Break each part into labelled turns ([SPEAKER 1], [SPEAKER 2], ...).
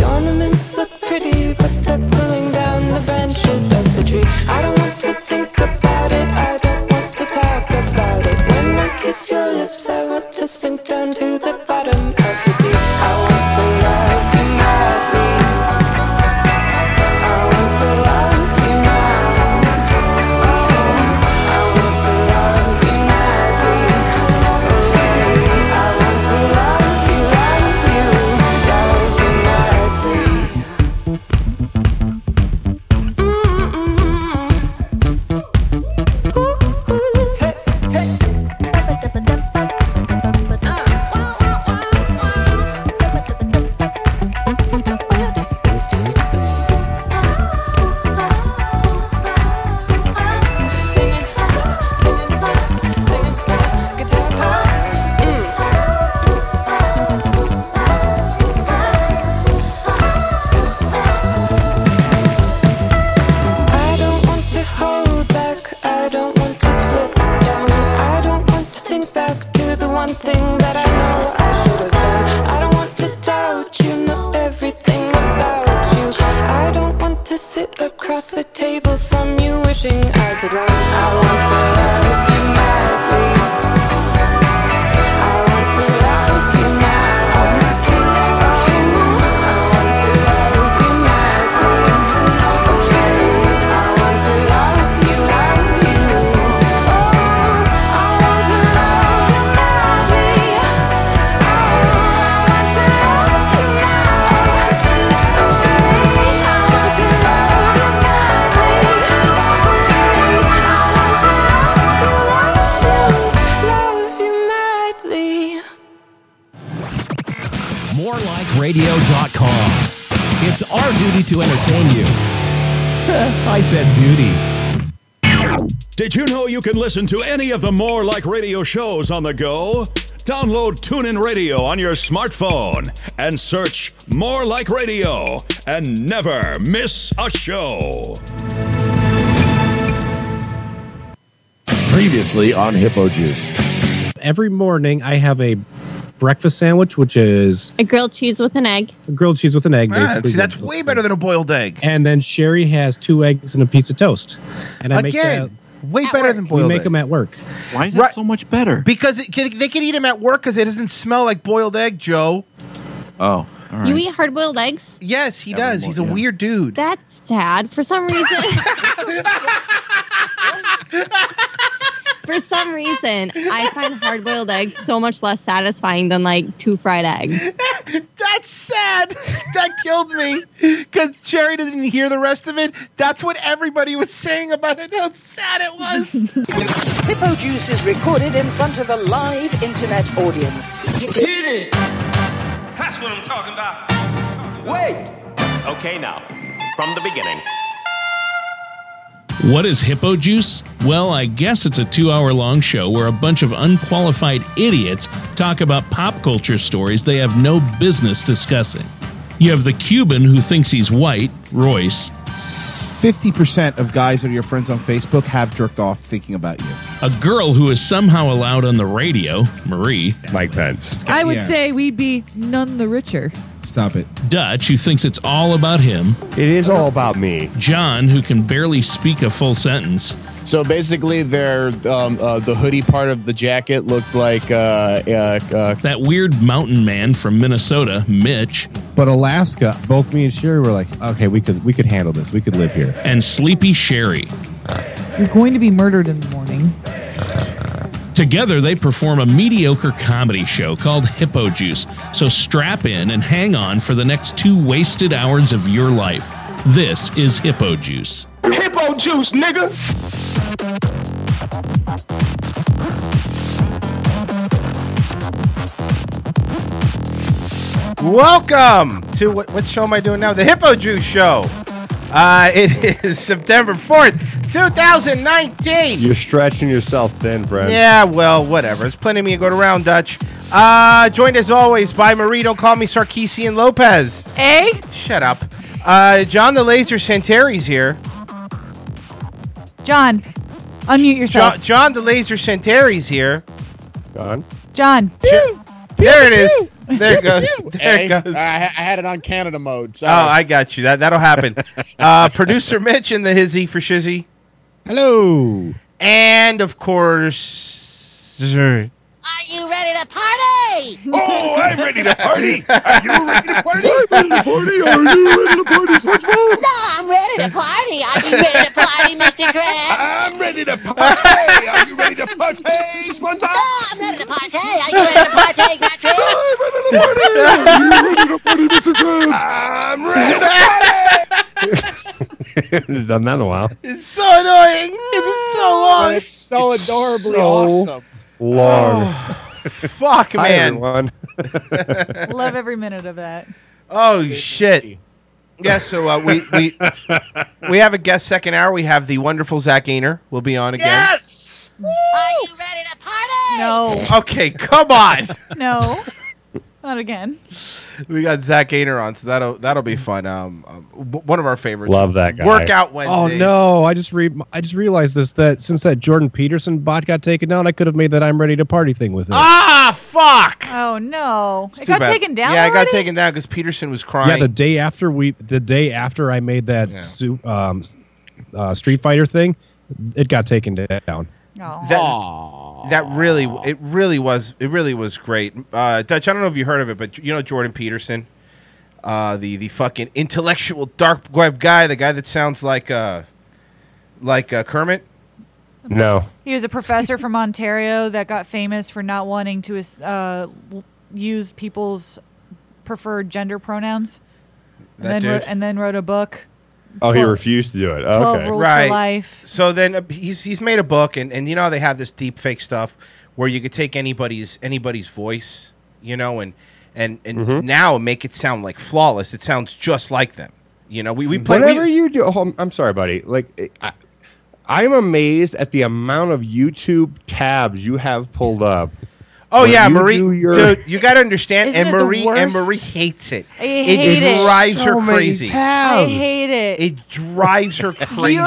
[SPEAKER 1] Oh, lights look pretty, but they're pulling down the branches of the tree. I don't want to think about it, I don't want to talk about it. When I kiss your lips, I want to sink down to the bottom of the sea. I want to love you madly. I want to love you madly. I want to love you madly. I want to love you, love you, love you madly. I don't want to hold back. I don't want to slip down. I don't want to think back to the one thing that I know I should have done. I don't want to doubt you, know everything about you. I don't want to sit across the table from you, wishing I could run. I want to love you madly. I want to love you madly. I want to love you. I want to love you madly. I want to love you, love you. I want to love you madly. I want to love you madly. I want to love you madly. I want to love you, love you madly.
[SPEAKER 2] morelikeradio.com. It's our duty to entertain you. I said duty.
[SPEAKER 3] Did you know you can listen to any of the More Like Radio shows on the go? Download TuneIn Radio on your smartphone and search More Like Radio and never miss a show.
[SPEAKER 4] Previously on Hippo Juice.
[SPEAKER 5] Every morning, I have a breakfast sandwich, which is
[SPEAKER 6] A grilled cheese with an egg.
[SPEAKER 5] grilled cheese with an egg,
[SPEAKER 7] Ah,
[SPEAKER 5] basically.
[SPEAKER 7] see, that's way better than a boiled egg.
[SPEAKER 5] And then Sherry has two eggs and a piece of toast. And I
[SPEAKER 7] Again,
[SPEAKER 5] make
[SPEAKER 7] way
[SPEAKER 6] At
[SPEAKER 7] better
[SPEAKER 6] work.
[SPEAKER 7] than
[SPEAKER 5] that. We
[SPEAKER 7] boiled
[SPEAKER 5] make
[SPEAKER 7] egg.
[SPEAKER 5] them at work.
[SPEAKER 8] Why is that
[SPEAKER 7] Right.
[SPEAKER 8] so much better?
[SPEAKER 7] because it can, they can eat them at work because it doesn't smell like boiled egg, Joe.
[SPEAKER 8] oh, all right.
[SPEAKER 6] You eat hard boiled eggs?
[SPEAKER 7] Yes, he
[SPEAKER 8] Everyone
[SPEAKER 7] does. He's a
[SPEAKER 8] will, yeah.
[SPEAKER 7] weird dude.
[SPEAKER 6] That's sad. For some reason. For some reason, I find hard boiled eggs so much less satisfying than like two fried eggs.
[SPEAKER 7] That's sad. That killed me because Cherry didn't hear the rest of it. That's what everybody was saying about it. How sad it was.
[SPEAKER 9] Hippo Juice is recorded in front of a live internet audience.
[SPEAKER 10] That's what I'm talking about. Wait. Okay, now, from the beginning.
[SPEAKER 11] What is Hippo Juice? Well, I guess it's a two hour long show where a bunch of unqualified idiots talk about pop culture stories they have no business discussing. You have the Cuban who thinks he's white, Royce,
[SPEAKER 4] Fifty percent of guys that are your friends on Facebook have jerked off thinking about you.
[SPEAKER 11] a girl who is somehow allowed on the radio, Marie,
[SPEAKER 10] Mike Pence.
[SPEAKER 12] I would
[SPEAKER 4] Yeah.
[SPEAKER 12] say we'd be none the richer.
[SPEAKER 4] Stop it.
[SPEAKER 11] Dutch who thinks it's all about him,
[SPEAKER 10] It is all about me.
[SPEAKER 11] John who can barely speak a full sentence,
[SPEAKER 2] So basically, their um, uh, the hoodie part of the jacket looked like uh, uh, uh,
[SPEAKER 11] that weird mountain man from Minnesota, Mitch,
[SPEAKER 5] But Alaska, both me and Sherry were like, okay, we could we could handle this. We could live here.
[SPEAKER 11] and Sleepy Sherry.
[SPEAKER 12] You're going to be murdered in the morning.
[SPEAKER 11] Together, they perform a mediocre comedy show called Hippo Juice. So strap in and hang on for the next two wasted hours of your life. This is Hippo Juice.
[SPEAKER 10] Hippo juice, nigga.
[SPEAKER 7] Welcome to what, what show am I doing now? The Hippo Juice Show. Uh, it is September 4th, 2019.
[SPEAKER 10] You're stretching yourself thin, Brent.
[SPEAKER 7] Yeah, well, whatever. There's plenty of me to go around, Dutch. Uh, joined as always by Marie, don't call me Sarkeesian Lopez.
[SPEAKER 12] Eh?
[SPEAKER 7] Shut up. Uh, John the Laser Santeri's here.
[SPEAKER 12] John, unmute yourself.
[SPEAKER 7] John, John the Laser Santeri's here.
[SPEAKER 10] John.
[SPEAKER 12] John,
[SPEAKER 7] There it is. There it goes. There it
[SPEAKER 2] Hey,
[SPEAKER 7] goes.
[SPEAKER 2] I, I had it on Canada mode.
[SPEAKER 7] Oh,
[SPEAKER 2] Sorry.
[SPEAKER 7] I got you. That that'll happen. uh, Producer Mitch in the hizzy for shizzy.
[SPEAKER 5] Hello.
[SPEAKER 7] And of course, Zer-
[SPEAKER 13] Are you ready to party?
[SPEAKER 10] Oh, I'm ready to party.
[SPEAKER 13] Are you ready to party? I'm ready to party. Are you ready to party, SpongeBob? No, I'm ready to party. Are you ready to party, Mr. Krabs? I'm ready to party. Are you ready to party, SpongeBob? No, Oh, I'm ready to party. Are you ready to party, Patrick? I'm ready to party. Are you ready to party, Mr. Krabs? I'm ready to
[SPEAKER 5] Done that in a while.
[SPEAKER 7] it's so annoying. It's so long.
[SPEAKER 2] It's so adorably awesome.
[SPEAKER 5] Long.
[SPEAKER 7] Oh. Fuck,
[SPEAKER 5] Hi,
[SPEAKER 7] man.
[SPEAKER 5] everyone.
[SPEAKER 12] Love every minute of that.
[SPEAKER 7] Oh shit. Yeah, so uh, we we we have a guest second hour. We have the wonderful Zach Gainer. We'll be on again.
[SPEAKER 13] Yes. Are you ready to party? No.
[SPEAKER 7] Okay, come on.
[SPEAKER 12] No. Not again.
[SPEAKER 7] we got Zach Gainer on, so that'll that'll be fun. Um, um, w- one of our favorites.
[SPEAKER 5] Love that guy.
[SPEAKER 7] Workout Wednesdays.
[SPEAKER 5] Oh no! I just re- I just realized this that since that Jordan Peterson bot got taken down, I could have made that "I'm ready to party" thing with it.
[SPEAKER 7] Ah, fuck.
[SPEAKER 12] Oh no.
[SPEAKER 7] It's
[SPEAKER 12] it
[SPEAKER 7] too
[SPEAKER 12] got
[SPEAKER 7] bad.
[SPEAKER 12] taken down.
[SPEAKER 7] Yeah, I got
[SPEAKER 12] already?
[SPEAKER 7] taken down because Peterson was
[SPEAKER 5] yeah,
[SPEAKER 7] crying.
[SPEAKER 5] the day after we, the day after I made that su- um, uh, Street Fighter thing, it got taken down.
[SPEAKER 7] that, that really, it really was, it really was great. Uh, Dutch, I don't know if you heard of it, but you know Jordan Peterson, uh, the the fucking intellectual dark web guy, the guy that sounds like uh, like uh, Kermit.
[SPEAKER 5] No.
[SPEAKER 12] He was a professor from Ontario that got famous for not wanting to uh, l- use people's preferred gender pronouns. And
[SPEAKER 7] That
[SPEAKER 12] then
[SPEAKER 7] dude?
[SPEAKER 12] Wrote, and then wrote a book.
[SPEAKER 14] Oh, he
[SPEAKER 12] Twelve-
[SPEAKER 14] refused to do it.
[SPEAKER 12] Twelve
[SPEAKER 14] Okay.
[SPEAKER 12] rules
[SPEAKER 7] Right.
[SPEAKER 12] for life.
[SPEAKER 7] So then uh, he's he's made a book, and and you know how they have this deep fake stuff where you could take anybody's anybody's voice, you know, and and and now make it sound like flawless. It sounds just like them. You know, we we play.
[SPEAKER 14] Whenever
[SPEAKER 7] we,
[SPEAKER 14] you do, oh, I'm- I'm sorry, buddy. Like, I, I'm amazed at the amount of YouTube tabs you have pulled up.
[SPEAKER 7] Oh
[SPEAKER 14] When
[SPEAKER 7] yeah,
[SPEAKER 14] you
[SPEAKER 7] Marie.
[SPEAKER 14] do your-
[SPEAKER 7] dude, you got to understand.
[SPEAKER 12] Isn't
[SPEAKER 7] and
[SPEAKER 12] it the
[SPEAKER 7] Marie, and
[SPEAKER 12] worst?
[SPEAKER 7] Marie hates it.
[SPEAKER 12] I hate it.
[SPEAKER 7] drives
[SPEAKER 12] So
[SPEAKER 7] her
[SPEAKER 12] many
[SPEAKER 7] crazy.
[SPEAKER 12] I hate it.
[SPEAKER 7] It drives her crazy.
[SPEAKER 12] Your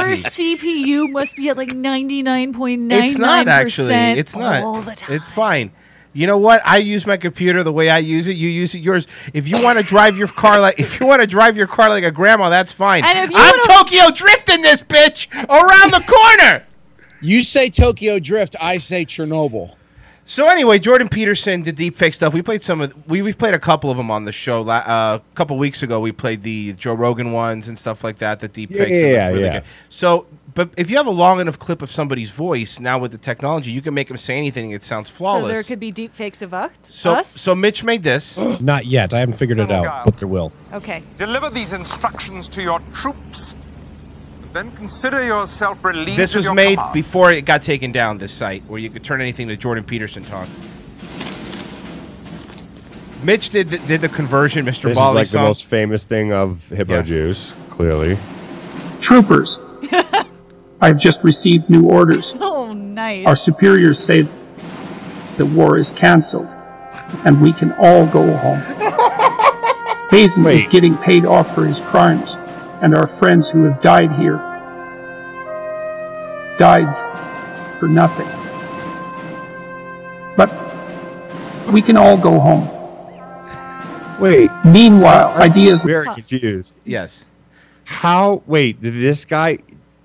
[SPEAKER 12] CPU must be at like 99.99%.
[SPEAKER 7] it's not actually. It's not.
[SPEAKER 12] All the time.
[SPEAKER 7] It's fine. You know what? I use my computer the way I use it. You use it yours. If you want to drive your car like if you want to drive your car like a grandma, that's fine.
[SPEAKER 12] And if you
[SPEAKER 7] I'm
[SPEAKER 12] wanna-
[SPEAKER 7] Tokyo drifting this bitch around the corner.
[SPEAKER 2] You say Tokyo Drift, I say Chernobyl.
[SPEAKER 7] So anyway, Jordan Peterson, the deepfake stuff. We played some of we we've played a couple of them on the show. La- uh, a couple weeks ago, we played the Joe Rogan ones and stuff like that. The deepfakes.
[SPEAKER 14] Yeah,
[SPEAKER 7] that look
[SPEAKER 14] yeah, yeah.
[SPEAKER 7] good. So, but if you have a long enough clip of somebody's voice now with the technology, you can make them say anything. It sounds
[SPEAKER 12] So there
[SPEAKER 7] flawless.
[SPEAKER 12] could be deep fakes of us?
[SPEAKER 7] So,
[SPEAKER 12] us?
[SPEAKER 7] so Mitch made this.
[SPEAKER 5] Not yet. I haven't figured
[SPEAKER 7] Oh,
[SPEAKER 5] it out, but there will.
[SPEAKER 12] Okay.
[SPEAKER 15] Deliver these instructions to your troops. Then consider yourself relieved.
[SPEAKER 7] This
[SPEAKER 15] of
[SPEAKER 7] was
[SPEAKER 15] your
[SPEAKER 7] made
[SPEAKER 15] command.
[SPEAKER 7] before it got taken down. This site where you could turn anything to Jordan Peterson talk. Mitch did the, did the conversion, Mr.
[SPEAKER 14] This is
[SPEAKER 7] Bali
[SPEAKER 14] like the
[SPEAKER 7] song.
[SPEAKER 14] most famous thing of hippo juice, clearly.
[SPEAKER 16] Troopers, I've just received new orders.
[SPEAKER 12] Oh, nice.
[SPEAKER 16] Our superiors say the war is canceled and we can all go home. Hazen is getting paid off for his crimes, and our friends who have died here died for nothing. But we can all go home.
[SPEAKER 14] Wait.
[SPEAKER 16] Meanwhile, ideas
[SPEAKER 14] very confused.
[SPEAKER 7] Yes.
[SPEAKER 14] How? Wait. Did this guy?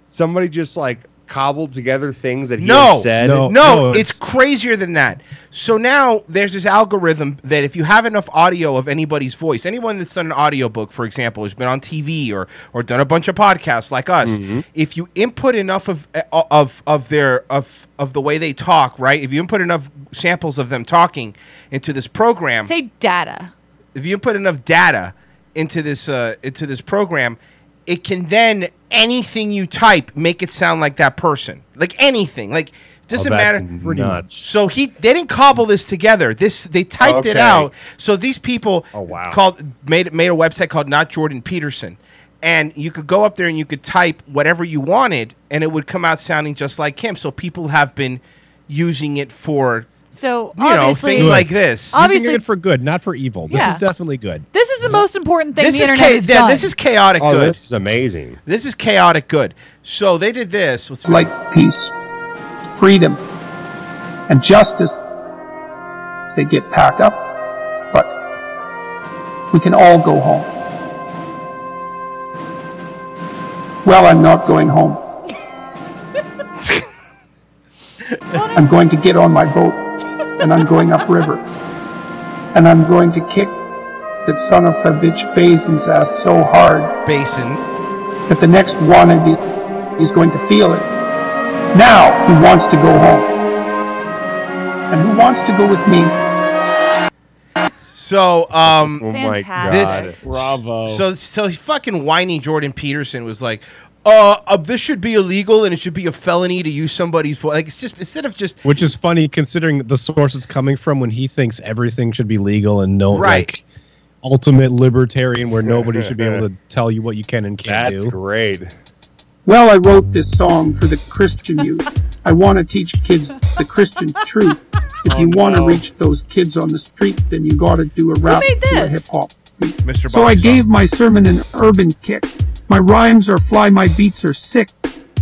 [SPEAKER 14] Somebody just like cobbled together things that he
[SPEAKER 7] no,
[SPEAKER 14] had said.
[SPEAKER 7] no, it's, crazier than that. So now there's this algorithm that if you have enough audio of anybody's voice, anyone that's done an audiobook, for example, who's been on TV or or done a bunch of podcasts like us,
[SPEAKER 14] Mm-hmm.
[SPEAKER 7] if you input enough of eh, of of their of of the way they talk, right? If you input enough samples of them talking into this program,
[SPEAKER 12] Say data.
[SPEAKER 7] if you put enough data into this uh, into this program, it can then anything you type make it sound like that person. Like anything. Like doesn't
[SPEAKER 14] Oh,
[SPEAKER 7] matter.
[SPEAKER 14] that's nuts.
[SPEAKER 7] So he they didn't cobble this together. This they typed it
[SPEAKER 14] Okay.
[SPEAKER 7] out. So these people
[SPEAKER 14] Oh, wow.
[SPEAKER 7] called made made a website called Not Jordan Peterson. And you could go up there and you could type whatever you wanted and it would come out sounding just like him. So people have been using it for
[SPEAKER 12] So
[SPEAKER 7] You know,
[SPEAKER 12] obviously,
[SPEAKER 7] things like this.
[SPEAKER 5] Using
[SPEAKER 12] Obviously,
[SPEAKER 5] it for good, not for evil. This
[SPEAKER 12] Yeah.
[SPEAKER 5] is definitely good.
[SPEAKER 12] this is the most important thing
[SPEAKER 7] Mm-hmm. This
[SPEAKER 12] the
[SPEAKER 7] is,
[SPEAKER 12] internet
[SPEAKER 7] cha-
[SPEAKER 12] has
[SPEAKER 7] yeah,
[SPEAKER 12] done.
[SPEAKER 7] this is chaotic
[SPEAKER 14] Oh,
[SPEAKER 7] good.
[SPEAKER 14] this is amazing.
[SPEAKER 7] This is chaotic good. So they did this. With
[SPEAKER 16] like peace, freedom, and justice. They get packed up, but We can all go home. Well, I'm not going home. I'm going to get on my boat and I'm going upriver. And I'm going to kick that son of a bitch Basin's ass so hard
[SPEAKER 7] Basin.
[SPEAKER 16] that the next one of these is going to feel it. Now he wants to go home. And who wants to go with me?
[SPEAKER 7] So, um,
[SPEAKER 16] Oh my Fantastic. God. Bravo.
[SPEAKER 7] So, so fucking whiny Jordan Peterson was like, uh, uh, this should be illegal and it should be a felony to use somebody's voice. Like, it's just instead of just
[SPEAKER 5] Which is funny considering the source it's coming from when he thinks everything should be legal and no
[SPEAKER 7] Right.
[SPEAKER 5] like ultimate libertarian where nobody should be able to tell you what you can and can't do. That's
[SPEAKER 14] great.
[SPEAKER 16] Well, I wrote this song for the Christian youth. I want to teach kids the Christian truth. If you want to reach those kids on the street, then you got to do a rap
[SPEAKER 7] made
[SPEAKER 16] to a
[SPEAKER 7] this?
[SPEAKER 16] hip hop.
[SPEAKER 7] Mr.
[SPEAKER 16] So I
[SPEAKER 7] Bobby
[SPEAKER 16] gave my sermon an urban kick. My rhymes are fly, my beats are sick.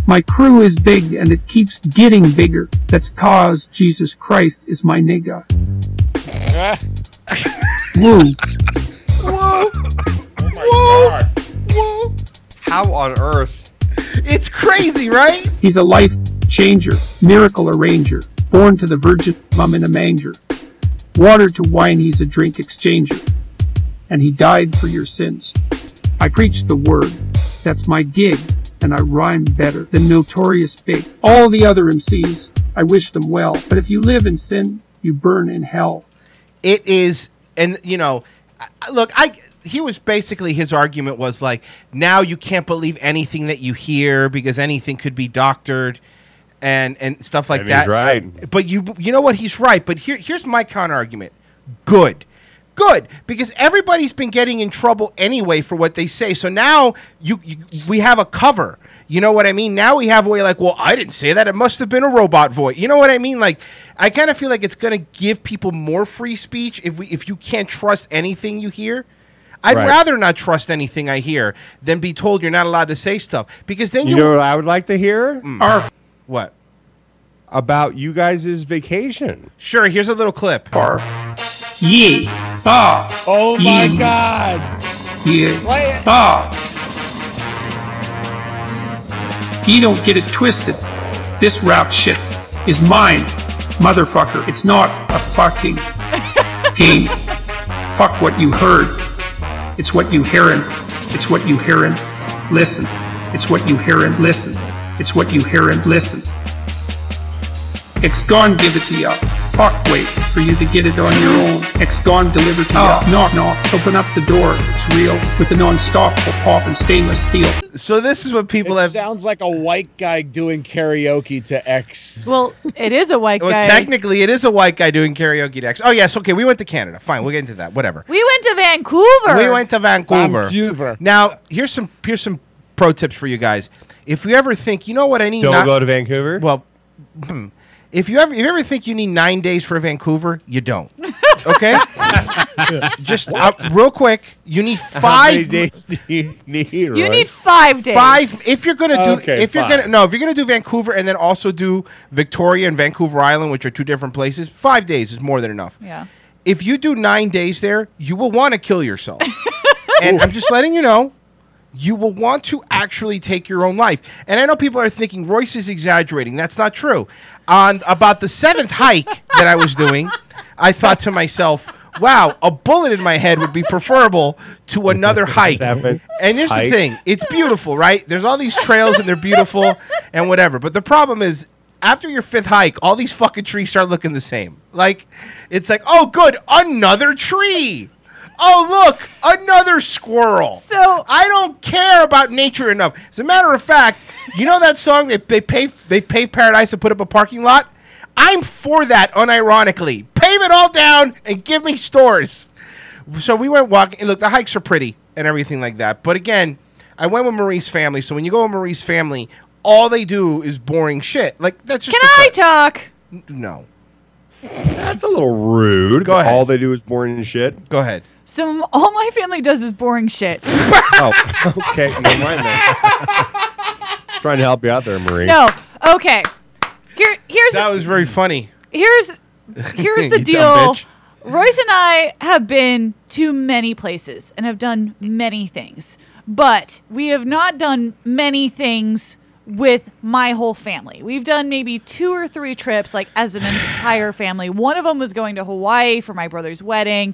[SPEAKER 16] My crew is big and it keeps getting bigger. That's cause Jesus Christ is my nigga. Woo.
[SPEAKER 7] Whoa!
[SPEAKER 14] Whoa! Whoa! How on earth?
[SPEAKER 7] It's crazy, right?
[SPEAKER 16] He's a life changer, miracle arranger, born to the virgin mum in a manger. Water to wine, he's a drink exchanger. And he died for your sins. I preach the word, that's my gig, and I rhyme better than Notorious Big. All the other MCs, I wish them well, but if you live in sin, you burn in hell.
[SPEAKER 7] It is, and you know, I- I- look, I he was basically his argument was like, now you can't believe anything that you hear because anything could be doctored, and and stuff like
[SPEAKER 14] And
[SPEAKER 7] that.
[SPEAKER 14] he's right.
[SPEAKER 7] But you you know what? He's right. But here here's my counter argument. Good. Good, because everybody's been getting in trouble anyway for what they say. So now you, you we have a cover. You know what I mean? Now we have a way like, well, I didn't say that. It must have been a robot voice. You know what I mean? Like, I kind of feel like it's gonna give people more free speech if we if you can't trust anything you hear. I'd
[SPEAKER 14] Right.
[SPEAKER 7] rather not trust anything I hear than be told you're not allowed to say stuff because then
[SPEAKER 14] You
[SPEAKER 7] you,
[SPEAKER 14] know what I would like to hear?
[SPEAKER 7] what?
[SPEAKER 14] About you guys' vacation.
[SPEAKER 7] Sure, here's a little clip.
[SPEAKER 16] Ye. Ah.
[SPEAKER 2] Oh
[SPEAKER 14] my
[SPEAKER 2] God.
[SPEAKER 16] Yeah.
[SPEAKER 2] Play it.
[SPEAKER 16] Ah. You don't get it twisted. This rap shit is mine, motherfucker. It's not a fucking game. Fuck what you heard. It's what you hearin'. It's what you hearin'. Listen. It's what you hearin'. Listen. It's what you hearin'. Listen. It's gone, give it to ya. Fuck wait for you to get it on your own. It's gone, deliver to ya. Knock, knock. Open up the door. It's real with the non-stoppable pop and stainless steel.
[SPEAKER 7] So this is what people
[SPEAKER 2] it
[SPEAKER 7] have.
[SPEAKER 2] sounds like a white guy doing karaoke to X.
[SPEAKER 12] Well, it is a white
[SPEAKER 7] Well,
[SPEAKER 12] guy.
[SPEAKER 7] technically, it is a white guy doing karaoke next. Oh yes, okay. We went to Canada. Fine, we'll get into that. Whatever.
[SPEAKER 12] we went to Vancouver.
[SPEAKER 7] We went to Vancouver. Now here's some here's some pro tips for you guys. If you ever think you know what I need,
[SPEAKER 14] Don't
[SPEAKER 7] not-
[SPEAKER 14] go to Vancouver.
[SPEAKER 7] Well, hmm. if you ever if you ever think you need nine days for Vancouver, you don't. Okay. Just uh, real quick, you need
[SPEAKER 14] How
[SPEAKER 7] five
[SPEAKER 14] many days do you need?
[SPEAKER 12] You need five days.
[SPEAKER 7] Five. If you're gonna do,
[SPEAKER 14] Okay,
[SPEAKER 7] if you're
[SPEAKER 14] five.
[SPEAKER 7] gonna no, if you're gonna do Vancouver and then also do Victoria and Vancouver Island, which are two different places, five days is more than enough.
[SPEAKER 12] Yeah.
[SPEAKER 7] If you do nine days there, you will want to kill yourself. and I'm just letting you know, you will want to actually take your own life. And I know people are thinking Royce is exaggerating. That's not true. On about the seventh hike that I was doing, I thought to myself, wow, a bullet in my head would be preferable to another hike. And here's
[SPEAKER 14] hike.
[SPEAKER 7] the thing it's beautiful, right? There's all these trails and they're beautiful and whatever. But the problem is, after your fifth hike, all these fucking trees start looking the same. Like, it's like, oh, good, another tree. Oh, look, another squirrel.
[SPEAKER 12] So
[SPEAKER 7] I don't care about nature enough. As a matter of fact, you know that song they they paved they've paved paradise and put up a parking lot. I'm for that unironically. Pave it all down and give me stores. So we went walking. And look, the hikes are pretty and everything like that. But again, I went with Marie's family. So when you go with Marie's family, all they do is boring shit. Like that's just
[SPEAKER 12] Can I talk?
[SPEAKER 7] no.
[SPEAKER 14] That's a little rude. Go ahead. All they do is boring shit.
[SPEAKER 7] Go ahead.
[SPEAKER 12] So m- all my family does is boring shit.
[SPEAKER 14] Oh, okay. Never mind that. Trying to help you out there, Marie.
[SPEAKER 12] no. Okay. Here, here's
[SPEAKER 7] That was very funny.
[SPEAKER 12] here's here's
[SPEAKER 7] You
[SPEAKER 12] the
[SPEAKER 7] dumb
[SPEAKER 12] deal
[SPEAKER 7] bitch.
[SPEAKER 12] Royce and I have been to many places and have done many things, but we have not done many things with my whole family. We've done maybe two or three trips, like as an entire family. One of them was going to Hawaii for my brother's wedding.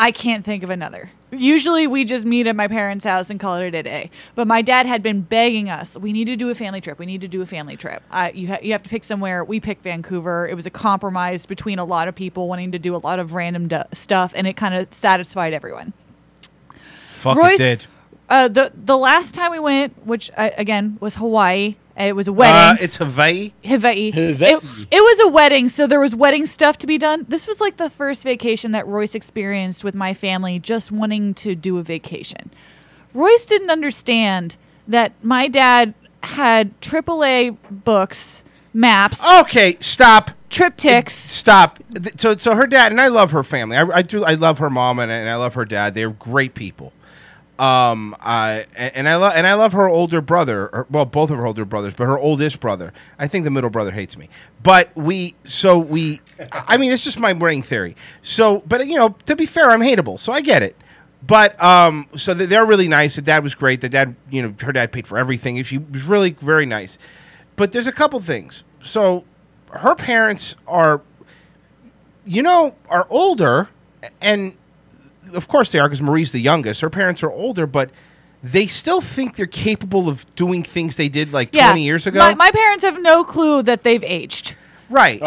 [SPEAKER 12] I can't think of another. Usually we just meet at my parents' house and call it a day. But my dad had been begging us, we need to do a family trip. We need to do a family trip. Uh, you, ha- you have to pick somewhere. We picked Vancouver. It was a compromise between a lot of people wanting to do a lot of random du- stuff, and it kind of satisfied everyone.
[SPEAKER 7] Fuck
[SPEAKER 12] Royce-
[SPEAKER 7] it did.
[SPEAKER 12] Uh, the the last time we went, which uh, again was Hawaii, it was a
[SPEAKER 7] Uh,
[SPEAKER 12] wedding.
[SPEAKER 7] it's Hawaii.
[SPEAKER 12] Hawaii.
[SPEAKER 7] Hawaii.
[SPEAKER 12] It, it was a wedding, so there was wedding stuff to be done. This was like the first vacation that Royce experienced with my family, just wanting to do a vacation. Royce didn't understand that my dad had AAA books, maps.
[SPEAKER 7] Okay, stop.
[SPEAKER 12] Triptychs.
[SPEAKER 7] Stop. Th- So, so her dad and I love her family. I, I do. I love her mom and, and I love her dad. They're great people. Um, I and, and I love and I love her older brother. Or, well, both of her older brothers, but her oldest brother. I think the middle brother hates me. But we, so we. I mean, it's just my brain theory. So, but you know, to be fair, I'm hateable, so I get it. But um, so they- they're really nice. The dad was great. The dad, you know, her dad paid for everything. She was really very nice. But there's a couple things. So her parents are, you know, are older, and of course they are because Marie's the youngest. Her parents are older, but they still think they're capable of doing things they did like 20 years ago.
[SPEAKER 12] My, my parents have no clue that they've aged.
[SPEAKER 7] Right.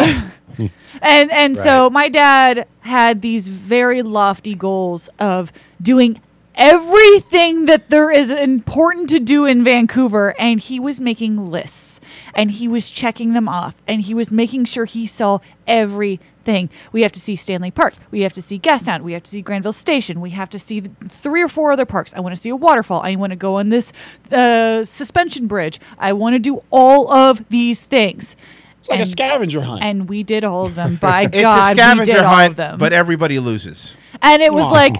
[SPEAKER 12] and and so
[SPEAKER 7] Right.
[SPEAKER 12] my dad had these very lofty goals of doing everything that there is important to do in Vancouver and he was making lists and he was checking them off and he was making sure he saw everything. We have to see Stanley Park. We have to see Gastown. We have to see Granville Station. We have to see th- three or four other parks. I want to see a waterfall. I want to go on this uh, suspension bridge. I want to do all of these things. It's
[SPEAKER 17] like a scavenger hunt.
[SPEAKER 12] And we did all of them. By
[SPEAKER 7] it's
[SPEAKER 12] God,
[SPEAKER 7] a scavenger
[SPEAKER 12] we did
[SPEAKER 7] hunt,
[SPEAKER 12] all of them.
[SPEAKER 7] but everybody loses.
[SPEAKER 12] and it was
[SPEAKER 7] Aw.
[SPEAKER 12] like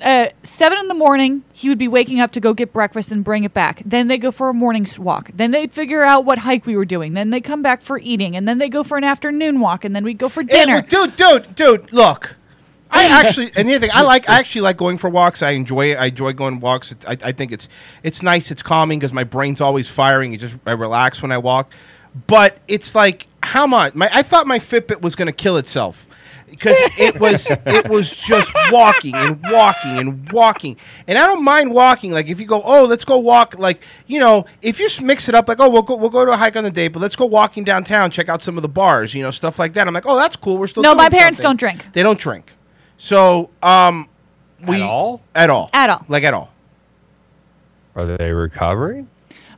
[SPEAKER 12] uh, seven in the morning. He would be waking up to go get breakfast and bring it back. Then they go for a morning s- walk. Then they'd figure out what hike we were doing. Then they come back for eating, and then they go for an afternoon walk, and then we'd go for
[SPEAKER 7] It-
[SPEAKER 12] dinner.
[SPEAKER 7] dude, dude, dude, look. I actually, and the other thing, I like. I actually like going for walks. I enjoy. I enjoy going walks. It's, I, I think it's it's nice. It's calming because my brain's always firing. It just I relax when I walk. But it's like how much? My I thought my Fitbit was going to kill itself because it was it was just walking and walking and walking. And I don't mind walking. Like if you go, oh, let's go walk. Like you know, if you s- mix it up, like oh, we'll go we'll go to a hike on the day, but let's go walking downtown, check out some of the bars, you know, stuff like that. I'm like, oh, that's cool. We're still
[SPEAKER 12] No,
[SPEAKER 7] doing
[SPEAKER 12] my parents
[SPEAKER 7] something.
[SPEAKER 12] don't drink.
[SPEAKER 7] They don't drink. So um, we at all at all
[SPEAKER 12] At all.
[SPEAKER 7] like at all.
[SPEAKER 14] Are they recovering?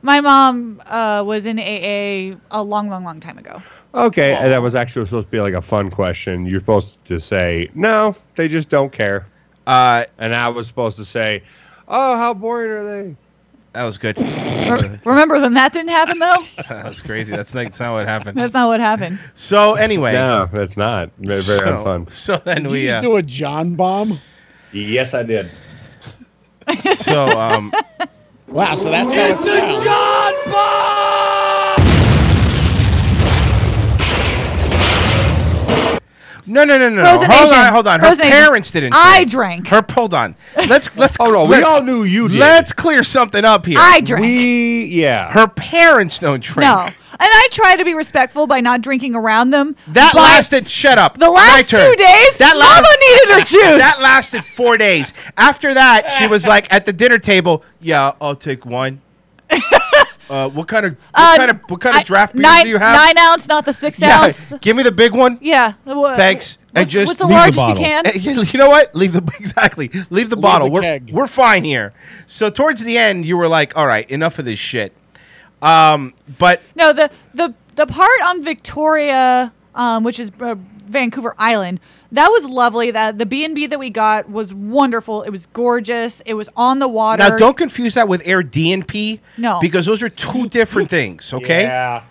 [SPEAKER 12] My mom uh, was in AA a long, long, long time ago.
[SPEAKER 14] Okay, and that was actually supposed to be like a fun question. You're supposed to say no, they just don't care.
[SPEAKER 7] Uh,
[SPEAKER 14] and I was supposed to say, oh, how boring are they?
[SPEAKER 7] That was good.
[SPEAKER 12] Remember when that didn't happen though?
[SPEAKER 7] that's crazy. That's like, that's not what happened.
[SPEAKER 12] That's not what happened.
[SPEAKER 7] So anyway,
[SPEAKER 14] no, that's not very, very
[SPEAKER 7] So-
[SPEAKER 14] unfun.
[SPEAKER 7] So then
[SPEAKER 17] Did
[SPEAKER 7] we
[SPEAKER 17] you just
[SPEAKER 7] uh,
[SPEAKER 17] do a John bomb?
[SPEAKER 14] Yes, I did.
[SPEAKER 7] so um
[SPEAKER 17] Wow, so that's how it sounds.
[SPEAKER 7] no no no no no.
[SPEAKER 12] Frozen
[SPEAKER 7] hold
[SPEAKER 12] Asian.
[SPEAKER 7] on hold on her
[SPEAKER 12] Frozen Asian.
[SPEAKER 7] parents didn't drink.
[SPEAKER 12] I drank.
[SPEAKER 7] her hold on let's let's oh no
[SPEAKER 14] we all knew you did.
[SPEAKER 7] let's clear something up here
[SPEAKER 12] I drank.
[SPEAKER 14] We yeah
[SPEAKER 7] her parents don't drink
[SPEAKER 12] No, and I try to be respectful by not drinking around them.
[SPEAKER 7] That
[SPEAKER 12] but
[SPEAKER 7] lasted. Shut up.
[SPEAKER 12] The last
[SPEAKER 7] My turn.
[SPEAKER 12] two days,
[SPEAKER 7] That
[SPEAKER 12] Mama needed her juice.
[SPEAKER 7] That lasted four days. After that, she was like at the dinner table. Yeah, I'll take one. uh, what kind of what
[SPEAKER 12] Uh,
[SPEAKER 7] kind of what kind of draft beer
[SPEAKER 12] nine,
[SPEAKER 7] do you have?
[SPEAKER 12] Nine ounce, not the six
[SPEAKER 7] Yeah,
[SPEAKER 12] ounce.
[SPEAKER 7] Give me the big one.
[SPEAKER 12] Yeah. wha-
[SPEAKER 7] Thanks. and
[SPEAKER 12] what's-
[SPEAKER 7] just
[SPEAKER 12] what's the Leave the largest you bottle. can?
[SPEAKER 7] Eh, You you know what? Leave the exactly. Leave the bottle.
[SPEAKER 12] the
[SPEAKER 7] we're we're fine here. So towards the end, you were like, "All right, enough of this shit." Um, but
[SPEAKER 12] No, the the the part on Victoria, um, which is uh, Vancouver Island, that was lovely. That the B and B that we got was wonderful. It was gorgeous. It was on the water.
[SPEAKER 7] Now, don't confuse that with Air DNP.
[SPEAKER 12] No.
[SPEAKER 7] Because those are two different things, okay?
[SPEAKER 14] Yeah.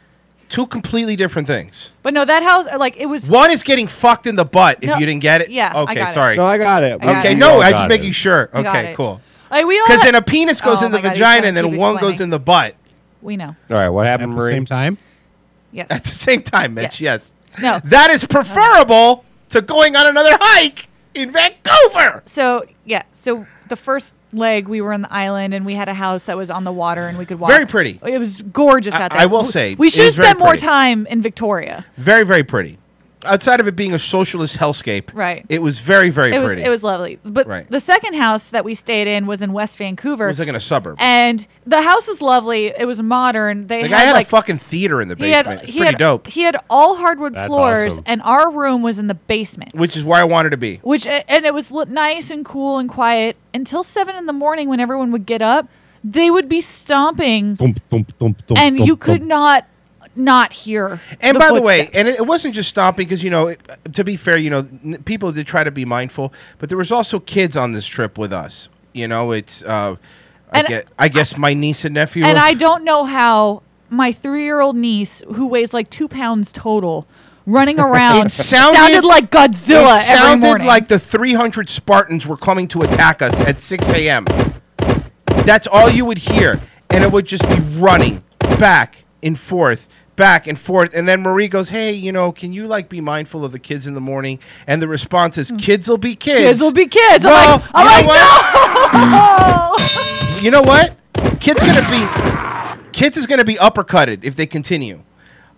[SPEAKER 7] Two completely different things.
[SPEAKER 12] But no, that house, uh, like it was.
[SPEAKER 7] One is getting fucked in the butt if
[SPEAKER 12] No,
[SPEAKER 7] you didn't get it.
[SPEAKER 12] yeah, I
[SPEAKER 7] Okay,
[SPEAKER 12] got it.
[SPEAKER 7] sorry.
[SPEAKER 14] No, I got it.
[SPEAKER 12] got
[SPEAKER 7] okay,
[SPEAKER 12] it.
[SPEAKER 7] no,
[SPEAKER 14] We all
[SPEAKER 7] I'm
[SPEAKER 14] got
[SPEAKER 7] just
[SPEAKER 14] it.
[SPEAKER 7] making sure.
[SPEAKER 12] I got
[SPEAKER 7] Okay,
[SPEAKER 12] it.
[SPEAKER 7] cool.
[SPEAKER 12] Like, we all-
[SPEAKER 7] Because then a penis goes
[SPEAKER 12] Oh
[SPEAKER 7] in the
[SPEAKER 12] my God, he's
[SPEAKER 7] vagina
[SPEAKER 12] gonna
[SPEAKER 7] and then
[SPEAKER 12] keep
[SPEAKER 7] one
[SPEAKER 12] explaining.
[SPEAKER 7] goes in the butt.
[SPEAKER 12] We know.
[SPEAKER 14] All right, what happened,
[SPEAKER 5] the
[SPEAKER 14] Marie?
[SPEAKER 5] same time.
[SPEAKER 12] Yes.
[SPEAKER 7] At the same time, Mitch, yes.
[SPEAKER 12] No.
[SPEAKER 7] That is preferable to going on another hike in Vancouver.
[SPEAKER 12] So yeah, so the first leg we were on the island and we had a house that was on the water and we could walk.
[SPEAKER 7] Very pretty.
[SPEAKER 12] It was gorgeous
[SPEAKER 7] I-
[SPEAKER 12] out there.
[SPEAKER 7] I will
[SPEAKER 12] We-
[SPEAKER 7] say,
[SPEAKER 12] we
[SPEAKER 7] it
[SPEAKER 12] should
[SPEAKER 7] is very
[SPEAKER 12] spend more
[SPEAKER 7] pretty.
[SPEAKER 12] time in Victoria.
[SPEAKER 7] Very, very pretty. Outside of it being a socialist hellscape,
[SPEAKER 12] Right.
[SPEAKER 7] It was very, very
[SPEAKER 12] it was
[SPEAKER 7] pretty.
[SPEAKER 12] it was lovely. But
[SPEAKER 7] Right.
[SPEAKER 12] the second house that we stayed in was in West Vancouver.
[SPEAKER 7] It was like in a suburb.
[SPEAKER 12] and the house was lovely. It was modern. They
[SPEAKER 7] the
[SPEAKER 12] had,
[SPEAKER 7] guy had
[SPEAKER 12] like
[SPEAKER 7] a fucking theater in the
[SPEAKER 12] he had,
[SPEAKER 7] basement. it's
[SPEAKER 12] he
[SPEAKER 7] pretty
[SPEAKER 12] had,
[SPEAKER 7] dope.
[SPEAKER 12] He had all hardwood
[SPEAKER 7] That's
[SPEAKER 12] floors,
[SPEAKER 7] awesome.
[SPEAKER 12] and our room was in the basement.
[SPEAKER 7] which is where I wanted to be.
[SPEAKER 12] Which and it was li- nice and cool and quiet until seven in the morning when everyone would get up. They would be stomping,
[SPEAKER 5] Thump, thump, thump, thump,
[SPEAKER 12] and
[SPEAKER 5] thump,
[SPEAKER 12] you could
[SPEAKER 5] thump.
[SPEAKER 12] not not hear.
[SPEAKER 7] And
[SPEAKER 12] the
[SPEAKER 7] by the way,
[SPEAKER 12] footsteps.
[SPEAKER 7] and it, it wasn't just stomping because you know, it, to be fair, you know, n- people did try to be mindful, but there was also kids on this trip with us. You know, it's uh, I,
[SPEAKER 12] And-
[SPEAKER 7] get, I guess my niece and nephew.
[SPEAKER 12] and
[SPEAKER 7] were-
[SPEAKER 12] I don't know how my three-year-old niece, who weighs like two pounds total, running around
[SPEAKER 7] It sounded,
[SPEAKER 12] like Godzilla.
[SPEAKER 7] It sounded
[SPEAKER 12] every morning.
[SPEAKER 7] like the 300 Spartans were coming to attack us at 6 a.m. That's all you would hear, and it would just be running back and forth, back and forth. And then Marie goes, "Hey, you know, can you like be mindful of the kids in the morning?" And the response is, "Kids will be kids.
[SPEAKER 12] Hmm. Kids will be kids. I'm
[SPEAKER 7] Well,
[SPEAKER 12] like- I'm
[SPEAKER 7] you know
[SPEAKER 12] like,
[SPEAKER 7] what? You know what? Kids gonna be kids is gonna be uppercutted if they continue.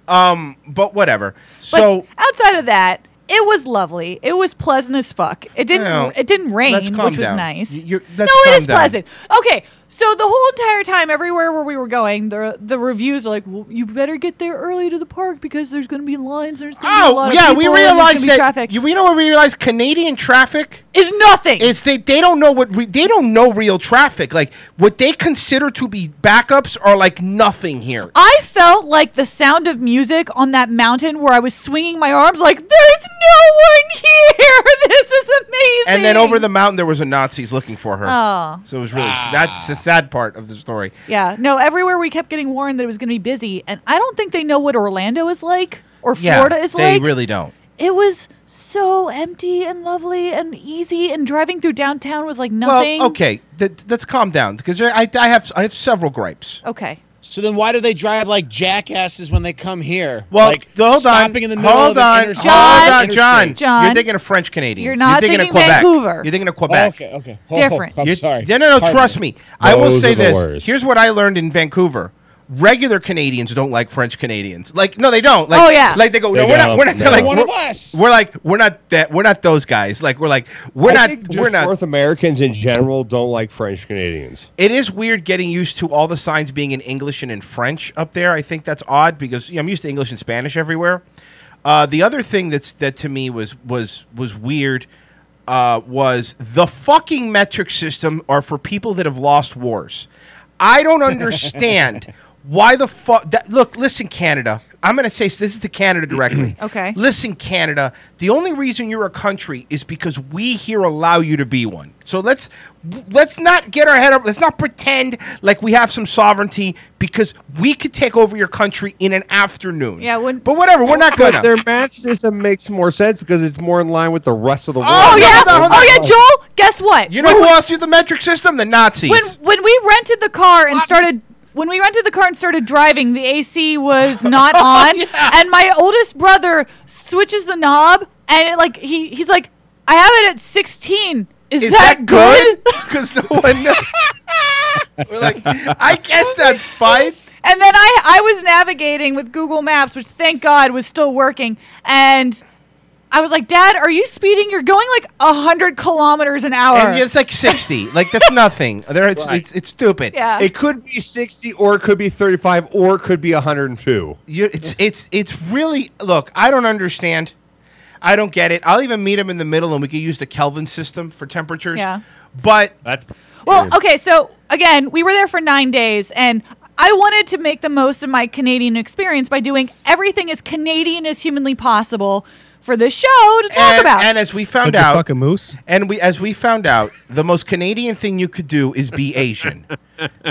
[SPEAKER 7] Um, but whatever.
[SPEAKER 12] But
[SPEAKER 7] So."
[SPEAKER 12] outside of that, it was lovely. It was pleasant as fuck. It didn't.
[SPEAKER 7] Well,
[SPEAKER 12] it didn't rain,
[SPEAKER 7] let's
[SPEAKER 12] which
[SPEAKER 7] calm
[SPEAKER 12] was
[SPEAKER 7] down.
[SPEAKER 12] nice.
[SPEAKER 7] Y- you're- let's
[SPEAKER 12] no, it
[SPEAKER 7] calm
[SPEAKER 12] is
[SPEAKER 7] down.
[SPEAKER 12] pleasant. Okay, so the whole entire time, everywhere where we were going, the the reviews are like, well, "You better get there early to the park because there's going to be lines. There's going to be a
[SPEAKER 7] Oh
[SPEAKER 12] lot
[SPEAKER 7] yeah,
[SPEAKER 12] of people.
[SPEAKER 7] we
[SPEAKER 12] and there's gonna
[SPEAKER 7] realized
[SPEAKER 12] be
[SPEAKER 7] that.
[SPEAKER 12] traffic."
[SPEAKER 7] You, we know what we realized? Canadian traffic
[SPEAKER 12] is nothing.
[SPEAKER 7] Is they they don't know what re, they don't know real traffic. Like what they consider to be backups are like nothing here.
[SPEAKER 12] I felt like the sound of music on that mountain where I was swinging my arms like, "There's no one here. This is amazing."
[SPEAKER 7] And then over the mountain there was a Nazis looking for her.
[SPEAKER 12] Oh.
[SPEAKER 7] So it was really that's the sad part of the story.
[SPEAKER 12] Yeah, no, everywhere we kept getting warned that it was going to be busy, and I don't think they know what Orlando is like or Florida
[SPEAKER 7] yeah,
[SPEAKER 12] is
[SPEAKER 7] they
[SPEAKER 12] like.
[SPEAKER 7] really don't.
[SPEAKER 12] it was so empty and lovely and easy, and driving through downtown was like nothing.
[SPEAKER 7] Well, okay, th- let's calm down because I, I have I have several gripes.
[SPEAKER 12] Okay.
[SPEAKER 17] So then, why do they drive like jackasses when they come here?
[SPEAKER 7] Well,
[SPEAKER 17] like,
[SPEAKER 7] hold on,
[SPEAKER 17] stopping in the middle
[SPEAKER 7] hold
[SPEAKER 17] of an
[SPEAKER 7] on,
[SPEAKER 17] interstate-
[SPEAKER 7] hold on,
[SPEAKER 17] interstate.
[SPEAKER 7] John,
[SPEAKER 12] John.
[SPEAKER 7] You're thinking of French Canadians.
[SPEAKER 12] You're not
[SPEAKER 7] thinking,
[SPEAKER 12] thinking
[SPEAKER 7] of Quebec.
[SPEAKER 12] Vancouver.
[SPEAKER 7] You're thinking of Quebec.
[SPEAKER 17] Oh, Okay, okay,
[SPEAKER 12] Different.
[SPEAKER 17] I'm
[SPEAKER 7] You're-
[SPEAKER 17] sorry.
[SPEAKER 7] No, no, no.
[SPEAKER 17] Pardon
[SPEAKER 7] trust me. I will
[SPEAKER 17] Those
[SPEAKER 7] say
[SPEAKER 17] are the
[SPEAKER 7] this.
[SPEAKER 17] worst.
[SPEAKER 7] Here's what I learned in Vancouver. Regular Canadians don't like French Canadians. Like, no, they don't. Like,
[SPEAKER 12] Oh, yeah.
[SPEAKER 7] Like they go,
[SPEAKER 14] They
[SPEAKER 7] no, we're
[SPEAKER 14] don't.
[SPEAKER 7] not. We're not.
[SPEAKER 14] They
[SPEAKER 7] They're like
[SPEAKER 17] One
[SPEAKER 14] don't.
[SPEAKER 7] we're,
[SPEAKER 17] of us.
[SPEAKER 7] We're like, we're not that. We're not those guys. Like, we're like, we're
[SPEAKER 14] I
[SPEAKER 7] not.
[SPEAKER 14] think just
[SPEAKER 7] we're not.
[SPEAKER 14] North Americans in general don't like French Canadians.
[SPEAKER 7] It is weird getting used to all the signs being in English and in French up there. I think that's odd because you know, I'm used to English and Spanish everywhere. Uh, the other thing that's that to me was was was weird uh, was the fucking metric system are for people that have lost wars. I don't understand why the fuck. That, look, listen, Canada. I'm going to say this is to Canada directly.
[SPEAKER 12] Okay.
[SPEAKER 7] Listen, Canada, the only reason you're a country is because we here allow you to be one. So let's let's not get our head up. Let's not pretend like we have some sovereignty because we could take over your country in an afternoon.
[SPEAKER 12] Yeah, when-
[SPEAKER 7] but whatever, we're not gonna.
[SPEAKER 14] But their math system makes more sense because it's more in line with the rest of the world.
[SPEAKER 12] Oh yeah,
[SPEAKER 7] no, no,
[SPEAKER 12] oh yeah,
[SPEAKER 7] no.
[SPEAKER 12] Joel. Guess what?
[SPEAKER 7] You know who else used the metric system? The Nazis.
[SPEAKER 12] when when we rented the car and started when we rented the car and started driving, the AC was not
[SPEAKER 7] Oh,
[SPEAKER 12] on, and my oldest brother switches the knob, and it, like he he's like, I have it at sixteen. Is, that, good?
[SPEAKER 7] Because no one knows. We're like, I guess that's fine.
[SPEAKER 12] And then I I was navigating with Google Maps, which thank God was still working, and. I was like, Dad, are you speeding? You're going like hundred kilometers an hour.
[SPEAKER 7] And it's like sixty. Like that's nothing. There, it's,
[SPEAKER 14] Right.
[SPEAKER 7] it's it's stupid.
[SPEAKER 12] Yeah.
[SPEAKER 14] It could be 60 or it could be 35 or it could be 102.
[SPEAKER 7] You, it's it's it's really look. I don't understand. I don't get it. I'll even meet him in the middle, and we could use the Kelvin system for temperatures.
[SPEAKER 12] Yeah.
[SPEAKER 7] But
[SPEAKER 14] that's
[SPEAKER 12] Well, okay, so again, we were there for nine days, and I wanted to make the most of my Canadian experience by doing everything as Canadian as humanly possible for this show to talk
[SPEAKER 7] and,
[SPEAKER 12] about.
[SPEAKER 7] and as we found
[SPEAKER 5] Did you
[SPEAKER 7] out,
[SPEAKER 5] fuck a moose?
[SPEAKER 7] and we as we found out, the most Canadian thing you could do is be Asian.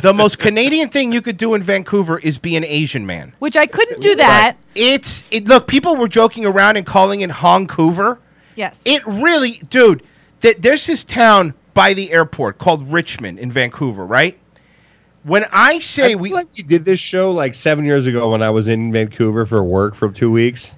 [SPEAKER 7] the most Canadian thing you could do in Vancouver is be an Asian man.
[SPEAKER 12] which I couldn't do that.
[SPEAKER 7] It's it, look, people were joking around and calling it Hongcouver.
[SPEAKER 12] Yes.
[SPEAKER 7] It really, dude. Th- there's this town by the airport called Richmond in Vancouver, right? When I
[SPEAKER 14] I
[SPEAKER 7] say
[SPEAKER 14] feel
[SPEAKER 7] we,
[SPEAKER 14] like you did this show like seven years ago when I was in Vancouver for work for two weeks.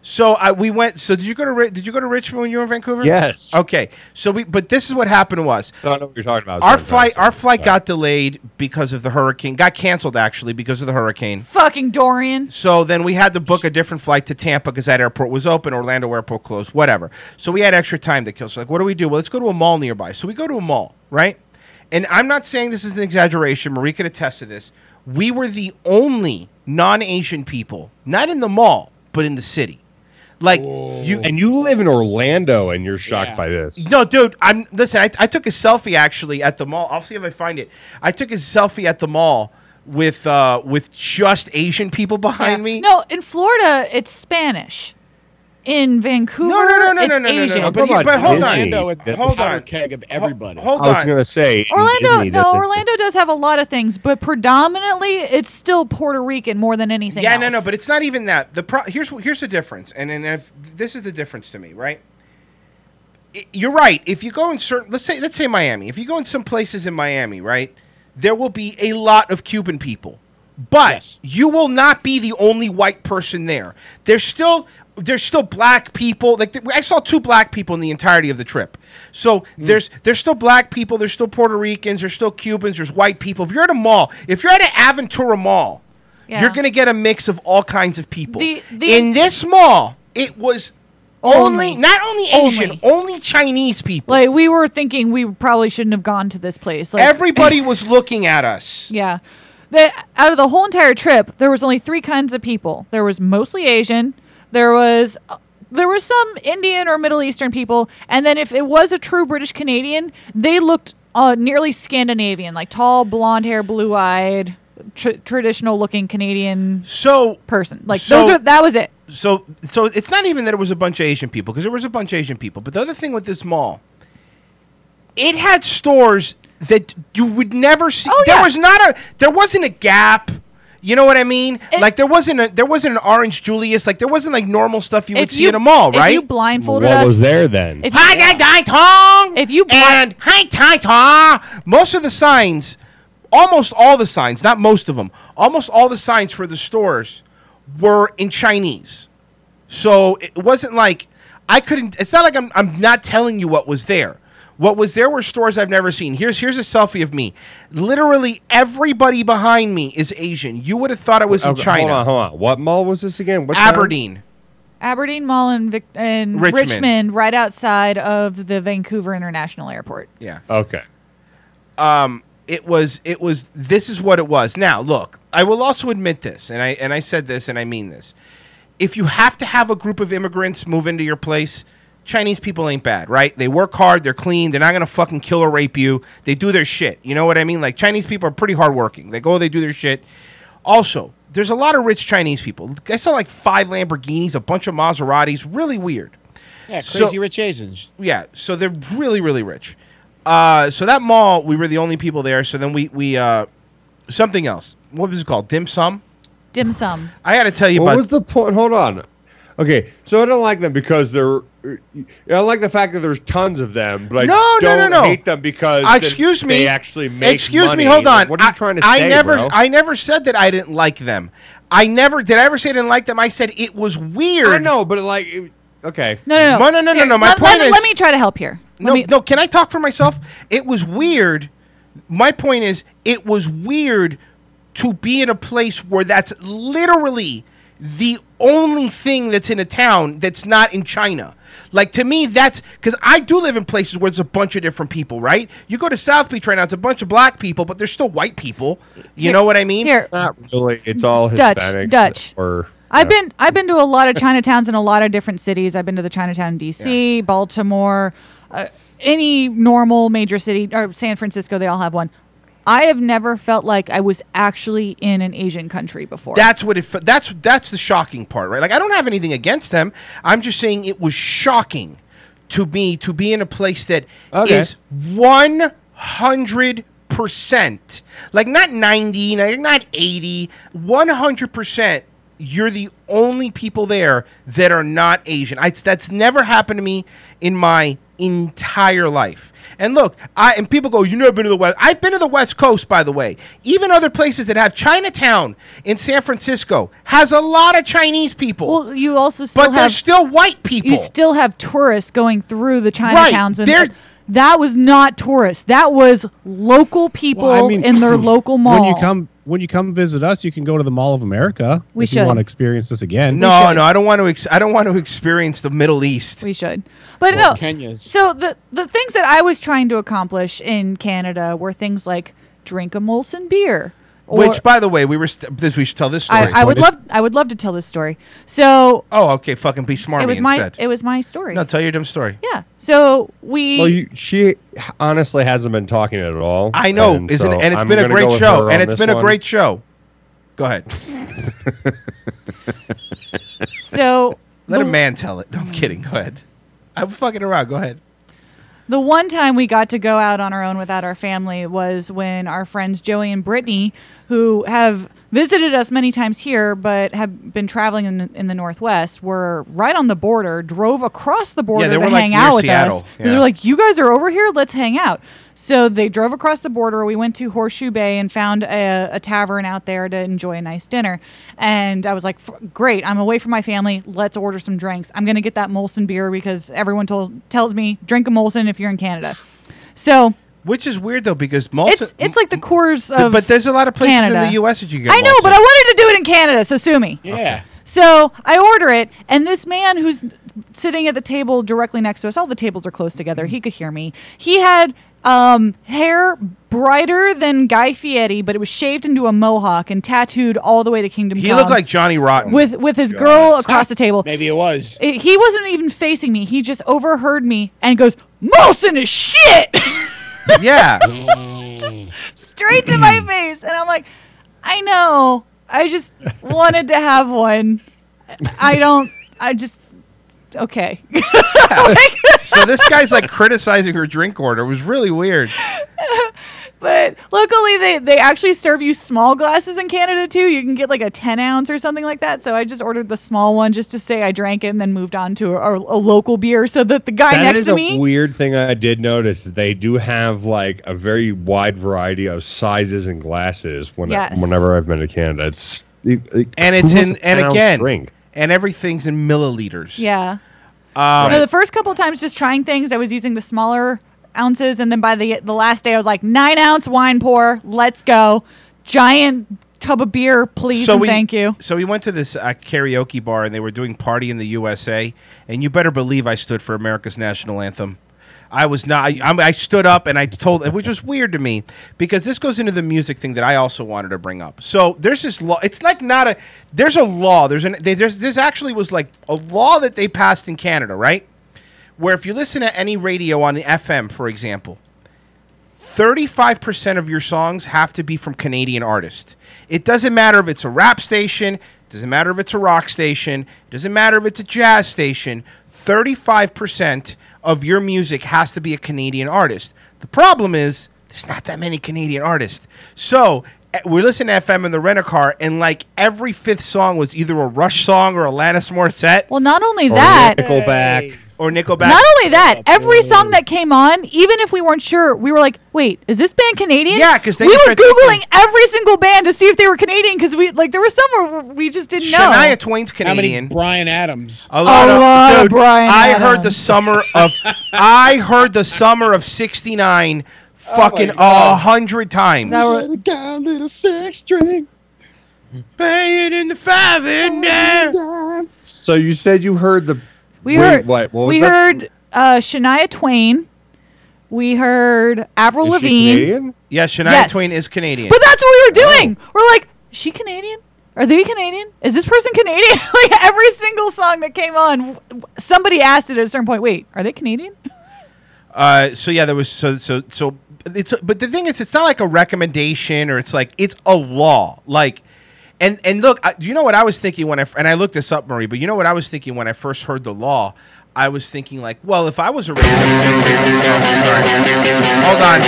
[SPEAKER 7] So I we went. So did you go to Ri- did you go to Richmond when you were in Vancouver?
[SPEAKER 14] Yes.
[SPEAKER 7] Okay. So we but this is what happened to us.
[SPEAKER 14] I don't know what you're talking about.
[SPEAKER 7] Our
[SPEAKER 14] Sorry,
[SPEAKER 7] flight
[SPEAKER 14] sorry,
[SPEAKER 7] our flight
[SPEAKER 14] sorry.
[SPEAKER 7] got delayed because of the hurricane. Got canceled actually because of the hurricane.
[SPEAKER 12] Fucking Dorian.
[SPEAKER 7] So then we had to book a different flight to Tampa because that airport was open, Orlando airport closed, whatever. So we had extra time to kill. So like, what do we do? Well, let's go to a mall nearby. So we go to a mall, right? And I'm not saying this is an exaggeration. Marie can attest to this. We were the only non-Asian people, not in the mall, but in the city. Like you
[SPEAKER 14] and you live in Orlando, and you're shocked by this.
[SPEAKER 7] No, dude. I'm listen. I, I took a selfie actually at the mall. I'll see if I find it. I took a selfie at the mall with uh with just Asian people behind me.
[SPEAKER 12] No, in Florida, it's Spanish. In Vancouver,
[SPEAKER 7] No, no, no, no,
[SPEAKER 12] it's
[SPEAKER 7] no, no, no,
[SPEAKER 12] Asian.
[SPEAKER 7] no. But, you- but hold on,
[SPEAKER 14] Orlando, it's a
[SPEAKER 7] hold
[SPEAKER 14] powder
[SPEAKER 7] on,
[SPEAKER 17] keg of
[SPEAKER 7] everybody. Hold
[SPEAKER 14] I was
[SPEAKER 7] on.
[SPEAKER 14] gonna say in
[SPEAKER 12] Orlando,
[SPEAKER 14] Disney,
[SPEAKER 12] no,
[SPEAKER 14] that-
[SPEAKER 12] Orlando does have a lot of things, but predominantly it's still Puerto Rican more than anything.
[SPEAKER 7] Yeah,
[SPEAKER 12] else.
[SPEAKER 7] no, no, but it's not even that. The pro- here's wh- here's the difference, and and if, this is the difference to me, right? I- You're right. If you go in certain, let's say let's say Miami. If you go in some places in Miami, right, there will be a lot of Cuban people, but you will not be the only white person there. There's still there's still black people. Like th- I saw two black people in the entirety of the trip. So there's there's still black people. There's still Puerto Ricans. There's still Cubans. There's white people. If you're at a mall, if you're at an Aventura Mall.
[SPEAKER 12] Yeah.
[SPEAKER 7] You're going to get a mix of all kinds of people.
[SPEAKER 12] The- the-
[SPEAKER 7] In this mall, it was only,
[SPEAKER 12] Only.
[SPEAKER 7] not only Asian, only, Chinese people.
[SPEAKER 12] like we were thinking we probably shouldn't have gone to this place. Like
[SPEAKER 7] Everybody was looking at us.
[SPEAKER 12] Yeah. The, out of the whole entire trip, there was only three kinds of people. There was mostly Asian. There was uh, there was some Indian or Middle Eastern people, and then if it was a true British Canadian, they looked uh, nearly Scandinavian, like tall, blonde hair, blue eyed, tr- traditional looking Canadian.
[SPEAKER 7] So
[SPEAKER 12] person, like
[SPEAKER 7] so-
[SPEAKER 12] those are that was it.
[SPEAKER 7] So so it's not even that it was a bunch of Asian people because there was a bunch of Asian people. But the other thing with this mall, it had stores that you would never see.
[SPEAKER 12] Oh,
[SPEAKER 7] there was not a there wasn't a Gap. You know what I mean? like there wasn't a there wasn't an Orange Julius. Like there wasn't like normal stuff you would
[SPEAKER 12] If
[SPEAKER 7] see
[SPEAKER 12] you-
[SPEAKER 7] in a mall,
[SPEAKER 12] if
[SPEAKER 7] right?
[SPEAKER 12] you blindfolded What us- was there then? if you-
[SPEAKER 7] Hi, guy, guy, Tong.
[SPEAKER 12] If you
[SPEAKER 7] and hi, Tai, Ta. Most of the signs, almost all the signs, not most of them, almost all the signs for the stores were in Chinese. So it wasn't like I couldn't. It's not like I'm. I'm not telling you what was there. What was there were stores I've never seen. Here's here's a selfie of me. Literally everybody behind me is Asian. You would have thought I was in
[SPEAKER 14] Okay,
[SPEAKER 7] China.
[SPEAKER 14] Hold on, hold on. What mall was this again? What town?
[SPEAKER 7] Aberdeen.
[SPEAKER 12] Aberdeen Mall in, Vic- in
[SPEAKER 14] Richmond.
[SPEAKER 12] Richmond, right outside of the Vancouver International Airport.
[SPEAKER 7] Yeah.
[SPEAKER 14] Okay.
[SPEAKER 7] Um, it was it was this is what it was. Now, look, I will also admit this, and I and I said this and I mean this. If you have to have a group of immigrants move into your place, Chinese people ain't bad, right? They work hard, they're clean, they're not gonna fucking kill or rape you. They do their shit. You know what I mean? Like Chinese people are pretty hardworking. They go, they do their shit. Also, there's a lot of rich Chinese people. I saw like five Lamborghinis, a bunch of Maseratis, really weird.
[SPEAKER 17] Yeah,
[SPEAKER 7] So-
[SPEAKER 17] crazy rich Asians.
[SPEAKER 7] Yeah, so they're really really rich. Uh, so that mall, we were the only people there. So then we we uh, something else. What was it called? Dim sum.
[SPEAKER 12] Dim sum.
[SPEAKER 7] I got to tell you
[SPEAKER 14] What
[SPEAKER 7] about.
[SPEAKER 14] was the point? Hold on. Okay, so I don't like them because they're. I like the fact that there's tons of them, but I
[SPEAKER 7] No, no,
[SPEAKER 14] don't
[SPEAKER 7] no, no.
[SPEAKER 14] hate them because
[SPEAKER 7] Uh,
[SPEAKER 14] they-
[SPEAKER 7] excuse me.
[SPEAKER 14] They actually make.
[SPEAKER 7] excuse
[SPEAKER 14] money.
[SPEAKER 7] me. Hold on.
[SPEAKER 14] Like, what are you
[SPEAKER 7] I,
[SPEAKER 14] trying to
[SPEAKER 7] I
[SPEAKER 14] say,
[SPEAKER 7] never
[SPEAKER 14] bro?
[SPEAKER 7] I never said that I didn't like them. I never did. I ever say I didn't like them. I said it was weird. I know,
[SPEAKER 14] but like, okay.
[SPEAKER 12] No, no, no,
[SPEAKER 7] no, no, no, no.
[SPEAKER 12] Here,
[SPEAKER 7] no. My
[SPEAKER 12] let,
[SPEAKER 7] point
[SPEAKER 12] let,
[SPEAKER 7] is,
[SPEAKER 12] let me try to help here.
[SPEAKER 7] No, no. Can I talk for myself? It was weird. My point is, it was weird to be in a place where that's literally the only thing that's in a town that's not in China. Like to me, that's because I do live in places where it's a bunch of different people, right? You go to South Beach right now; it's a bunch of black people, but there's still white people. You know what I mean?
[SPEAKER 14] Not really. It's all
[SPEAKER 12] Dutch,
[SPEAKER 14] Hispanics.
[SPEAKER 12] Dutch.
[SPEAKER 14] Or
[SPEAKER 12] I've been I've been to a lot of Chinatowns in a lot of different cities. I've been to the Chinatown in D.C., Baltimore, uh, any normal major city or San Francisco. They all have one. I have never felt like I was actually in an Asian country before.
[SPEAKER 7] That's what it. fe- That's that's the shocking part, right? Like I don't have anything against them. I'm just saying it was shocking to me to be in a place that
[SPEAKER 14] Okay.
[SPEAKER 7] is one hundred percent, like not ninety, like not eighty, one hundred percent you're the only people there that are not Asian. I, that's never happened to me in my entire life. And look, I and people go, you never been to the West. I've been to the West Coast, by the way. Even other places that have Chinatown in San Francisco has a lot of Chinese people.
[SPEAKER 12] Well, you also still
[SPEAKER 7] but they're
[SPEAKER 12] have-
[SPEAKER 7] still white people.
[SPEAKER 12] You still have tourists going through the
[SPEAKER 7] Right,
[SPEAKER 12] Chinatowns.
[SPEAKER 7] there's-
[SPEAKER 12] And that was not tourists. That was local people
[SPEAKER 5] Well, I mean,
[SPEAKER 12] in their local mall.
[SPEAKER 5] When you come when you come visit us, you can go to the Mall of America
[SPEAKER 12] We
[SPEAKER 5] if
[SPEAKER 12] should.
[SPEAKER 5] you want to experience this again.
[SPEAKER 7] no, no, I don't want to. Ex- I don't want to experience the Middle East.
[SPEAKER 12] We should, but
[SPEAKER 7] Well,
[SPEAKER 12] no.
[SPEAKER 7] Kenya's-
[SPEAKER 12] So the the things that I was trying to accomplish in Canada were things like drink a Molson beer, or-
[SPEAKER 7] Which, by the way, we were. St- this we should tell this story.
[SPEAKER 12] I, I would love. I would love to tell this story. So
[SPEAKER 7] Oh, okay. Fucking be smart
[SPEAKER 12] it was my
[SPEAKER 7] instead.
[SPEAKER 12] it was my story.
[SPEAKER 7] no, tell your dumb story.
[SPEAKER 12] yeah. So we.
[SPEAKER 14] Well, you, she honestly hasn't been talking at all.
[SPEAKER 7] I know, isn't it? And
[SPEAKER 14] it's
[SPEAKER 7] it's been a great show. And it's been a great show. Go ahead.
[SPEAKER 12] so
[SPEAKER 7] Let
[SPEAKER 12] the-
[SPEAKER 7] a man tell it. No, I'm kidding. Go ahead. I'm fucking around. Go ahead.
[SPEAKER 12] The one time we got to go out on our own without our family was when our friends Joey and Brittany, who have visited us many times here but have been traveling in the, in the Northwest, were right on the border, drove across the border
[SPEAKER 7] they
[SPEAKER 12] to
[SPEAKER 7] were, like,
[SPEAKER 12] hang
[SPEAKER 7] near
[SPEAKER 12] out with
[SPEAKER 7] Seattle.
[SPEAKER 12] us. 'Cause They
[SPEAKER 7] Yeah.
[SPEAKER 12] were like, You guys are over here, let's hang out. So they drove across the border. We went to Horseshoe Bay and found a, a tavern out there to enjoy a nice dinner. And I was like, "F- great, I'm away from my family. Let's order some drinks. I'm going to get that Molson beer because everyone told, tells me drink a Molson if you're in Canada. So
[SPEAKER 7] Which is weird though, because Molson.
[SPEAKER 12] it's, it's like the Coors
[SPEAKER 7] th-
[SPEAKER 12] of
[SPEAKER 7] but there's a lot of places
[SPEAKER 12] Canada.
[SPEAKER 7] in the U.S. that you get.
[SPEAKER 12] I know, but
[SPEAKER 7] Molson.
[SPEAKER 12] I wanted to do it in Canada, so sue me.
[SPEAKER 17] Yeah.
[SPEAKER 12] So I order it, and this man who's sitting at the table directly next to us, all the tables are close together. He could hear me. He had um, hair brighter than Guy Fieri, but it was shaved into a mohawk and tattooed all the way to Kingdom
[SPEAKER 7] He
[SPEAKER 12] Come.
[SPEAKER 7] looked like Johnny Rotten.
[SPEAKER 12] with with his girl across the table.
[SPEAKER 17] Maybe it was.
[SPEAKER 12] It- he wasn't even facing me. He just overheard me and goes, "Molson is shit."
[SPEAKER 7] yeah.
[SPEAKER 12] straight to my face and i'm like i know i just wanted to have one i don't i just okay
[SPEAKER 7] so this guy's like criticizing her drink order. It was really weird.
[SPEAKER 12] but luckily they they actually serve you small glasses in canada too you can get like a 10 ounce or something like that so i just ordered the small one just to say i drank it and then moved on to a, a local beer so that the guy
[SPEAKER 14] That
[SPEAKER 12] next
[SPEAKER 14] is
[SPEAKER 12] to
[SPEAKER 14] a
[SPEAKER 12] me
[SPEAKER 14] weird thing I did notice. They do have like a very wide variety of sizes and glasses. When
[SPEAKER 12] Yes.
[SPEAKER 14] whenever I've been to Canada, it's it- it-
[SPEAKER 7] And it's
[SPEAKER 14] who wants
[SPEAKER 7] in
[SPEAKER 14] an
[SPEAKER 7] and
[SPEAKER 14] ounce
[SPEAKER 7] again
[SPEAKER 14] drink?
[SPEAKER 7] and everything's in milliliters.
[SPEAKER 12] yeah
[SPEAKER 7] Um,
[SPEAKER 12] no the first couple times just trying things i was using the smaller ounces and then by the the last day i was like nine ounce wine pour let's go giant tub of beer please and thank you
[SPEAKER 7] So we went to this uh, karaoke bar and they were doing "Party in the USA," and you better believe I stood for America's national anthem. I was not. I, I'm- I stood up and I told, which was weird to me because this goes into the music thing that I also wanted to bring up. So there's this law. It's like not a. There's a law. There's an. They, there's this actually was like a law that they passed in Canada, right? Where if you listen to any radio on the FM, for example, 35% of your songs have to be from Canadian artists. It doesn't matter if it's a rap station, it doesn't matter if it's a rock station, it doesn't matter if it's a jazz station. 35% of your music has to be a Canadian artist. The problem is there's not that many Canadian artists. So eh, we listened to FM in the rent a car, and like every fifth song was either a Rush song or a Alanis Morissette.
[SPEAKER 12] Well, not only that,
[SPEAKER 7] Or Nickelback. Or Nickelback.
[SPEAKER 12] not only that, every song that came on, even if we weren't sure, we were like, "Wait, is this band Canadian?"
[SPEAKER 7] Yeah, 'cause they
[SPEAKER 12] we
[SPEAKER 7] just
[SPEAKER 12] were
[SPEAKER 7] start thinking-
[SPEAKER 12] googling every single band to see if they were Canadian because we like there were some where we just didn't know.
[SPEAKER 7] Shania Twain's
[SPEAKER 17] How many
[SPEAKER 7] Canadian.
[SPEAKER 17] Brian Adams?
[SPEAKER 7] A lot,
[SPEAKER 12] A
[SPEAKER 7] of,
[SPEAKER 12] lot of
[SPEAKER 7] dude,
[SPEAKER 12] Bryan
[SPEAKER 7] I
[SPEAKER 12] Adams.
[SPEAKER 7] heard the summer of I heard the summer of '69
[SPEAKER 14] Oh
[SPEAKER 7] fucking a hundred times.
[SPEAKER 17] Little down, little sex string.
[SPEAKER 7] Paying in the five in there.
[SPEAKER 14] So you said you heard the
[SPEAKER 12] we
[SPEAKER 14] wait,
[SPEAKER 12] heard,
[SPEAKER 14] what? What was
[SPEAKER 12] we
[SPEAKER 14] that?
[SPEAKER 12] heard uh, Shania Twain, we heard Avril
[SPEAKER 14] Is she
[SPEAKER 12] Lavigne.
[SPEAKER 14] Canadian? Oh.
[SPEAKER 7] Yeah, Shania
[SPEAKER 12] Yes.
[SPEAKER 7] Twain is Canadian.
[SPEAKER 12] But that's what we were doing. We're like, "Is she Canadian? Are they Canadian? Is this person Canadian? like every single song that came on, w- w- somebody asked it at a certain point. Wait, are they Canadian?
[SPEAKER 7] Uh, so yeah, there was so so so. It's but the thing is, it's not like a recommendation or it's like it's a law. Like, and and look, I, you know what I was thinking when I f- and I looked this up, Marie. But you know what I was thinking when I first heard the law. I was thinking like, well, if I was a radio station, oh, sorry, hold on.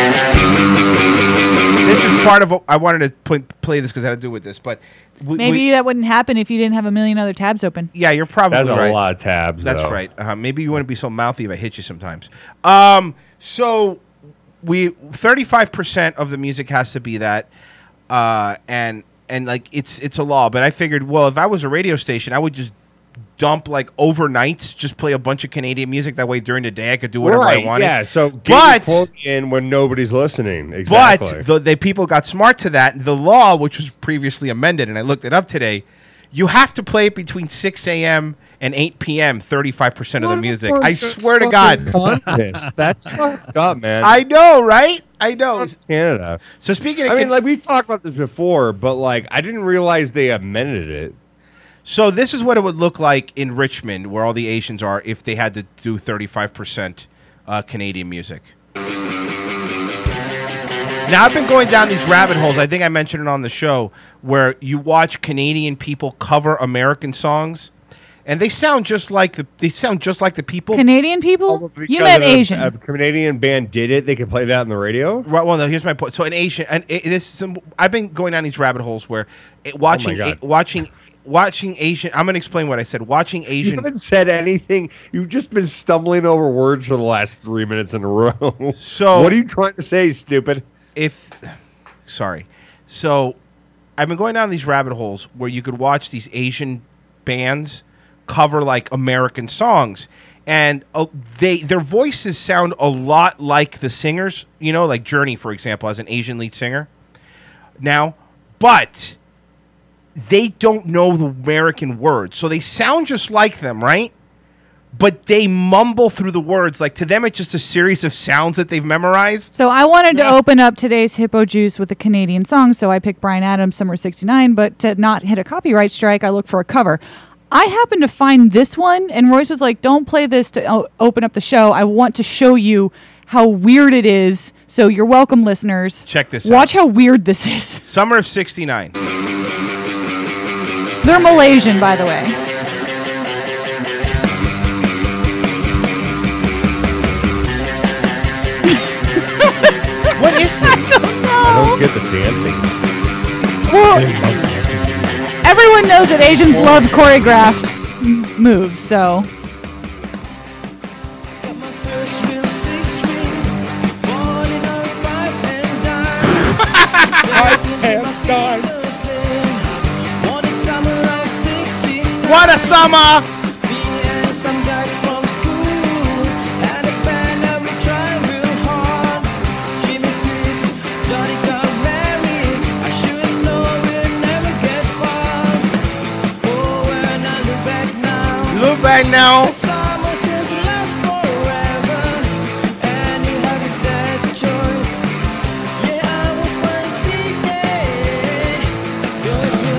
[SPEAKER 7] this is part of. what I wanted to pl- play this because I had to do with this, but we,
[SPEAKER 12] Maybe
[SPEAKER 7] we-
[SPEAKER 12] that wouldn't happen if you didn't have a million other tabs open.
[SPEAKER 7] Yeah, you're probably
[SPEAKER 14] That's a
[SPEAKER 7] right.
[SPEAKER 14] lot of tabs,
[SPEAKER 7] That's
[SPEAKER 14] though.
[SPEAKER 7] right. Uh, maybe you wouldn't be so mouthy if I hit you sometimes. Um, so we thirty five percent of the music has to be that, uh, and and like it's it's a law. But I figured, well, if I was a radio station, I would just dump like overnight, just play a bunch of Canadian music. That way, during the day, I could do whatever I
[SPEAKER 14] Right,
[SPEAKER 7] wanted.
[SPEAKER 14] yeah, so get your
[SPEAKER 7] but
[SPEAKER 14] quote in when nobody's listening. Exactly.
[SPEAKER 7] but the, the people got smart to that. The law, which was previously amended, and I looked it up today, you have to play it between 6 a.m. and 8 p.m. 35% of the music. I swear to God.
[SPEAKER 14] that's fucked up, man.
[SPEAKER 7] I know, right? I know.
[SPEAKER 14] Canada.
[SPEAKER 7] So speaking,
[SPEAKER 14] of I mean, like we've talked about this before, but like I didn't realize they amended it.
[SPEAKER 7] So this is what it would look like in Richmond, where all the Asians are, if they had to do 35% uh, Canadian music. Now I've been going down these rabbit holes. I think I mentioned it on the show where you watch Canadian people cover American songs, and they sound just like the they sound just like the people.
[SPEAKER 12] Canadian people? You meant Asian.
[SPEAKER 14] A Canadian band did it. They could play that on the radio.
[SPEAKER 7] Right. Well, no. Here's my point. So an Asian, and it, this is some, I've been going down these rabbit holes where it, watching
[SPEAKER 14] God.
[SPEAKER 7] it, watching watching Asian. I'm gonna explain what I said. Watching
[SPEAKER 14] You
[SPEAKER 7] Asian.
[SPEAKER 14] haven't said anything. You've just been stumbling over words for the last three minutes in a row.
[SPEAKER 7] So-
[SPEAKER 14] what are you trying to say, stupid?
[SPEAKER 7] If sorry. So I've been going down these rabbit holes where you could watch these Asian bands cover like American songs and uh, they their voices sound a lot like the singers, you know, like Journey for example as an Asian lead singer. Now, but they don't know the American words. So they sound just like them, right? But they mumble through the words. Like to them, it's just a series of sounds that they've memorized.
[SPEAKER 12] So I wanted to open up today's Hippo Juice with a Canadian song, so I picked Brian Adams, Summer 69, but to not hit a copyright strike, I look for a cover. I happened to find this one, and Royce was like, don't play this to o- open up the show. I want to show you how weird it is, so you're welcome, listeners.
[SPEAKER 7] Check this out.
[SPEAKER 12] Watch how weird this is.
[SPEAKER 7] Summer of 69.
[SPEAKER 12] They're Malaysian, by the way.
[SPEAKER 7] what is this? I don't
[SPEAKER 14] I don't get the dancing.
[SPEAKER 12] Well, everyone knows that Asians love choreographed m- moves, so
[SPEAKER 13] oh
[SPEAKER 7] What a summer!
[SPEAKER 13] Oh,
[SPEAKER 7] Look back now.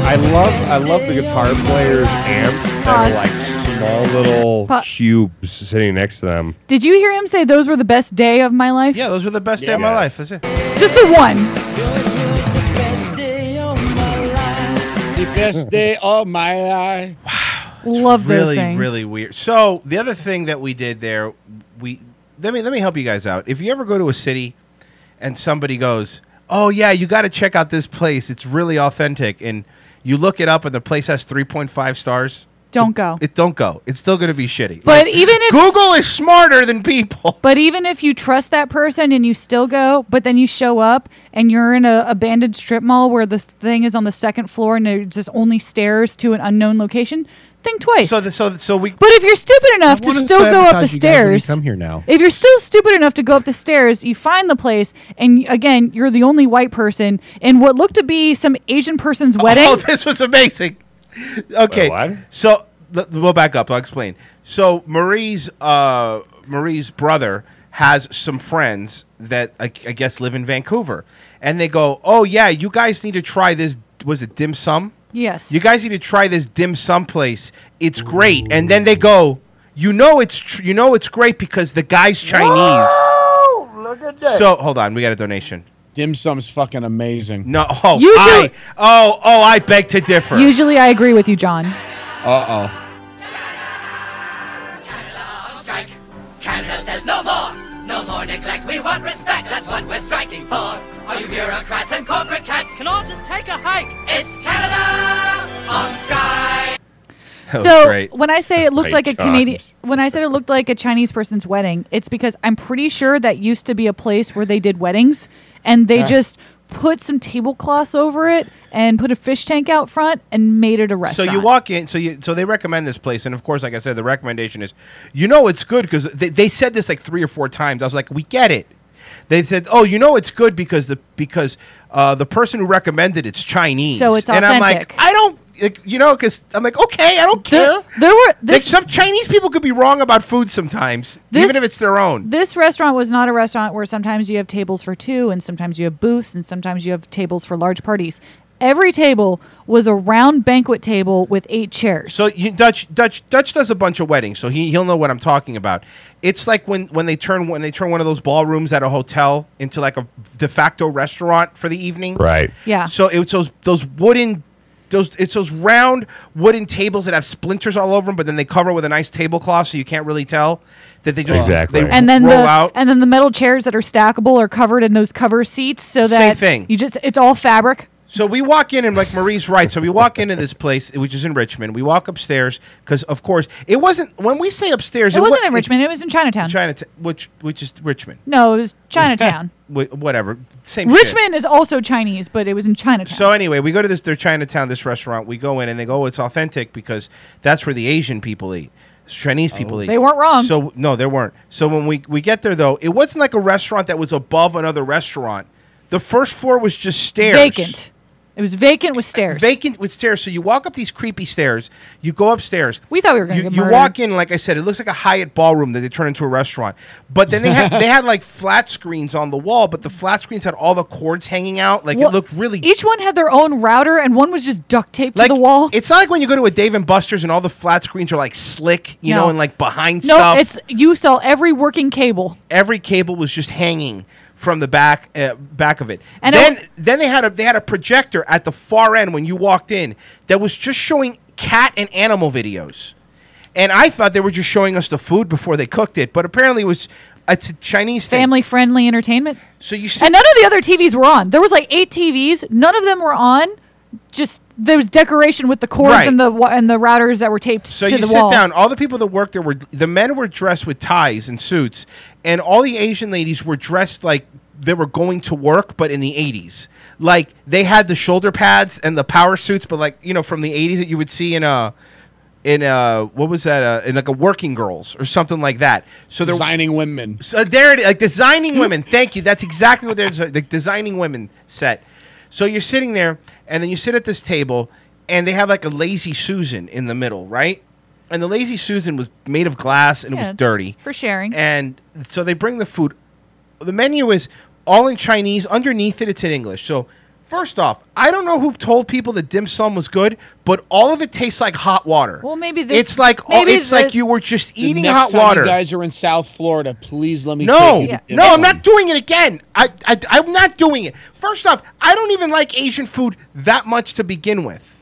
[SPEAKER 14] I love I love the guitar players' amps that are
[SPEAKER 12] Pause.
[SPEAKER 14] like small little
[SPEAKER 12] Pa-
[SPEAKER 14] cubes sitting next to them.
[SPEAKER 12] Did you hear him say those were the best day of my life?
[SPEAKER 7] Yeah, those were the best day of my life. That's it.
[SPEAKER 12] Just the one.
[SPEAKER 17] The best day of my life.
[SPEAKER 12] Love those
[SPEAKER 7] really,
[SPEAKER 12] things.
[SPEAKER 7] really weird. So the other thing that we did there, we let me let me help you guys out. If you ever go to a city and somebody goes, "Oh yeah, you got to check out this place. It's really authentic," and you look it up and the place has three point five stars.
[SPEAKER 12] Don't go.
[SPEAKER 7] It don't go. It's still going to be shitty.
[SPEAKER 12] But
[SPEAKER 7] Like,
[SPEAKER 12] even if
[SPEAKER 7] Google is smarter than people.
[SPEAKER 12] But even if you trust that person and you still go, but then you show up and you're in a abandoned strip mall where the thing is on the second floor and there's just only stairs to an unknown location, think twice.
[SPEAKER 7] so the, so the- so we
[SPEAKER 12] but if you're stupid enough to
[SPEAKER 5] wanna
[SPEAKER 12] still go up the
[SPEAKER 5] sabotage you guys when you
[SPEAKER 12] stairs,
[SPEAKER 5] come here now.
[SPEAKER 12] If you're still stupid enough to go up the stairs, you find the place, and y- again, you're the only white person in what looked to be some Asian person's wedding.
[SPEAKER 7] Oh, this was amazing. Okay, so l- we'll back up. I'll explain. So Marie's uh, Marie's brother has some friends that I, I guess live in Vancouver, and they go, "Oh yeah, you guys need to try this. Was it dim sum?
[SPEAKER 12] Yes.
[SPEAKER 7] You guys need to try this dim sum place. It's great." And then they go, "You know it's tr- you know it's great because the guy's Chinese." So hold on, we got a donation.
[SPEAKER 17] Dim sum's fucking amazing.
[SPEAKER 7] No, oh,
[SPEAKER 12] Usually-
[SPEAKER 7] I, oh, oh, I beg to differ.
[SPEAKER 12] Usually, I agree with you, John.
[SPEAKER 17] Uh oh.
[SPEAKER 18] Canada says no more, no more neglect. We want respect. That's what we're striking for. Are you bureaucrats and corporate cats can all just take a hike. It's Canada on Sky.
[SPEAKER 14] That was
[SPEAKER 12] so
[SPEAKER 14] great.
[SPEAKER 12] when I say it looked
[SPEAKER 14] Great
[SPEAKER 12] like a
[SPEAKER 14] shot.
[SPEAKER 12] Canadian, when I said it looked like a Chinese person's wedding, it's because I'm pretty sure that used to be a place where they did weddings, and they
[SPEAKER 17] Yeah.
[SPEAKER 12] just put some tablecloths over it and put a fish tank out front and made it a
[SPEAKER 7] So
[SPEAKER 12] restaurant.
[SPEAKER 7] you walk in, so you so they recommend this place, and of course, like I said, the recommendation is, you know, it's good because they, they said this like three or four times. I was like, we get it. They said, oh, you know, it's good because the because uh, the person who recommended it's Chinese.
[SPEAKER 12] So it's
[SPEAKER 7] and I'm like,
[SPEAKER 12] authentic.
[SPEAKER 7] I don't, like, you know, because I'm like, okay, I don't care.
[SPEAKER 12] There- there were
[SPEAKER 7] like
[SPEAKER 12] this-
[SPEAKER 7] some Chinese people could be wrong about food sometimes, even
[SPEAKER 12] This-
[SPEAKER 7] if it's their own.
[SPEAKER 12] This restaurant was not a restaurant where sometimes you have tables for two and sometimes you have booths and sometimes you have tables for large parties. Every table was a round banquet table with eight chairs.
[SPEAKER 7] So you, Dutch Dutch Dutch does a bunch of weddings, so he he'll know what I'm talking about. It's like when when they turn when they turn one of those ballrooms at a hotel into like a de facto restaurant for the evening.
[SPEAKER 14] Right.
[SPEAKER 12] Yeah.
[SPEAKER 7] So it's those those wooden those it's those round wooden tables that have splinters all over them, but then they cover it with a nice tablecloth, so you can't really tell that they just
[SPEAKER 14] Exactly.
[SPEAKER 7] they
[SPEAKER 12] and then
[SPEAKER 7] roll
[SPEAKER 12] the
[SPEAKER 7] out.
[SPEAKER 12] and then the metal chairs that are stackable are covered in those cover seats so
[SPEAKER 7] Same
[SPEAKER 12] that
[SPEAKER 7] thing.
[SPEAKER 12] you just it's all fabric.
[SPEAKER 7] So we walk in and like Marie's right. So we walk into this place, which is in Richmond. We walk upstairs because, of course, it wasn't when we say upstairs.
[SPEAKER 12] It
[SPEAKER 7] wa-
[SPEAKER 12] wasn't in Richmond, it was in Chinatown.
[SPEAKER 7] Chinatown, which which is Richmond.
[SPEAKER 12] No, it was Chinatown.
[SPEAKER 7] Wh- whatever. Same shit.
[SPEAKER 12] Richmond is also Chinese, but it was in Chinatown.
[SPEAKER 7] So anyway, we go to this their Chinatown, this restaurant. We go in and they go, oh, it's authentic because that's where the Asian people eat. It's Chinese people eat.
[SPEAKER 12] They weren't wrong.
[SPEAKER 7] So no, they weren't. So when we we get there though, it wasn't like a restaurant that was above another restaurant. The first floor was just stairs.
[SPEAKER 12] Vacant. It was vacant with stairs.
[SPEAKER 7] Vacant with stairs. So you walk up these creepy stairs. You go upstairs.
[SPEAKER 12] We thought we were going to
[SPEAKER 7] You,
[SPEAKER 12] get
[SPEAKER 7] you
[SPEAKER 12] murdered.
[SPEAKER 7] walk in, like I said, it looks like a Hyatt ballroom that they turn into a restaurant. But then they had they had like flat screens on the wall, but the flat screens had all the cords hanging out. Like
[SPEAKER 12] Well,
[SPEAKER 7] it looked really
[SPEAKER 12] Each one had their own router, and one was just duct taped
[SPEAKER 7] like
[SPEAKER 12] to the wall.
[SPEAKER 7] It's not like when you go to a Dave and Buster's and all the flat screens are like slick, you
[SPEAKER 12] No.
[SPEAKER 7] know, and like behind
[SPEAKER 12] No,
[SPEAKER 7] stuff.
[SPEAKER 12] it's you saw every working cable.
[SPEAKER 7] every cable was just hanging from the back uh, back of it.
[SPEAKER 12] And
[SPEAKER 7] And
[SPEAKER 12] I
[SPEAKER 7] then
[SPEAKER 12] w-
[SPEAKER 7] then they had a they had a projector at the far end when you walked in that was just showing cat and animal videos. And I thought they were just showing us the food before they cooked it, but apparently it was it's a Chinese thing.
[SPEAKER 12] Family friendly entertainment.
[SPEAKER 7] So you
[SPEAKER 12] and none of the other TVs were on. There was like eight TVs. None of them were on. Just there was decoration with the cords
[SPEAKER 7] Right.
[SPEAKER 12] and the wa- and the routers that were taped
[SPEAKER 7] So
[SPEAKER 12] to
[SPEAKER 7] you
[SPEAKER 12] the
[SPEAKER 7] sit
[SPEAKER 12] wall.
[SPEAKER 7] down. All the people that worked there were the men were dressed with ties and suits, and all the Asian ladies were dressed like they were going to work, but in the eighties. Like they had the shoulder pads and the power suits, but like you know from the eighties that you would see in uh, a in a what was that uh, in like a working girls or something like that. So they're
[SPEAKER 17] Designing women.
[SPEAKER 7] So there it is, like designing women. Thank you. That's exactly what there's like designing women set. So you're sitting there, and then you sit at this table, and they have like a lazy Susan in the middle, right? And the lazy Susan was made of glass and it
[SPEAKER 12] Yeah,
[SPEAKER 7] was dirty
[SPEAKER 12] for sharing.
[SPEAKER 7] And so they bring the food. The menu is all in Chinese. Underneath it, it's in English. So first off, I don't know who told people that dim sum was good, but all of it tastes like hot water.
[SPEAKER 12] Well, maybe this-
[SPEAKER 7] it's like all,
[SPEAKER 12] maybe
[SPEAKER 7] it's like
[SPEAKER 12] this-
[SPEAKER 7] you were just
[SPEAKER 17] The
[SPEAKER 7] eating
[SPEAKER 17] next
[SPEAKER 7] hot
[SPEAKER 17] time
[SPEAKER 7] water.
[SPEAKER 17] You guys are in South Florida. Please let me.
[SPEAKER 7] No,
[SPEAKER 17] take you to
[SPEAKER 7] no, I'm
[SPEAKER 17] Disneyland.
[SPEAKER 7] not doing it again. I, I, I'm not doing it. First off, I don't even like Asian food that much to begin with.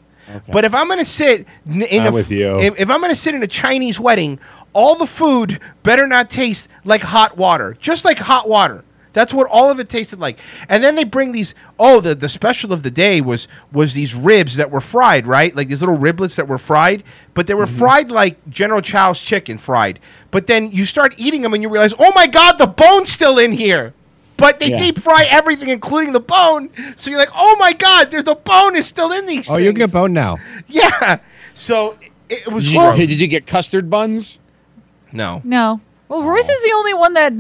[SPEAKER 7] But if I'm gonna sit n- in
[SPEAKER 14] I'm
[SPEAKER 7] a,
[SPEAKER 14] with you.
[SPEAKER 7] If, if I'm gonna sit in a Chinese wedding, all the food better not taste like hot water. Just like hot water. That's what all of it tasted like. And then they bring these. Oh, the, the special of the day was was these ribs that were fried, right? Like these little riblets that were fried, but they were fried like General Chow's chicken fried. But then you start eating them and you realize, oh my god, the bone's still in here. But they
[SPEAKER 14] Yeah.
[SPEAKER 7] deep fry everything, including the bone. So you're like, oh my god, there's the bone is still in these.
[SPEAKER 5] Oh, you can get bone now.
[SPEAKER 7] Yeah. So it, it was.
[SPEAKER 17] Did you-
[SPEAKER 7] gross.
[SPEAKER 17] did you get custard buns?
[SPEAKER 7] No.
[SPEAKER 12] No. Well, Royce is the only one that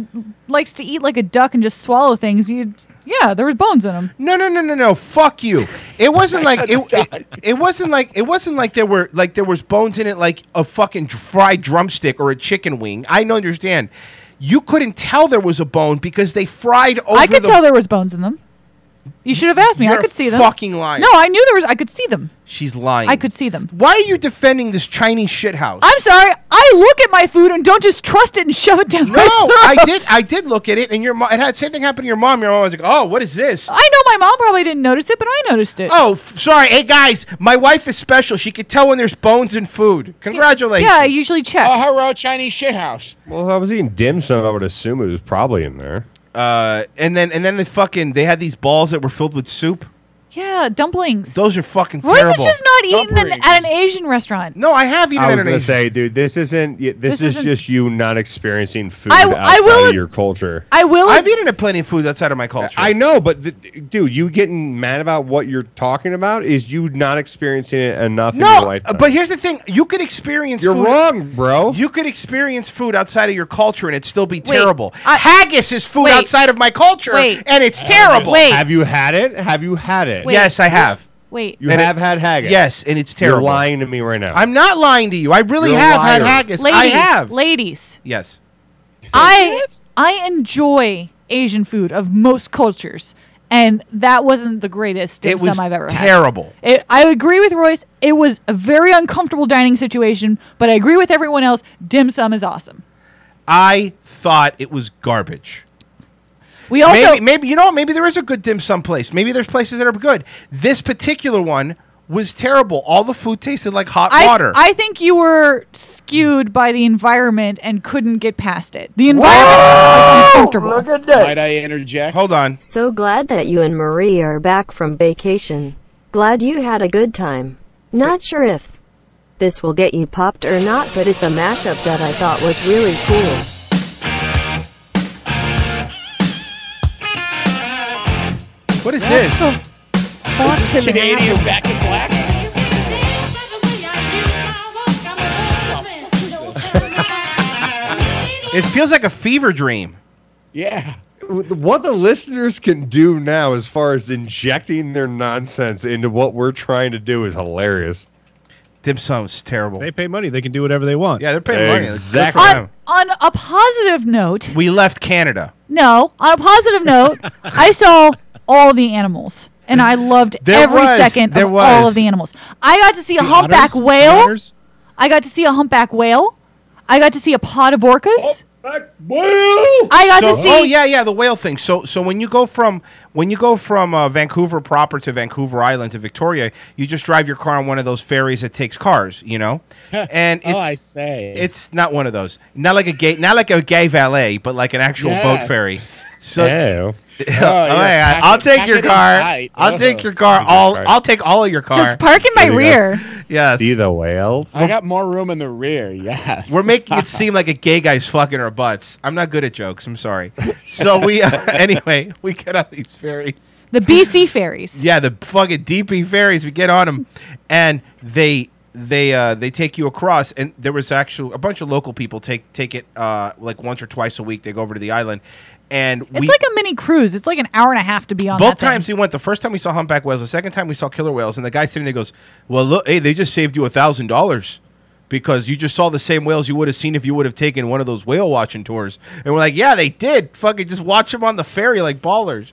[SPEAKER 12] likes to eat like a duck and just swallow things. You, yeah, there was bones in them.
[SPEAKER 7] No, no, no, no, no. Fuck you. It wasn't like it, it. It wasn't like it wasn't like there were like there was bones in it like a fucking fried drumstick or a chicken wing. I don't understand. You couldn't tell there was a bone because they fried over.
[SPEAKER 12] I could
[SPEAKER 7] the-
[SPEAKER 12] tell there was bones in them. You should have asked me.
[SPEAKER 7] You're
[SPEAKER 12] I
[SPEAKER 7] a
[SPEAKER 12] could see them.
[SPEAKER 7] fucking liar.
[SPEAKER 12] No, I knew there was. I could see them.
[SPEAKER 7] She's lying.
[SPEAKER 12] I could see them.
[SPEAKER 7] Why are you defending this Chinese shithouse?
[SPEAKER 12] I'm sorry. I look at my food and don't just trust it and shove it down.
[SPEAKER 7] No, I did. I did look at it, and your mom. It had same thing happened to your mom. Your mom was like, "Oh, what is this?"
[SPEAKER 12] I know my mom probably didn't notice it, but I noticed it.
[SPEAKER 7] Oh, f- sorry. Hey guys, my wife is special. She could tell when there's bones in food. Congratulations.
[SPEAKER 12] Yeah, I usually check.
[SPEAKER 17] Oh, hello, Chinese shit house.
[SPEAKER 14] Well, if I was eating dim sum, I would assume it was probably in there.
[SPEAKER 7] Uh, and then and then they fucking they had these balls that were filled with soup.
[SPEAKER 12] Yeah, dumplings.
[SPEAKER 7] Those are fucking
[SPEAKER 12] Why
[SPEAKER 7] terrible.
[SPEAKER 12] is it just not eaten in- at an Asian restaurant?
[SPEAKER 7] No, I have
[SPEAKER 14] I was gonna say, dude, this isn't. y-
[SPEAKER 12] This
[SPEAKER 14] This, is
[SPEAKER 12] isn't-
[SPEAKER 14] just you not experiencing food
[SPEAKER 12] I- I
[SPEAKER 14] outside
[SPEAKER 12] will-
[SPEAKER 14] of your culture.
[SPEAKER 12] I will.
[SPEAKER 7] I've eaten at plenty of food outside of my culture.
[SPEAKER 14] I know, but th- dude, you getting mad about what you're talking about is you not experiencing it enough in your
[SPEAKER 7] no,
[SPEAKER 14] life.
[SPEAKER 7] but here's the thing: you could experience.
[SPEAKER 14] You're
[SPEAKER 7] food,
[SPEAKER 14] wrong, bro.
[SPEAKER 7] You could experience food outside of your culture and it'd still be
[SPEAKER 14] Wait,
[SPEAKER 7] terrible. Haggis is food outside of my culture,
[SPEAKER 12] Wait.
[SPEAKER 7] and it's terrible.
[SPEAKER 14] Have you had it? Have you had it?
[SPEAKER 12] Wait.
[SPEAKER 7] yes, I have.
[SPEAKER 12] Wait.
[SPEAKER 14] You have had haggis.
[SPEAKER 7] Yes, and it's terrible.
[SPEAKER 14] You're lying to me right now.
[SPEAKER 7] I'm not lying to you. I really
[SPEAKER 14] You're a
[SPEAKER 7] have had
[SPEAKER 14] liar.
[SPEAKER 7] haggis.
[SPEAKER 12] Ladies,
[SPEAKER 7] I have.
[SPEAKER 12] Ladies,
[SPEAKER 7] Yes.
[SPEAKER 12] I I enjoy Asian food of most cultures, and that wasn't the greatest dim
[SPEAKER 7] It was
[SPEAKER 12] sum I've ever had.
[SPEAKER 7] terrible.
[SPEAKER 12] It, I agree with Royce. It was a very uncomfortable dining situation, but I agree with everyone else. Dim sum is awesome.
[SPEAKER 7] I thought it was garbage.
[SPEAKER 12] We also
[SPEAKER 7] maybe, maybe you know what, maybe there is a good dim sum place. Maybe there's places that are good. This particular one was terrible. All the food tasted like hot
[SPEAKER 12] I,
[SPEAKER 7] Uh, water.
[SPEAKER 12] I think you were skewed by the environment and couldn't get past it. The environment was uncomfortable. Look at that.
[SPEAKER 17] Might I interject?
[SPEAKER 7] Hold on.
[SPEAKER 19] So glad that you and Marie are back from vacation. Glad you had a good time. Not sure if this will get you popped or not, but it's a mashup that I thought was really cool.
[SPEAKER 7] what is this?
[SPEAKER 17] Is this Canadian back in black?
[SPEAKER 7] It feels like a fever dream.
[SPEAKER 17] Yeah.
[SPEAKER 14] What the listeners can do now, as far as injecting their nonsense into what we're trying to do, is hilarious.
[SPEAKER 7] Dim sum's terrible.
[SPEAKER 5] They pay money. They can do whatever they want.
[SPEAKER 7] Yeah, they're paying money. That's good for
[SPEAKER 14] Exactly.
[SPEAKER 7] them.
[SPEAKER 12] On a positive note,
[SPEAKER 7] We left Canada.
[SPEAKER 12] no, on a positive note, I saw all the animals. And I loved
[SPEAKER 7] There
[SPEAKER 12] every
[SPEAKER 7] was-
[SPEAKER 12] second
[SPEAKER 7] there
[SPEAKER 12] of all
[SPEAKER 7] was.
[SPEAKER 12] of the animals. I got to see a
[SPEAKER 7] The
[SPEAKER 12] humpback
[SPEAKER 7] otters?
[SPEAKER 12] whale.
[SPEAKER 7] Spiders?
[SPEAKER 12] I got to see a humpback whale. I got to see a pod of orcas. I got
[SPEAKER 7] So-
[SPEAKER 12] to see.
[SPEAKER 7] Oh yeah, yeah, the whale thing. So so when you go from when you go from uh, Vancouver proper to Vancouver Island to Victoria, you just drive your car on one of those ferries that takes cars, you know. And it's,
[SPEAKER 17] Oh, I say.
[SPEAKER 7] it's not one of those. Not like a gay, not like a gay valet, but like an actual boat
[SPEAKER 17] Yes.
[SPEAKER 7] ferry. So.
[SPEAKER 14] Ew.
[SPEAKER 7] Oh,
[SPEAKER 17] yeah,
[SPEAKER 7] yeah.
[SPEAKER 17] pack
[SPEAKER 7] I'll
[SPEAKER 17] it-
[SPEAKER 7] take
[SPEAKER 17] pack
[SPEAKER 7] your
[SPEAKER 17] it
[SPEAKER 7] car.
[SPEAKER 17] in tight.
[SPEAKER 7] I'll take
[SPEAKER 17] Ugh.
[SPEAKER 7] your car. All I'll take all of your car.
[SPEAKER 12] Just park in my There you go. rear.
[SPEAKER 7] Yes.
[SPEAKER 14] See the whale.
[SPEAKER 17] I got more room in the rear. Yes.
[SPEAKER 7] We're making it seem like a gay guy's fucking our butts. I'm not good at jokes. I'm sorry. So we uh, anyway we get on these ferries.
[SPEAKER 12] The BC ferries.
[SPEAKER 7] Yeah, the fucking DP ferries. We get on them, and they they uh, they take you across. And there was actually a bunch of local people take take it uh, like once or twice a week. They go over to the island, and
[SPEAKER 12] It's
[SPEAKER 7] we
[SPEAKER 12] like a mini cruise. It's like an hour and a half to be on.
[SPEAKER 7] both
[SPEAKER 12] that thing.
[SPEAKER 7] times we went. The first time we saw humpback whales. The second time we saw killer whales. And the guy sitting there goes, "Well, look, hey, they just saved you a thousand dollars because you just saw the same whales you would have seen if you would have taken one of those whale watching tours." And we're like, "Yeah, they did. Fucking just watch them on the ferry like ballers."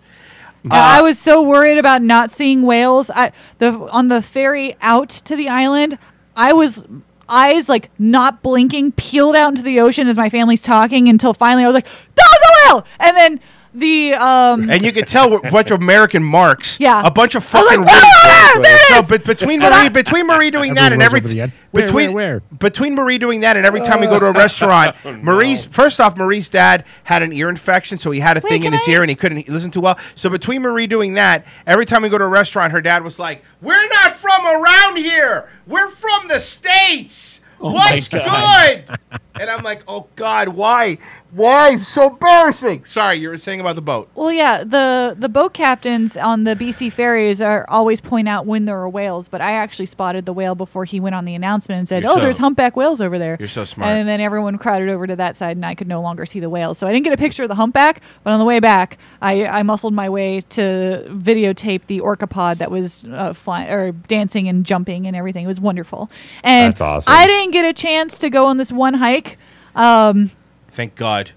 [SPEAKER 12] And I was so worried about not seeing whales. I the on the ferry out to the island, I was eyes like not blinking, peeled out into the ocean as my family's talking until finally I was like, "That was a whale!" And then the um
[SPEAKER 7] And you could tell we're a bunch of American marks.
[SPEAKER 12] Yeah.
[SPEAKER 7] A bunch of
[SPEAKER 12] I was
[SPEAKER 7] fucking.
[SPEAKER 12] like, "Ah, there it
[SPEAKER 7] so
[SPEAKER 12] is!"
[SPEAKER 7] be- between
[SPEAKER 12] And I-
[SPEAKER 7] Marie, between Marie doing that and
[SPEAKER 5] Everyone
[SPEAKER 7] every t-
[SPEAKER 5] runs over the edge. Where,
[SPEAKER 7] between
[SPEAKER 5] where, Oh,
[SPEAKER 7] between Marie doing that and every time we go to a restaurant, Marie's first off, Marie's dad had an ear infection, so he had a thing in his ear and he couldn't listen too well. So between Marie doing that, every time we go to a restaurant, her dad was like, "We're not from around here. We're from the states."
[SPEAKER 13] Oh my
[SPEAKER 7] What's
[SPEAKER 13] God.
[SPEAKER 7] good? and I'm like, oh God, why? Why? It's so embarrassing. Sorry, you were saying about the boat.
[SPEAKER 12] Well, yeah, the the boat captains on the BC ferries are always point out when there are whales, but I actually spotted the whale before he went on the announcement and said,
[SPEAKER 7] You're
[SPEAKER 12] "Oh,
[SPEAKER 7] so-
[SPEAKER 12] there's humpback whales over there."
[SPEAKER 7] You're so smart.
[SPEAKER 12] And then everyone crowded over to that side, and I could no longer see the whales, so I didn't get a picture of the humpback. But on the way back, I, I muscled my way to videotape the orcapod that was uh, flying or dancing and jumping and everything. It was wonderful. And
[SPEAKER 7] That's awesome.
[SPEAKER 12] I didn't get a chance to go on this one hike. Um,
[SPEAKER 7] Thank God.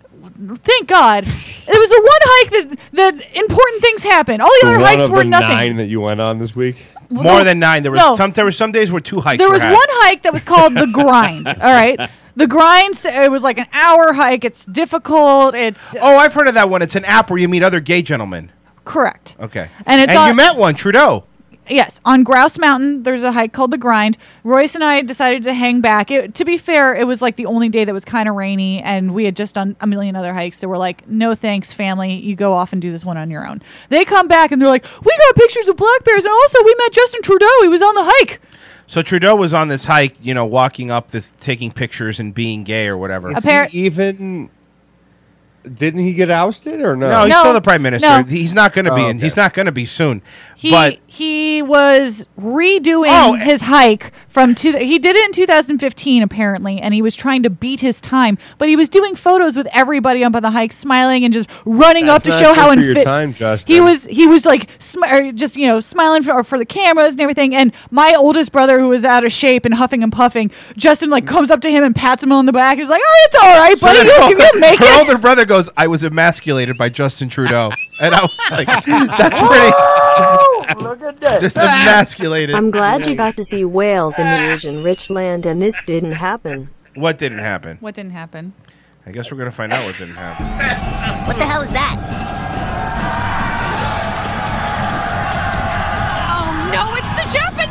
[SPEAKER 12] Thank God. It was the one hike that that important things happened. All the other
[SPEAKER 14] one
[SPEAKER 12] hikes
[SPEAKER 14] of
[SPEAKER 12] were
[SPEAKER 14] the
[SPEAKER 12] nothing.
[SPEAKER 14] nine that you went on this week.
[SPEAKER 12] Well,
[SPEAKER 7] More
[SPEAKER 12] no,
[SPEAKER 7] than nine. There was
[SPEAKER 12] no.
[SPEAKER 7] some. There were some days where two hikes.
[SPEAKER 12] There
[SPEAKER 7] were
[SPEAKER 12] was
[SPEAKER 7] had.
[SPEAKER 12] one hike that was called the grind. All right. The grind s- it was like an hour hike. It's difficult. It's
[SPEAKER 7] Oh, I've heard of that one. It's an app where you meet other gay gentlemen.
[SPEAKER 12] correct.
[SPEAKER 7] Okay.
[SPEAKER 12] And it's
[SPEAKER 7] and
[SPEAKER 12] on-
[SPEAKER 7] you met one, Trudeau.
[SPEAKER 12] yes, on Grouse Mountain, there's a hike called the Grind. Royce and I decided to hang back. It, to be fair, it was like the only day that was kind of rainy, and we had just done a million other hikes. So we're like, no thanks, family. You go off and do this one on your own. They come back and they're like, we got pictures of black bears, and also we met Justin Trudeau. He was on the hike.
[SPEAKER 7] So Trudeau was on this hike, you know, walking up this, taking pictures and being gay or whatever.
[SPEAKER 14] Is he even didn't he get ousted or no?
[SPEAKER 7] No, he's
[SPEAKER 12] No.
[SPEAKER 7] still the prime minister.
[SPEAKER 12] No.
[SPEAKER 7] He's not going to be.
[SPEAKER 14] Oh,
[SPEAKER 7] in He's not going to be soon.
[SPEAKER 12] He
[SPEAKER 7] but
[SPEAKER 12] he was redoing his hike from two. He did it in 2015 apparently, and he was trying to beat his time. But he was doing photos with everybody up on the hike, smiling and just running
[SPEAKER 14] That's
[SPEAKER 12] up to
[SPEAKER 14] not
[SPEAKER 12] show
[SPEAKER 14] good
[SPEAKER 12] how
[SPEAKER 14] for your
[SPEAKER 12] unfit
[SPEAKER 14] time, Justin.
[SPEAKER 12] he was. He was like sm- or just you know smiling for, for the cameras and everything. And my oldest brother, who was out of shape and huffing and puffing, Justin like comes up to him and pats him on the back. He's like, "Oh, it's all right,
[SPEAKER 7] So
[SPEAKER 12] buddy.
[SPEAKER 7] then
[SPEAKER 12] you
[SPEAKER 7] her,
[SPEAKER 12] can make
[SPEAKER 7] her
[SPEAKER 12] it."
[SPEAKER 7] older brother goes, "I was emasculated by Justin Trudeau," and I was like, "That's pretty."
[SPEAKER 13] Look at
[SPEAKER 7] Just emasculated.
[SPEAKER 19] I'm glad you got to see whales in the Asian rich land, and this didn't happen.
[SPEAKER 7] What didn't happen?
[SPEAKER 12] What didn't happen?
[SPEAKER 7] I guess we're gonna find out what didn't happen.
[SPEAKER 18] What the hell is that? Oh no, it's the Japanese!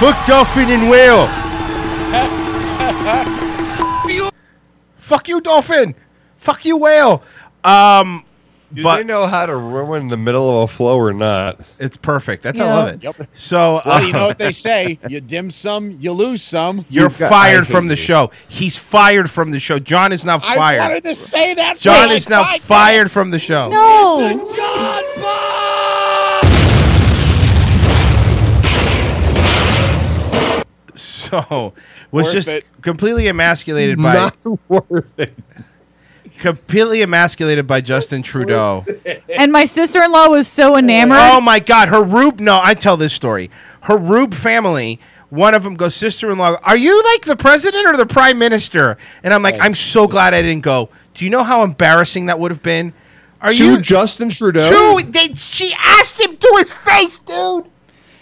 [SPEAKER 7] Fuck dolphin and whale. Fuck you, dolphin. Fuck you, whale. Um,
[SPEAKER 14] Do
[SPEAKER 7] but
[SPEAKER 14] they know how to ruin the middle of a flow or not?
[SPEAKER 7] It's perfect. That's
[SPEAKER 14] how
[SPEAKER 7] I love it. So
[SPEAKER 17] Well, you know
[SPEAKER 7] uh,
[SPEAKER 17] what they say: you dim some, you lose some.
[SPEAKER 7] You're fired from the show. He's fired from the show. John is now
[SPEAKER 17] I
[SPEAKER 7] fired.
[SPEAKER 17] wanted to say that.
[SPEAKER 7] John
[SPEAKER 17] for
[SPEAKER 7] is
[SPEAKER 17] like
[SPEAKER 7] now
[SPEAKER 17] five
[SPEAKER 7] fired from the show.
[SPEAKER 12] No.
[SPEAKER 7] So was
[SPEAKER 14] Worth
[SPEAKER 7] just
[SPEAKER 14] it.
[SPEAKER 7] completely emasculated by
[SPEAKER 14] Not
[SPEAKER 7] worth it. Completely emasculated by Justin Trudeau.
[SPEAKER 12] And my sister-in-law was so enamored.
[SPEAKER 7] Oh my God, her Rube. No, I tell this story. Her Rube family. One of them goes, sister in law, are you like the president or the prime minister? And I'm like, I'm so glad I didn't go. Do you know how embarrassing that would have been? Are
[SPEAKER 14] To
[SPEAKER 7] you
[SPEAKER 14] Justin Trudeau?
[SPEAKER 7] Dude, they, she asked him to his face, dude.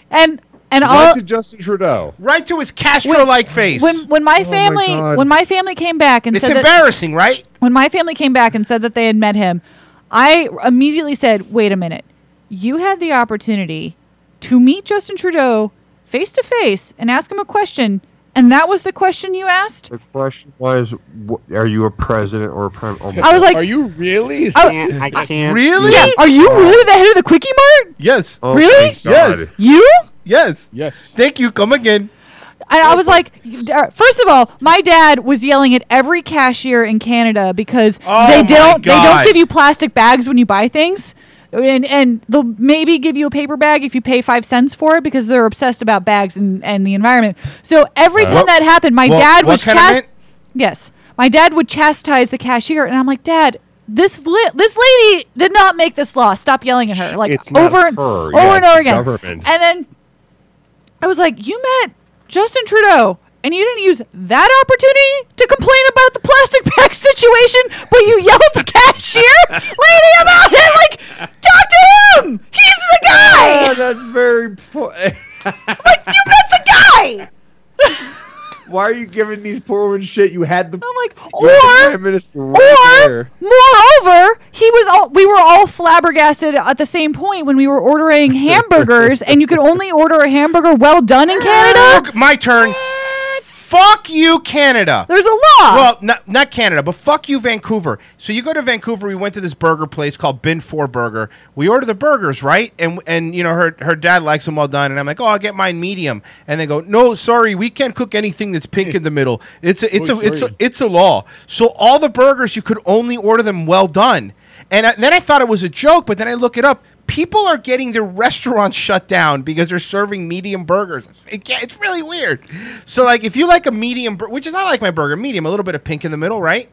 [SPEAKER 12] And and
[SPEAKER 14] Right
[SPEAKER 12] all
[SPEAKER 14] to Justin Trudeau.
[SPEAKER 7] Right to his Castro-like face.
[SPEAKER 12] When when my
[SPEAKER 14] my
[SPEAKER 12] family
[SPEAKER 14] God.
[SPEAKER 12] when my family came back and
[SPEAKER 7] it's
[SPEAKER 12] said that-
[SPEAKER 7] embarrassing, right?
[SPEAKER 12] when my family came back and said that they had met him, I immediately said, "Wait a minute. You had the opportunity to meet Justin Trudeau face to face and ask him a question, and that was the question you asked?"
[SPEAKER 20] The question was, wh- are you a president or a prime? Oh my
[SPEAKER 12] I was like,
[SPEAKER 20] God.
[SPEAKER 17] you really?
[SPEAKER 12] I was-
[SPEAKER 20] I can't.
[SPEAKER 12] Yeah, Oh, Are you really the head of the Quickie Mart?
[SPEAKER 7] Yes.
[SPEAKER 20] Oh,
[SPEAKER 12] really?
[SPEAKER 20] thank God. Yes.
[SPEAKER 12] You?
[SPEAKER 7] Yes.
[SPEAKER 17] Yes.
[SPEAKER 7] Thank you. Come again.
[SPEAKER 12] And I was like, uh, first of all, my dad was yelling at every cashier in Canada because
[SPEAKER 7] Oh
[SPEAKER 12] they
[SPEAKER 7] my
[SPEAKER 12] don't they
[SPEAKER 7] God.
[SPEAKER 12] don't give you plastic bags when you buy things. And and they'll maybe give you a paper bag if you pay five cents for it because they're obsessed about bags and, and the environment. So every
[SPEAKER 7] Uh,
[SPEAKER 12] time
[SPEAKER 7] what-
[SPEAKER 12] that happened, my
[SPEAKER 7] what-
[SPEAKER 12] dad
[SPEAKER 7] what
[SPEAKER 12] was
[SPEAKER 7] kind of
[SPEAKER 12] chast-
[SPEAKER 7] mint?
[SPEAKER 12] yes, my dad would chastise the cashier, and I'm like, Dad, this li- this lady did not make this law. Stop yelling at her like
[SPEAKER 14] It's not
[SPEAKER 12] over and
[SPEAKER 14] her.
[SPEAKER 12] over and
[SPEAKER 14] Yeah, it's
[SPEAKER 12] over
[SPEAKER 14] the
[SPEAKER 12] again.
[SPEAKER 14] government.
[SPEAKER 12] And then I was like, you met Justin Trudeau, and you didn't use that opportunity to complain about the plastic bag situation, but you yelled at the cashier lady about it. Like, talk to him. He's the guy.
[SPEAKER 14] Oh, that's very. Po-
[SPEAKER 12] the guy.
[SPEAKER 14] Why are you giving these poor women shit? You had the.
[SPEAKER 12] I'm like,
[SPEAKER 14] you had the
[SPEAKER 12] Oh or-
[SPEAKER 14] prime minister right
[SPEAKER 12] or-
[SPEAKER 14] there.
[SPEAKER 12] Moreover, he was all we were all flabbergasted at the same point when we were ordering hamburgers, and you could only order a hamburger well done in Canada.
[SPEAKER 7] Fuck- My turn. Fuck you, Canada.
[SPEAKER 12] There's a law.
[SPEAKER 7] Well, not, not Canada, but fuck you, Vancouver. So you go to Vancouver. We went to this burger place called Bin Four Burger. We order the burgers, right? And and you know her her dad likes them well done, and I'm like, oh, I'll get mine medium. And they go, no, sorry, we can't cook anything that's pink in the middle. It's a it's
[SPEAKER 14] Oh,
[SPEAKER 7] a it's a,
[SPEAKER 14] sorry.
[SPEAKER 7] it's a law. So all the burgers you could only order them well done. And I, then I thought it was a joke, but then I look it up. People are getting their restaurants shut down because they're serving medium burgers. It, ca- it's really weird. So like, if you like a medium, bur- which is I like my burger medium, a little bit of pink in the middle, right?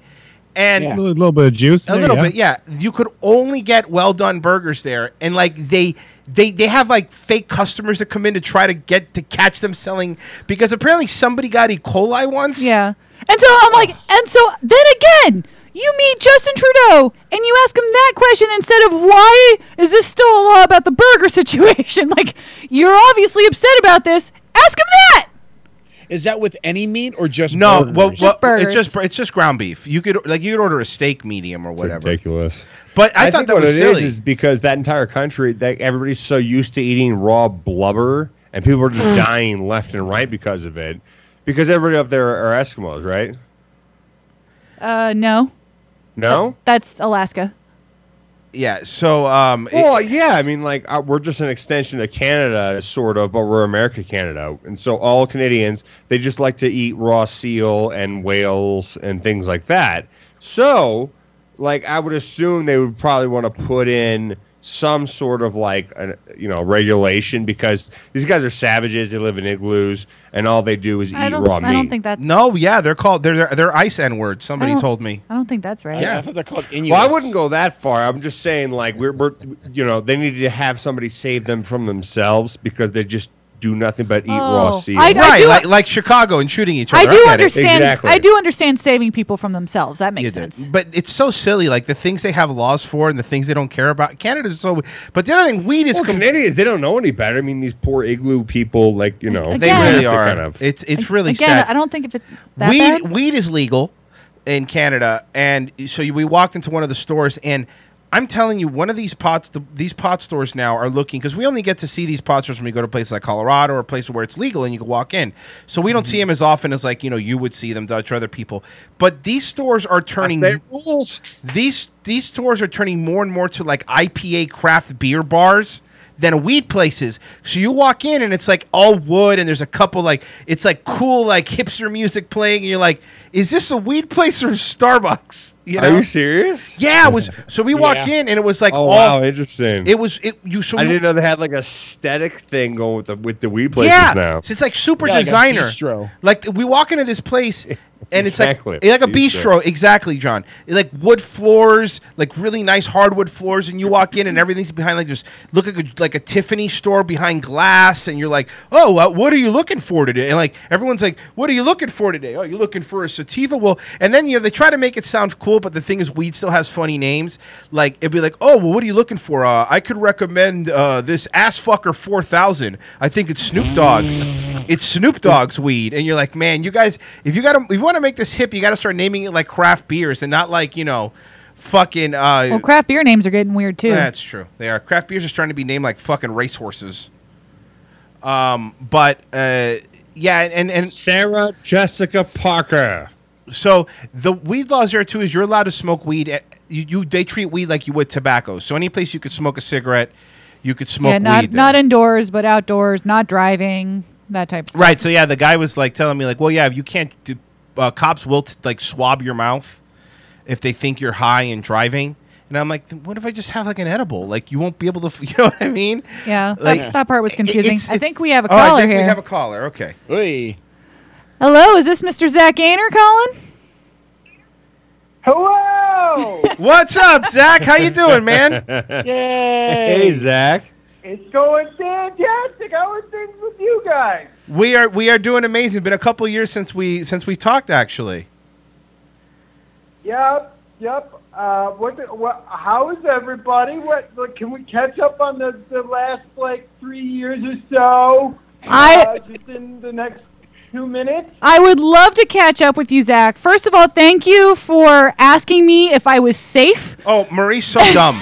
[SPEAKER 7] And
[SPEAKER 5] A little, little bit of juice.
[SPEAKER 7] a
[SPEAKER 5] there,
[SPEAKER 7] little bit, yeah. You could only get well done burgers there, and like they, they, they have like fake customers that come in to try to get to catch them selling because apparently somebody got E. coli once.
[SPEAKER 12] Yeah. And so I'm like, and so then again, you meet Justin Trudeau and you ask him that question instead of why is this still a law about the burger situation? Like, you're obviously upset about this. Ask him that.
[SPEAKER 17] Is that with any meat or just
[SPEAKER 7] No,
[SPEAKER 17] burgers?
[SPEAKER 7] well, well it's just it's just ground beef. You could like you could order a steak medium or whatever.
[SPEAKER 14] ridiculous.
[SPEAKER 7] But I, thought
[SPEAKER 14] think
[SPEAKER 7] that
[SPEAKER 14] what
[SPEAKER 7] was
[SPEAKER 14] it is
[SPEAKER 7] silly.
[SPEAKER 14] is because that entire country, that everybody's so used to eating raw blubber, and people are
[SPEAKER 7] Mm.
[SPEAKER 14] just dying left and right because of it. Because everybody up there are Eskimos, right?
[SPEAKER 12] Uh, no,
[SPEAKER 14] No.
[SPEAKER 12] that's Alaska.
[SPEAKER 7] Yeah. So, um,
[SPEAKER 14] well, yeah. I mean, like uh, we're just an extension of Canada, sort of, but we're America Canada, and so all Canadians they just like to eat raw seal and whales and things like that. So, like, I would assume they would probably want to put in some sort of like an, you know regulation because these guys are savages. They live in igloos, and all they do is
[SPEAKER 12] I
[SPEAKER 14] eat
[SPEAKER 12] don't-
[SPEAKER 14] raw meat.
[SPEAKER 12] I don't think that's-
[SPEAKER 7] No, yeah, they're called they're they're, they're ice n words. Somebody
[SPEAKER 12] I don't-
[SPEAKER 7] told me.
[SPEAKER 12] I don't think that's right.
[SPEAKER 17] Yeah, I thought they're called Inuits.
[SPEAKER 14] Well, I wouldn't go that far. I'm just saying, like, we're, we're, you know, they needed to have somebody save them from themselves because they just do nothing but eat raw
[SPEAKER 12] Oh.
[SPEAKER 14] seal.
[SPEAKER 12] I- I
[SPEAKER 7] right,
[SPEAKER 12] do-
[SPEAKER 7] like, like Chicago and shooting each
[SPEAKER 12] I
[SPEAKER 7] other.
[SPEAKER 12] do
[SPEAKER 7] get it.
[SPEAKER 12] understand. I do understand saving people from themselves. That makes
[SPEAKER 7] You did.
[SPEAKER 12] sense.
[SPEAKER 7] But it's so silly, like the things they have laws for and the things they don't care about. Canada's so. But the other thing, weed is.
[SPEAKER 14] Well, Canadians, they don't know any better. I mean, these poor igloo people, like, you know,
[SPEAKER 7] They
[SPEAKER 14] have
[SPEAKER 7] really
[SPEAKER 14] to
[SPEAKER 7] are.
[SPEAKER 14] Kind of,
[SPEAKER 7] It's it's really
[SPEAKER 12] Again,
[SPEAKER 7] sad.
[SPEAKER 12] I don't think if it's that
[SPEAKER 7] weed
[SPEAKER 12] bad.
[SPEAKER 7] weed is legal in Canada, and so you- we walked into one of the stores, and I'm telling you, one of these pots, the, these pot stores now are looking because we only get to see these pot stores when we go to places like Colorado or places where it's legal and you can walk in. So we don't
[SPEAKER 12] Mm-hmm.
[SPEAKER 7] see them as often as like you know you would see them, Dutch or other people. But these stores are turning
[SPEAKER 14] rules.
[SPEAKER 7] These these stores are turning more and more to like IPA craft beer bars than weed places. So you walk in and it's like all wood and there's a couple like it's like cool like hipster music playing and you're like, is this a weed place or Starbucks? You
[SPEAKER 14] Are you serious?
[SPEAKER 7] Yeah, it was. So we walk
[SPEAKER 14] Yeah.
[SPEAKER 7] in and it was like
[SPEAKER 14] oh,
[SPEAKER 7] all.
[SPEAKER 14] wow, interesting.
[SPEAKER 7] It was it. You so
[SPEAKER 14] I
[SPEAKER 7] you-
[SPEAKER 14] didn't know they had like a aesthetic thing going with the with the weed places
[SPEAKER 7] yeah,
[SPEAKER 14] now.
[SPEAKER 7] So it's like super
[SPEAKER 14] Yeah, like a
[SPEAKER 7] designer.
[SPEAKER 14] bistro.
[SPEAKER 7] Like, we walk into this place and it's
[SPEAKER 14] Exactly,
[SPEAKER 7] like like a
[SPEAKER 14] bistro.
[SPEAKER 7] bistro, exactly, John. Like wood floors, like really nice hardwood floors, and you walk in and everything's behind like there's look like a, like a Tiffany store behind glass, and you're like, oh, uh, what are you looking for today? And like everyone's like, what are you looking for today? Oh, you're looking for a sativa. Well, and then you know they try to make it sound cool, but the thing is, weed still has funny names. Like it'd be like, oh, well, what are you looking for? Uh, I could recommend uh, this ass fucker four thousand. I think it's Snoop Dogg's it's Snoop Dogg's weed, and you're like, man, you guys, if you got, to if you want to make this hip, you got to start naming it like craft beers and not like you know, fucking. Uh,
[SPEAKER 12] well, craft beer names are getting weird too.
[SPEAKER 7] That's true. They are craft beers are starting to be named like fucking racehorses. Um, but uh, yeah, and and
[SPEAKER 14] Sarah Jessica Parker.
[SPEAKER 7] So the weed laws there too is you're allowed to smoke weed. At, you, you they treat weed like you would tobacco. So any place you could smoke a cigarette, you could smoke
[SPEAKER 12] yeah, not
[SPEAKER 7] weed. there.
[SPEAKER 12] not indoors, but outdoors. Not driving. That type of stuff.
[SPEAKER 7] Right. So yeah, the guy was like telling me like, well, yeah, you can't do. Uh, cops will t- like swab your mouth if they think you're high and driving. And I'm like, "Then what if I just have like an edible? Like you won't be able to. F- you know what I mean?
[SPEAKER 12] Yeah, that-
[SPEAKER 7] Like-
[SPEAKER 12] that, part was
[SPEAKER 7] It-
[SPEAKER 12] confusing.
[SPEAKER 7] it's-
[SPEAKER 12] I
[SPEAKER 7] it's-
[SPEAKER 12] think we have a
[SPEAKER 7] Oh, I
[SPEAKER 12] caller
[SPEAKER 7] think
[SPEAKER 12] here.
[SPEAKER 7] We have a caller. Okay.
[SPEAKER 12] Hello, is this Mr. Zach Gainer calling?
[SPEAKER 21] Hello.
[SPEAKER 7] What's up, Zach? How you doing, man?
[SPEAKER 14] Hey, Zach.
[SPEAKER 21] It's going fantastic. How are things with you guys?
[SPEAKER 7] We are we are doing amazing. Been a couple years since we since we talked actually.
[SPEAKER 21] Yep, yep. Uh, what, the, what? How is everybody? What? Like, can we catch up on the, the last like three years or so?
[SPEAKER 12] I-
[SPEAKER 21] uh, just in the next two minutes.
[SPEAKER 12] I would love to catch up with you, Zach. First of all, thank you for asking me if I was safe.
[SPEAKER 7] Oh, Marie's so dumb.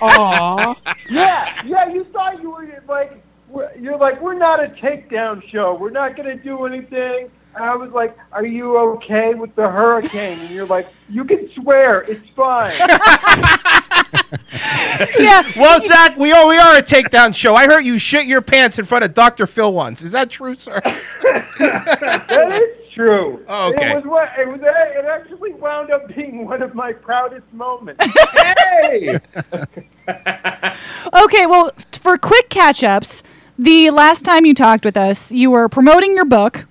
[SPEAKER 21] Aww. yeah, yeah. You thought you were like, we're- you're like, we're not a takedown show. We're not gonna do anything. And I was like, Are you okay with the hurricane? And you're like, You can swear, it's fine.
[SPEAKER 7] yeah. Well, Zach, we are we are a takedown show. I heard you shit your pants in front of Doctor Phil once. Is that true, sir?
[SPEAKER 21] that is true.
[SPEAKER 7] Oh, okay.
[SPEAKER 21] It was what it was. It actually wound up being one of my proudest moments.
[SPEAKER 14] hey!
[SPEAKER 12] Okay, well, t- for quick catch ups, the last time you talked with us, you were promoting your book,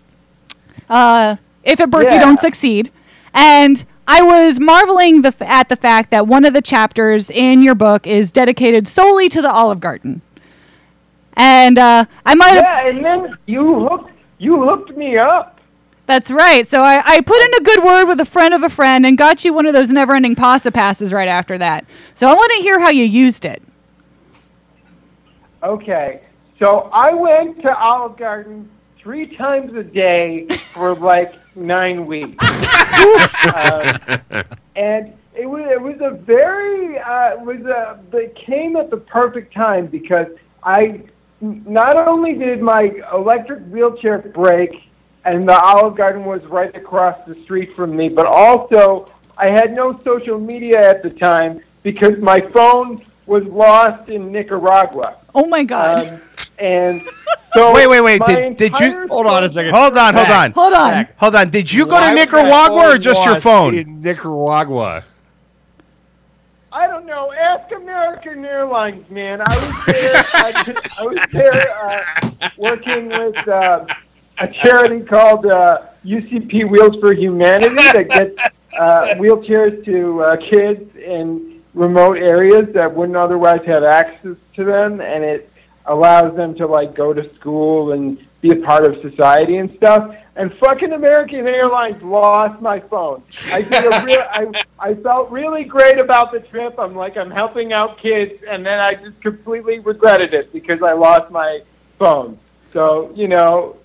[SPEAKER 12] uh, If at Birth You
[SPEAKER 22] Yeah.
[SPEAKER 12] Don't Succeed. And I was marveling the f- at the fact that one of the chapters in your book is dedicated solely to the Olive Garden. And uh, I might have.
[SPEAKER 21] Yeah, and then you hooked you hooked me up.
[SPEAKER 12] That's right. So I, I put in a good word with a friend of a friend and got you one of those never ending pasta passes right after that. So I want to hear how you used it.
[SPEAKER 21] Okay, so I went to Olive Garden three times a day for like nine weeks. Uh, and it was it was a very uh, it was a it came at the perfect time because I not only did my electric wheelchair break and the Olive Garden was right across the street from me, but also I had no social media at the time because my phone was lost in Nicaragua. Um,
[SPEAKER 12] Oh my god!
[SPEAKER 21] and so
[SPEAKER 7] wait, wait, wait.
[SPEAKER 21] my
[SPEAKER 7] Did, did you
[SPEAKER 21] entire phone-
[SPEAKER 7] Hold on, hold on, hold on. Did you go to Nicaragua or just your phone?
[SPEAKER 14] In Nicaragua.
[SPEAKER 21] I don't know. Ask American Airlines, man. I was there. I, I was there uh, working with uh, a charity called uh, UCP Wheels for Humanity that gets uh, wheelchairs to uh, kids in remote areas that wouldn't otherwise have access to them, and it allows them to like go to school and be a part of society and stuff. And fucking American Airlines lost my phone. I feel real, I I felt really great about the trip. I'm like I'm helping out kids, and then I just completely regretted it because I lost my phone. So you know,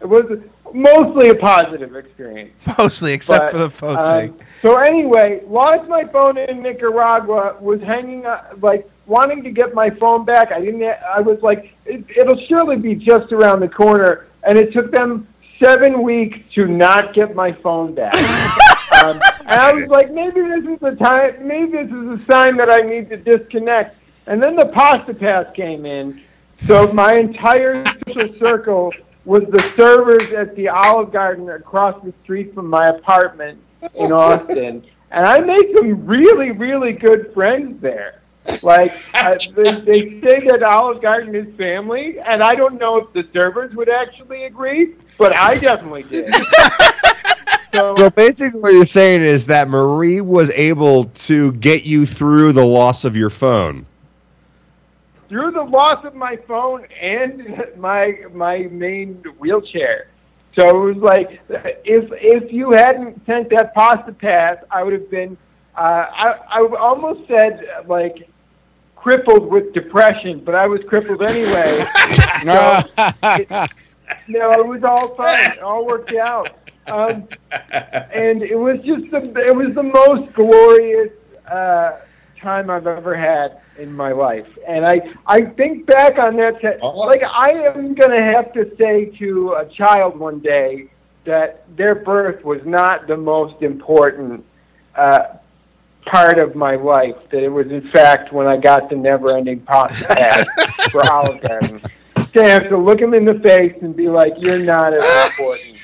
[SPEAKER 21] it was mostly a positive experience.
[SPEAKER 7] Mostly, except
[SPEAKER 21] But,
[SPEAKER 7] for the phone
[SPEAKER 21] um,
[SPEAKER 7] thing.
[SPEAKER 21] So anyway, lost my phone in Nicaragua. Was hanging up, like wanting to get my phone back. I didn't. I was like, it, it'll surely be just around the corner. And it took them seven weeks to not get my phone back. um, and I was like, maybe this is the time. Maybe this is a sign that I need to disconnect. And then the pasta pass came in. So my entire social circle was the servers at the Olive Garden across the street from my apartment in Austin, and I made some really, really good friends there. Like uh, they, they say that Olive Garden is family, and I don't know if the servers would actually agree, but I definitely did.
[SPEAKER 14] So basically, what you're saying is that Marie was able to get you through the loss of your phone.
[SPEAKER 21] through the loss of my phone and my my main wheelchair. So it was like if if you hadn't sent that pasta pass, I would have been uh, I I almost said uh, like crippled with depression, but I was crippled anyway. so it, no, it was all fun. It all worked out. Um, and it was just the it was the most glorious uh, time I've ever had in my life. And I I think back on that t- like I am gonna have to say to a child one day that their birth was not the most important uh, part of my life. That it was in fact when I got the never ending pasta pad for Olive Garden. To have to look him in the face and be like, "You're not as important."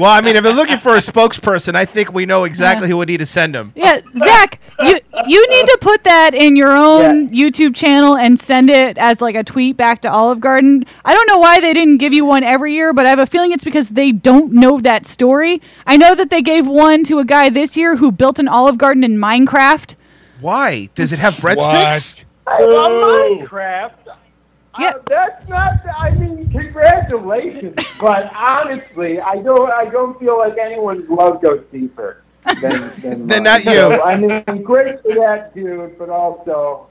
[SPEAKER 7] Well, I mean, if they're looking for a spokesperson, I think we know exactly who we need to send them.
[SPEAKER 12] Yeah, Zach, you you need to put that in your own YouTube channel and send it as like a tweet back to Olive Garden. I don't know why they didn't give you one every year, but I have a feeling it's because they don't know that story. I know that they gave one to a guy this year who built an Olive Garden in Minecraft.
[SPEAKER 7] Why? Does it have breadsticks?
[SPEAKER 12] Oh.
[SPEAKER 21] I love Minecraft. Yeah. that's not. I mean, congratulations, but honestly, I don't. I don't feel like anyone's love goes deeper than
[SPEAKER 7] Then
[SPEAKER 21] than mine.
[SPEAKER 7] not you.
[SPEAKER 21] So, I mean, I'm great for that dude, but also,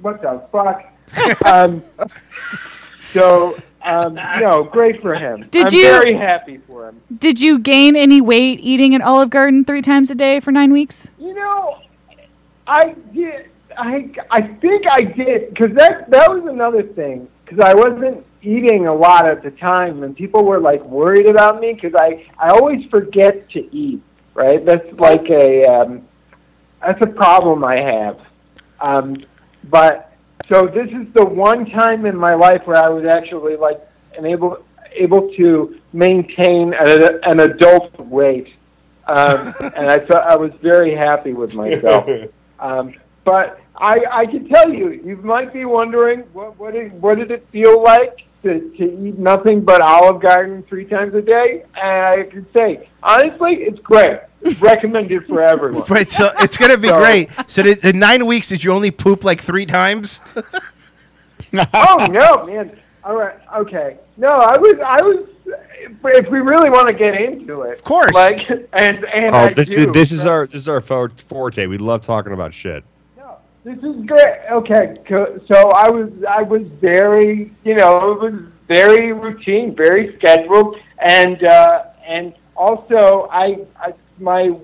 [SPEAKER 21] what the fuck? um, so, um, no, great for him.
[SPEAKER 12] Did
[SPEAKER 21] I'm
[SPEAKER 12] you-
[SPEAKER 21] very happy for him.
[SPEAKER 12] Did you gain any weight eating at Olive Garden three times a day for nine weeks?
[SPEAKER 21] You know, I did. I I think I did because that that was another thing because I wasn't eating a lot at the time and people were like worried about me because I I always forget to eat. Right, that's like a um, that's a problem I have. Um, but so this is the one time in my life where I was actually like an able able to maintain an, an adult weight, um, and I felt I was very happy with myself. Um, but I, I can tell you, you might be wondering what what did, what did it feel like to, to eat nothing but Olive Garden three times a day? And I can say, honestly, it's great. It's recommended for everyone.
[SPEAKER 7] Right, so it's gonna be
[SPEAKER 21] So-
[SPEAKER 7] great. So did, in nine weeks, did you only poop like three times?
[SPEAKER 21] oh no, man! All right, okay. No, I was, I was. If we really want to get into it, of
[SPEAKER 7] course.
[SPEAKER 21] Like, and and
[SPEAKER 14] oh,
[SPEAKER 21] I
[SPEAKER 14] this
[SPEAKER 21] do.
[SPEAKER 14] is this is our this is our for- forte. We love talking about shit.
[SPEAKER 21] This is great. Okay, co- so I was I was very you know it was very routine, very scheduled, and uh, and also I, I my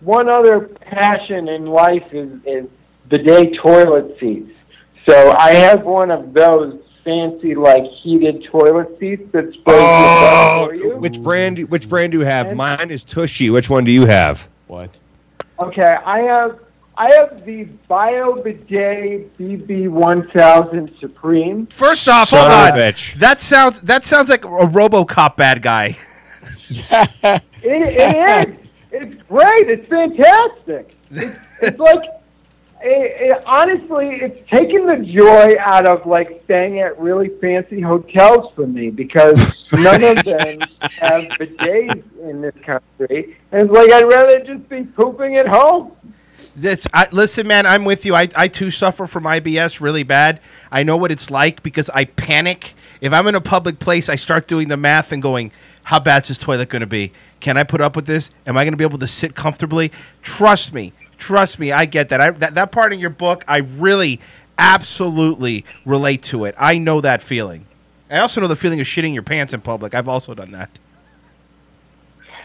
[SPEAKER 21] one other passion in life is, is bidet toilet seats. So I have one of those fancy, like heated toilet seats that sprays oh.
[SPEAKER 14] Which brand? Which brand do you have? Mine is Tushy. Which one do you have? What?
[SPEAKER 21] Okay, I have I have the Bio Bidet BB one thousand Supreme.
[SPEAKER 7] First off,
[SPEAKER 14] Son
[SPEAKER 7] hold
[SPEAKER 14] of
[SPEAKER 7] on.
[SPEAKER 14] a bitch.
[SPEAKER 7] That sounds that sounds like a RoboCop bad guy.
[SPEAKER 21] It, it is. It's great. It's fantastic. It's, it's like, it, it, honestly, it's taken the joy out of like staying at really fancy hotels for me because none of them have bidets in this country. And it's like I'd rather just be pooping at home.
[SPEAKER 7] This, I, listen, man, I'm with you. I, I too suffer from IBS really bad. I know what it's like because I panic. If I'm in a public place, I start doing the math and going, how bad's this toilet going to be? Can I put up with this? Am I going to be able to sit comfortably? Trust me. Trust me. I get that. I, that. That part in your book, I really absolutely relate to it. I know that feeling. I also know the feeling of shitting your pants in public. I've also done that.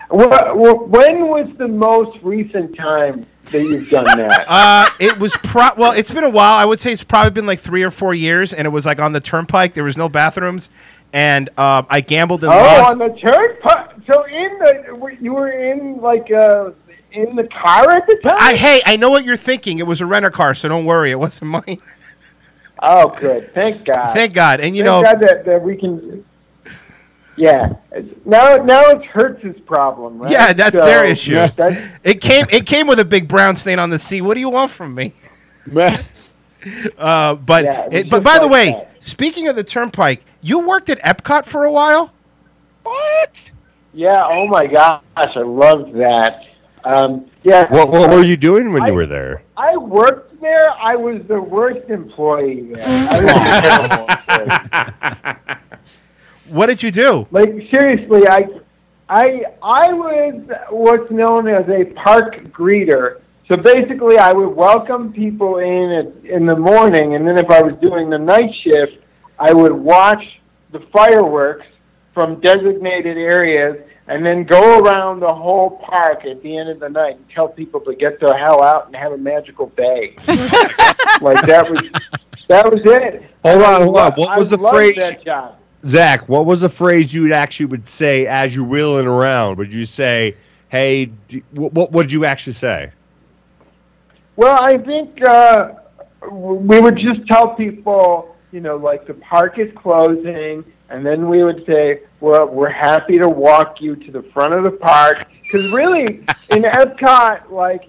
[SPEAKER 21] Wh- wh- When was the most recent time that you've done that?
[SPEAKER 7] Uh, it was pro. Well, it's been a while. I would say it's probably been like three or four years, and it was like on the turnpike. There was no bathrooms, and um, I gambled and
[SPEAKER 21] Oh,
[SPEAKER 7] lost.
[SPEAKER 21] on the turnpike. So in the you were in like uh in the car at the time.
[SPEAKER 7] I hey, I know what you're thinking. It was a rental car, so don't worry. It wasn't mine.
[SPEAKER 21] Oh, good. Thank God.
[SPEAKER 7] Thank God. And you
[SPEAKER 21] Thank
[SPEAKER 7] know,
[SPEAKER 21] God that, that we can. Yeah. Now now it's Hertz's problem, right?
[SPEAKER 7] yeah, that's
[SPEAKER 21] So,
[SPEAKER 7] their issue.
[SPEAKER 21] that's-
[SPEAKER 7] It came. It came with a big brown stain on the sea. What do you want from me? uh, but
[SPEAKER 21] Yeah, it was
[SPEAKER 7] it, but
[SPEAKER 21] just
[SPEAKER 7] by the
[SPEAKER 21] like
[SPEAKER 7] way,
[SPEAKER 21] that.
[SPEAKER 7] speaking of the turnpike, you worked at Epcot for a while.
[SPEAKER 21] yeah. Oh my gosh, I love that. Um, yeah.
[SPEAKER 14] What What were you doing when you were there?
[SPEAKER 21] I worked there. I was the worst employee there. I was terrible.
[SPEAKER 7] What did you do?
[SPEAKER 21] Like seriously, I, I, I was what's known as a park greeter. So basically, I would welcome people in at, in the morning, and then if I was doing the night shift, I would watch the fireworks from designated areas, and then go around the whole park at the end of the night and tell people to get the hell out and have a magical day. like that was that was it.
[SPEAKER 14] Hold on, hold on.
[SPEAKER 21] I
[SPEAKER 14] What was the
[SPEAKER 21] loved
[SPEAKER 14] phrase?
[SPEAKER 21] That job.
[SPEAKER 14] Zach, what was the phrase you would actually would say as you're wheeling around? Would you say, "Hey, d- what what would you actually say?"
[SPEAKER 21] Well, I think uh, we would just tell people, you know, like the park is closing, and then we would say, well, we're happy to walk you to the front of the park. Because really, in Epcot, like,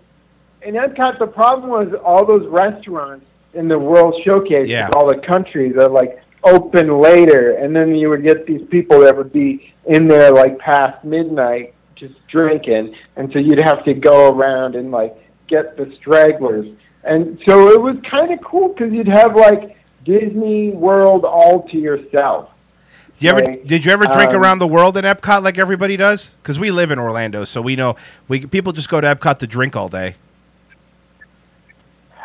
[SPEAKER 21] in Epcot, the problem was all those restaurants in the World Showcase,
[SPEAKER 7] Yeah.
[SPEAKER 21] all the countries are like open later, and then you would get these people that would be in there like past midnight just drinking, and so you'd have to go around and like get the stragglers, and so it was kind of cool because you'd have like Disney World all to yourself.
[SPEAKER 7] Did you ever
[SPEAKER 21] Like,
[SPEAKER 7] did you ever drink
[SPEAKER 21] um,
[SPEAKER 7] around the world in Epcot like everybody does? Because we live in Orlando, so we know we people just go to Epcot to drink all day.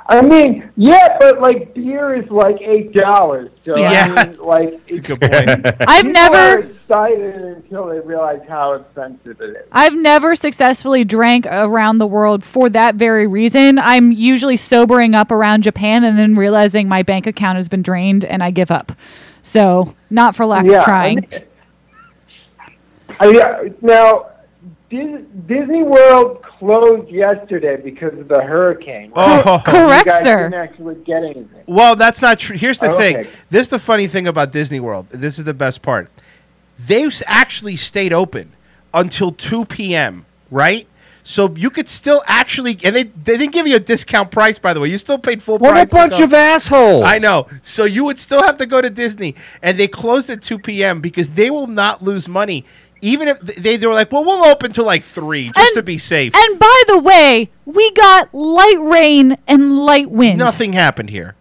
[SPEAKER 21] I mean, yeah, but like beer is like eight dollars, so I mean, like it's
[SPEAKER 7] Good point.
[SPEAKER 12] I've
[SPEAKER 21] people
[SPEAKER 12] never-
[SPEAKER 21] are excited until they realize how expensive it is.
[SPEAKER 12] I've never successfully drank around the world for that very reason. I'm usually sobering up around Japan and then realizing my bank account has been drained and I give up. So, not for lack
[SPEAKER 21] Yeah,
[SPEAKER 12] of trying.
[SPEAKER 21] I, uh, now, Dis- Disney World closed yesterday because of the hurricane. right?
[SPEAKER 7] Oh.
[SPEAKER 21] So
[SPEAKER 7] Correct,
[SPEAKER 21] you guys
[SPEAKER 7] sir.
[SPEAKER 21] Didn't actually get anything.
[SPEAKER 7] Well, that's not true. Here's the
[SPEAKER 21] Oh,
[SPEAKER 7] thing.
[SPEAKER 21] okay.
[SPEAKER 7] This is the funny thing about Disney World. This is the best part. They s- actually stayed open until 2 p.m., right? So you could still actually, and they, they didn't give you a discount price, by the way. You still paid full
[SPEAKER 14] What a
[SPEAKER 7] price. to
[SPEAKER 14] bunch
[SPEAKER 7] go.
[SPEAKER 14] of assholes.
[SPEAKER 7] I know. So you would still have to go to Disney, and they closed at 2 p.m. because they will not lose money. Even if th- they, they were like, well, we'll open till like 3 just to be safe.
[SPEAKER 12] And by the way, we got light rain and light wind.
[SPEAKER 7] Nothing happened here.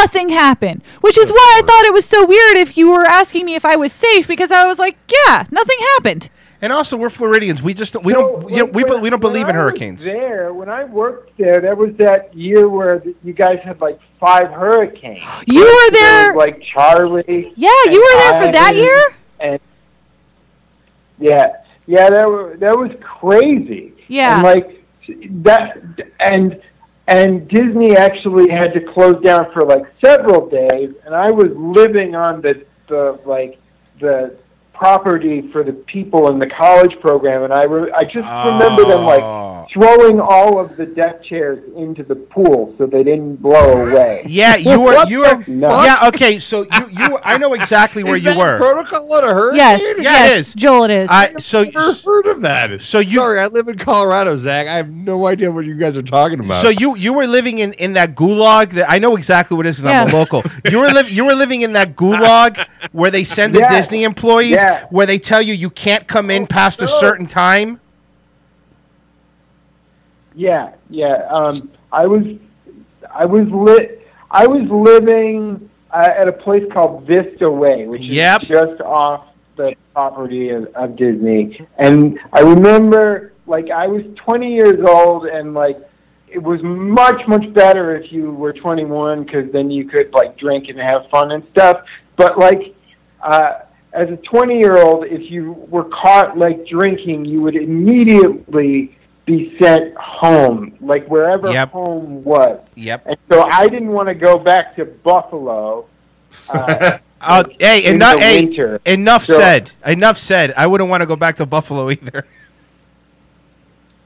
[SPEAKER 12] Nothing happened, which is why I thought it was so weird if you were asking me if I was safe because I was like, yeah, nothing happened.
[SPEAKER 7] And also, we're Floridians. We just we don't you know, we be- we don't believe in
[SPEAKER 21] I was
[SPEAKER 7] hurricanes.
[SPEAKER 21] There, when I worked there, that was that year where th- you guys had like five hurricanes.
[SPEAKER 12] You were there-
[SPEAKER 21] was, like Charlie.
[SPEAKER 12] Yeah, you were there for that
[SPEAKER 21] Irene,
[SPEAKER 12] year?
[SPEAKER 21] And yeah, yeah, that wa- that was crazy.
[SPEAKER 12] Yeah.
[SPEAKER 21] and like that, and and Disney actually had to close down for like several days, and I was living on the the like the property for the people in the college program, and I re- I just remember them
[SPEAKER 7] Oh.
[SPEAKER 21] like throwing all of the deck chairs into the pool so they didn't blow away.
[SPEAKER 7] Yeah, you were
[SPEAKER 21] What
[SPEAKER 7] you
[SPEAKER 21] the
[SPEAKER 7] were
[SPEAKER 21] fuck?
[SPEAKER 7] yeah okay. So you you were, I know exactly where
[SPEAKER 21] Is
[SPEAKER 7] you
[SPEAKER 21] that
[SPEAKER 7] were.
[SPEAKER 20] Protocol at a hurricane?
[SPEAKER 12] Yes,
[SPEAKER 7] Yeah, it
[SPEAKER 12] yes,
[SPEAKER 7] is.
[SPEAKER 12] Joel, it is.
[SPEAKER 7] I so
[SPEAKER 20] heard of that.
[SPEAKER 7] So you
[SPEAKER 20] sorry, I live in Colorado, Zach. I have no idea what you guys are talking about.
[SPEAKER 7] So you you were living in, in that gulag that I know exactly what it is because I'm
[SPEAKER 20] Yeah.
[SPEAKER 7] a local. You were li- you were living in that gulag where they send the
[SPEAKER 21] Yeah.
[SPEAKER 7] Disney employees
[SPEAKER 21] Yeah.
[SPEAKER 7] where they tell you you can't come in past a certain time.
[SPEAKER 21] Yeah, yeah. Um, I was, I was lit. I was living uh, at a place called Vista Way, which
[SPEAKER 7] Yep.
[SPEAKER 21] is just off the property of, of Disney. And I remember, like, I was 20 years old, and like, it was much much better if you were 21 because then you could like drink and have fun and stuff. But like, uh, as a 20 year old, if you were caught like drinking, you would immediately be sent home, like wherever
[SPEAKER 7] Yep.
[SPEAKER 21] home was.
[SPEAKER 7] Yep.
[SPEAKER 21] And so I didn't want to go back to Buffalo. Uh,
[SPEAKER 7] Uh, hey,
[SPEAKER 21] in
[SPEAKER 7] enough.
[SPEAKER 21] the
[SPEAKER 7] Hey,
[SPEAKER 21] winter.
[SPEAKER 7] enough
[SPEAKER 21] So-
[SPEAKER 7] said. Enough said. I wouldn't want to go back to Buffalo either.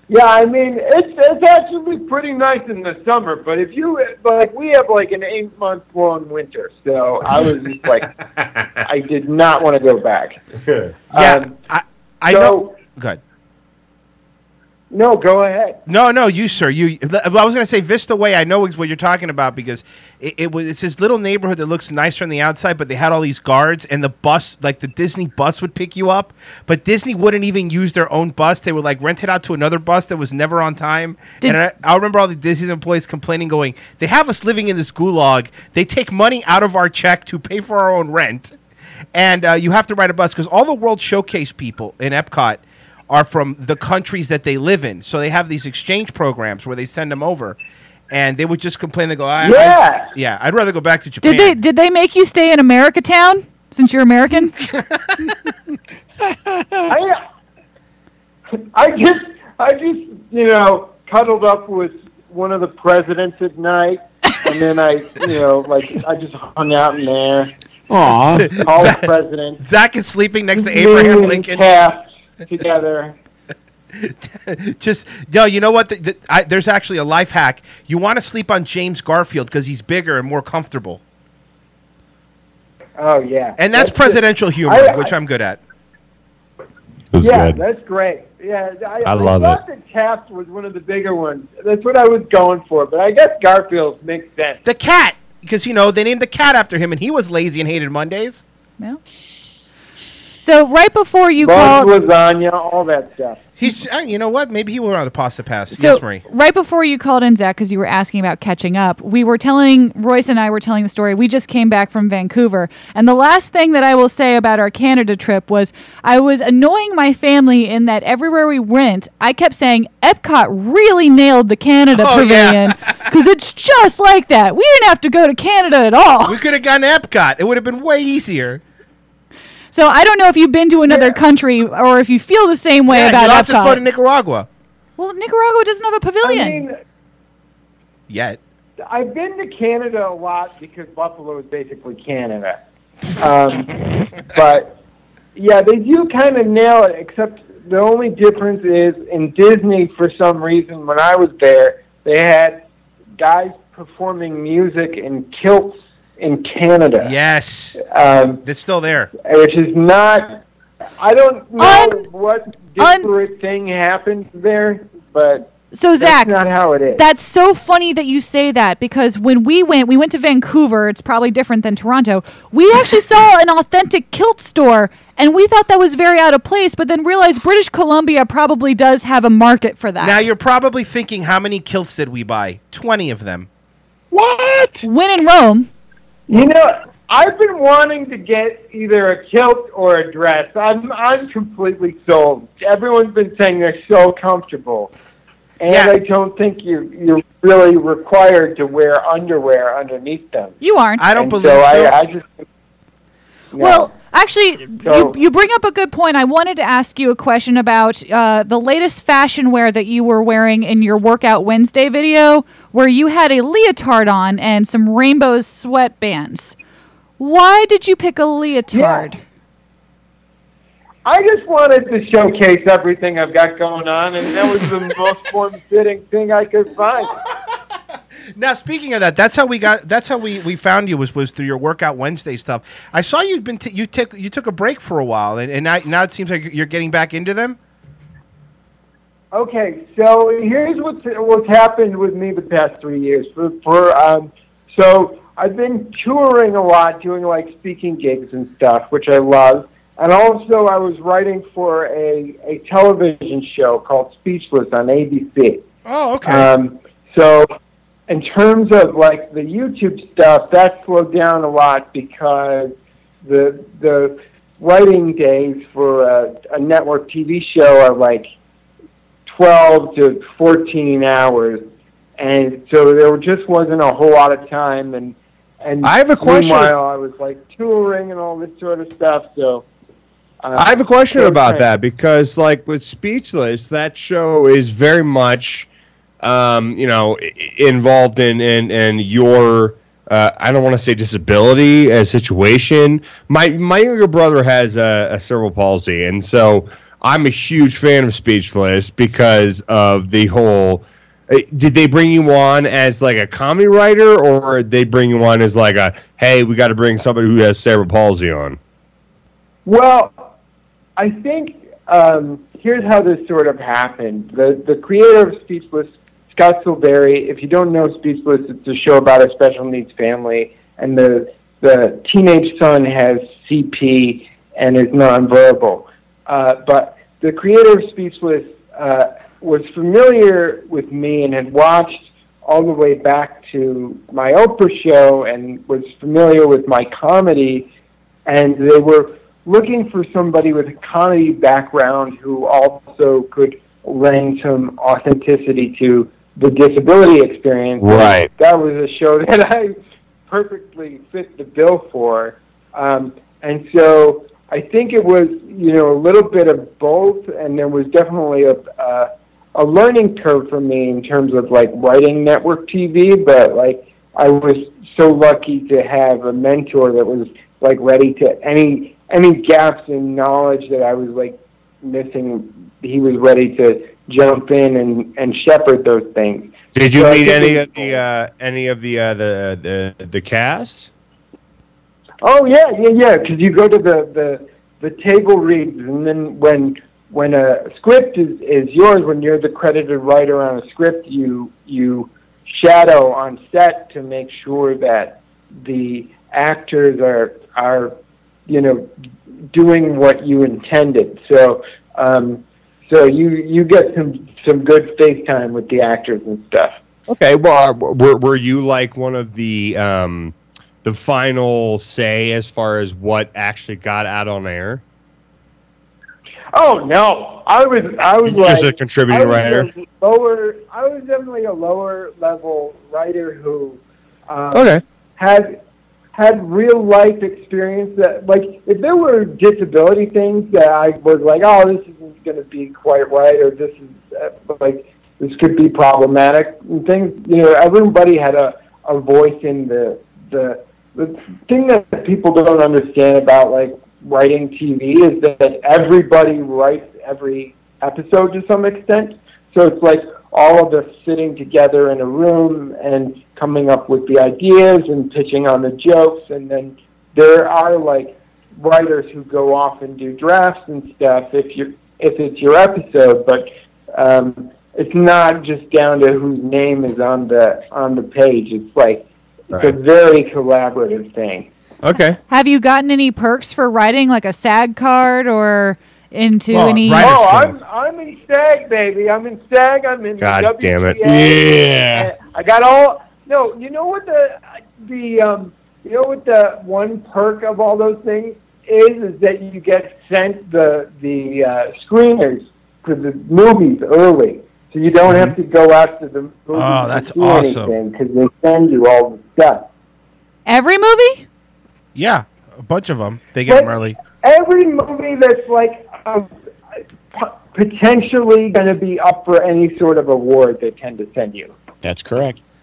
[SPEAKER 21] Yeah, I mean it's it's actually pretty nice in the summer, but if you like, we have like an eight month long winter, so I was just like, I did not want to go back. yeah,
[SPEAKER 7] I I
[SPEAKER 21] so-
[SPEAKER 7] know. Good.
[SPEAKER 21] No, go ahead.
[SPEAKER 7] No, no, you sir. You. I was gonna say Vista Way. I know what you're talking about because it, it was it's this little neighborhood that looks nice from the outside, but they had all these guards and the bus, like the Disney bus, would pick you up, but Disney wouldn't even use their own bus. They would like rent it out to another bus that was never on time. and I, I remember all the Disney employees complaining, going, "They have us living in this gulag. They take money out of our check to pay for our own rent." and uh, you have to ride a bus because all the World Showcase people in Epcot are from the countries that they live in. So they have these exchange programs where they send them over, and they would just complain. They go, I, I-
[SPEAKER 12] Yeah.
[SPEAKER 7] yeah, I'd rather go back to Japan.
[SPEAKER 12] Did they did they make you stay in America Town since you're American?
[SPEAKER 21] I, I just, I just, you know, cuddled up with one of the presidents at night, and then I, you know, like I just hung out in there.
[SPEAKER 7] Aw.
[SPEAKER 21] all the presidents.
[SPEAKER 7] Zach is sleeping next to
[SPEAKER 21] Me
[SPEAKER 7] Abraham
[SPEAKER 21] and
[SPEAKER 7] Lincoln.
[SPEAKER 21] Taft together.
[SPEAKER 7] just yo, you know what? The, the, I, there's actually a life hack. You want to sleep on James Garfield because he's bigger and more comfortable,
[SPEAKER 21] Oh yeah,
[SPEAKER 7] and that's,
[SPEAKER 21] it.
[SPEAKER 7] presidential humor,
[SPEAKER 21] I-
[SPEAKER 7] which I'm good at.
[SPEAKER 21] yeah, that's great. Yeah, I,
[SPEAKER 7] I love
[SPEAKER 21] thought that Taft was one of the bigger ones. That's what I was going for, but I guess Garfield makes sense.
[SPEAKER 7] The cat, because you know they named the cat after him, and he was lazy and hated Mondays.
[SPEAKER 12] so right before you
[SPEAKER 21] Buns,
[SPEAKER 12] called
[SPEAKER 7] uh,
[SPEAKER 21] lasagna, all that stuff.
[SPEAKER 7] He's, uh, you know what? Maybe he will on the pasta pass.
[SPEAKER 12] So
[SPEAKER 7] yes, Marie.
[SPEAKER 12] right before you called in, Zach, because you were asking about catching up, we were telling Royce and I were telling the story. We just came back from Vancouver, and the last thing that I will say about our Canada trip was I was annoying my family in that everywhere we went, I kept saying Epcot really nailed the Canada
[SPEAKER 7] Oh, yeah.
[SPEAKER 12] pavilion because it's just like that. We didn't have to go to Canada at all.
[SPEAKER 7] We could have gotten Epcot. It would have been way easier.
[SPEAKER 12] So I don't know if you've been to another country or if you feel the same way
[SPEAKER 7] Yeah, you
[SPEAKER 12] about
[SPEAKER 7] lost
[SPEAKER 12] Epcot.
[SPEAKER 7] his flow to Nicaragua.
[SPEAKER 12] well, Nicaragua doesn't have a pavilion.
[SPEAKER 21] I mean,
[SPEAKER 7] Yet.
[SPEAKER 21] I've been to Canada a lot because Buffalo is basically Canada. Um, but yeah, they do kind of nail it. Except the only difference is in Disney, for some reason, when I was there, they had guys performing music in kilts in Canada.
[SPEAKER 7] Yes,
[SPEAKER 21] um,
[SPEAKER 7] it's still there.
[SPEAKER 21] which is not. I don't know what disparate thing happened there, but
[SPEAKER 12] So,
[SPEAKER 21] that's
[SPEAKER 12] Zach,
[SPEAKER 21] not how it is.
[SPEAKER 12] That's so funny that you say that because when we went, we went to Vancouver. It's probably different than Toronto. We actually saw an authentic kilt store, and we thought that was very out of place. But then realized British Columbia probably does have a market for that.
[SPEAKER 7] Now you're probably thinking, how many kilts did we buy? Twenty of them.
[SPEAKER 21] What?
[SPEAKER 12] When in Rome,
[SPEAKER 21] You know, I've been wanting to get either a kilt or a dress. I'm I'm completely sold. Everyone's been saying they're so comfortable, and I don't think you you're really required to wear underwear underneath them.
[SPEAKER 12] You aren't.
[SPEAKER 21] And I, I just no.
[SPEAKER 12] Well, actually,
[SPEAKER 21] So-
[SPEAKER 12] you, you bring up a good point. I wanted to ask you a question about uh, the latest fashion wear that you were wearing in your Workout Wednesday video, where you had a leotard on and some rainbow sweatbands. Why did you pick a leotard?
[SPEAKER 21] I just wanted to showcase everything I've got going on, and that was the most form fitting thing I could find.
[SPEAKER 7] Now, speaking of that, that's how we got. That's how we, we found you was was through your workout Wednesday stuff. I saw you'd been t- you took you took a break for a while, and, and now, now it seems like you're getting back into them.
[SPEAKER 21] Okay, so here's what's what's happened with me the past three years. For for um, so I've been touring a lot, doing like speaking gigs and stuff, which I love. And also, I was writing for a a television show called Speechless on ABC.
[SPEAKER 7] Oh, okay.
[SPEAKER 21] Um, so, in terms of like the YouTube stuff, that slowed down a lot because the the writing days for a, a network TV show are like twelve to fourteen hours, and so there just wasn't a whole lot of time. And and
[SPEAKER 14] I have a question.
[SPEAKER 21] Meanwhile, I was like touring and all this sort of stuff. So. Uh,
[SPEAKER 14] I have a question
[SPEAKER 21] so
[SPEAKER 14] about
[SPEAKER 21] thanks.
[SPEAKER 14] that because, like with Speechless, that show is very much, um, you know, i- i- involved in in, in your. Uh, I don't want to say disability as situation. My my younger brother has a, a cerebral palsy, and so I'm a huge fan of Speechless because of the whole. uh, Did they bring you on as like a comedy writer, or did they bring you on as like a hey, we got to bring somebody who has cerebral palsy on?
[SPEAKER 21] Well, I think um, here's how this sort of happened. The the creator of Speechless, Scott Silberry. If you don't know Speechless, it's a show about a special needs family, and the the teenage son has CP and is nonverbal. Uh, but the creator of Speechless uh, was familiar with me and had watched all the way back to my Oprah show and was familiar with my comedy, and they were looking for somebody with a comedy background who also could lend some authenticity to the disability experience.
[SPEAKER 14] Right.
[SPEAKER 21] That was a show that I perfectly fit the bill for. Um, and so I think it was, you know, a little bit of both, and there was definitely a, uh, a learning curve for me in terms of like writing network TV, but like I was so lucky to have a mentor that was like ready to any any gaps in knowledge that I was like missing. He was ready to jump in and and shepherd those things.
[SPEAKER 14] Did you
[SPEAKER 21] So I
[SPEAKER 14] meet
[SPEAKER 21] think
[SPEAKER 14] any
[SPEAKER 21] it-
[SPEAKER 14] of the uh, any of the, uh, the the the cast?
[SPEAKER 21] Oh yeah, yeah, yeah. Because you go to the, the the table reads, and then when when a script is, is yours, when you're the credited writer on a script, you you shadow on set to make sure that the actors are are you know doing what you intended. So um, so you you get some some good face time with the actors and stuff.
[SPEAKER 14] Okay, well, uh, were, were you like one of the um, the final say as far as what actually got out on air?
[SPEAKER 21] Oh no, I was I was
[SPEAKER 14] You're just
[SPEAKER 21] like
[SPEAKER 14] a contributing
[SPEAKER 21] I was
[SPEAKER 14] writer?
[SPEAKER 21] a Lower, I was definitely a lower level writer who um,
[SPEAKER 14] Okay.
[SPEAKER 21] had had real life experience that like if there were disability things that I was like, oh, this isn't going to be quite right, or this is uh, like this could be problematic and things. You know, everybody had a a voice in the the the thing that people don't understand about like writing TV is that everybody writes every episode to some extent. So it's like all of us sitting together in a room and coming up with the ideas and pitching on the jokes. And then there are like writers who go off and do drafts and stuff if you if it's your episode, but um, it's not just down to whose name is on the on the page. It's like it's a very collaborative thing.
[SPEAKER 14] Okay.
[SPEAKER 12] Have you gotten any perks for writing, like a SAG card or into any?
[SPEAKER 21] oh, I'm, I'm in SAG, baby. I'm in SAG. I'm in
[SPEAKER 14] God
[SPEAKER 21] WTA.
[SPEAKER 14] damn it.
[SPEAKER 21] I got all. No, you know what the the um You know what the one perk of all those things is? Is that you get sent the the uh, screeners for the movies early, so you don't have to go out to the movies
[SPEAKER 7] Oh,
[SPEAKER 21] to
[SPEAKER 7] that's
[SPEAKER 21] see
[SPEAKER 7] awesome.
[SPEAKER 21] because they send you all the stuff.
[SPEAKER 12] Every movie?
[SPEAKER 7] Yeah, a bunch of them. They get them
[SPEAKER 21] But-
[SPEAKER 7] early.
[SPEAKER 21] Every movie that's like um, potentially going to be up for any sort of award, they tend to send you.
[SPEAKER 17] That's correct.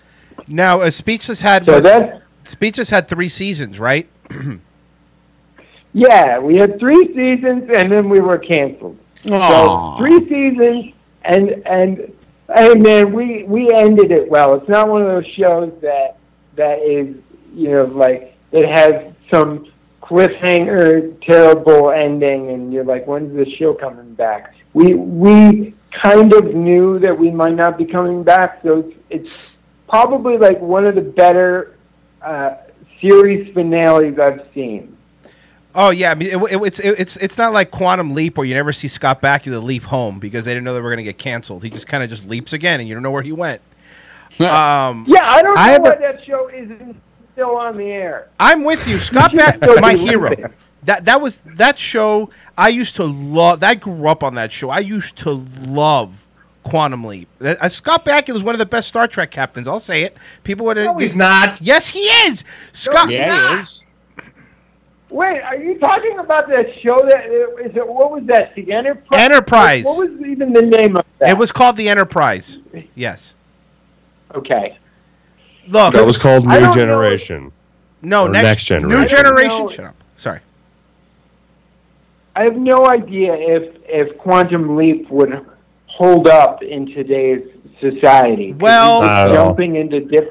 [SPEAKER 7] Now, uh, Speechless had
[SPEAKER 21] So
[SPEAKER 7] what-
[SPEAKER 21] that's-
[SPEAKER 7] Speechless had three seasons, right?
[SPEAKER 21] Yeah, we had three seasons and then we were canceled.
[SPEAKER 7] Aw.
[SPEAKER 21] So three seasons and and hey man, we we ended it well. It's not one of those shows that that is you know like it has some cliffhanger, terrible ending, and you're like, when's this show coming back? We we kind of knew that we might not be coming back, so it's, it's probably like one of the better uh, series finales I've seen.
[SPEAKER 7] Oh yeah, I mean, it, it, it's it, it's it's not like Quantum Leap where you never see Scott Bakula leap home because they didn't know they were going to get canceled. He just kind of just leaps again, and you don't know where he went. Um,
[SPEAKER 21] Yeah, I don't know
[SPEAKER 7] have
[SPEAKER 21] why
[SPEAKER 7] a-
[SPEAKER 21] that show isn't still on the air.
[SPEAKER 7] I'm with you, Scott Back, my hero. That that was that show. I used to love. I grew up on that show. I used to love Quantum Leap. That- uh, Scott Bakula is one of the best Star Trek captains. I'll say it. People would. No,
[SPEAKER 21] he's not.
[SPEAKER 7] Yes, he is. Scott.
[SPEAKER 21] he's Yeah, he not. Wait, are you talking about that show? That is it? What was that? The Enterprise.
[SPEAKER 7] Enterprise.
[SPEAKER 21] What was even the name of that?
[SPEAKER 7] It was called the Enterprise. Yes.
[SPEAKER 21] Okay.
[SPEAKER 7] Look,
[SPEAKER 14] That was called
[SPEAKER 7] I
[SPEAKER 14] New
[SPEAKER 7] don't know-
[SPEAKER 14] Generation.
[SPEAKER 7] No,
[SPEAKER 14] Or
[SPEAKER 7] next,
[SPEAKER 14] Next Generation.
[SPEAKER 7] New
[SPEAKER 21] I
[SPEAKER 7] generation.
[SPEAKER 21] don't
[SPEAKER 7] Shut up. Sorry.
[SPEAKER 21] I have no idea if if Quantum Leap would hold up in today's society. 'cause
[SPEAKER 7] Well-
[SPEAKER 21] we keep
[SPEAKER 7] Not at all.
[SPEAKER 21] jumping into diff,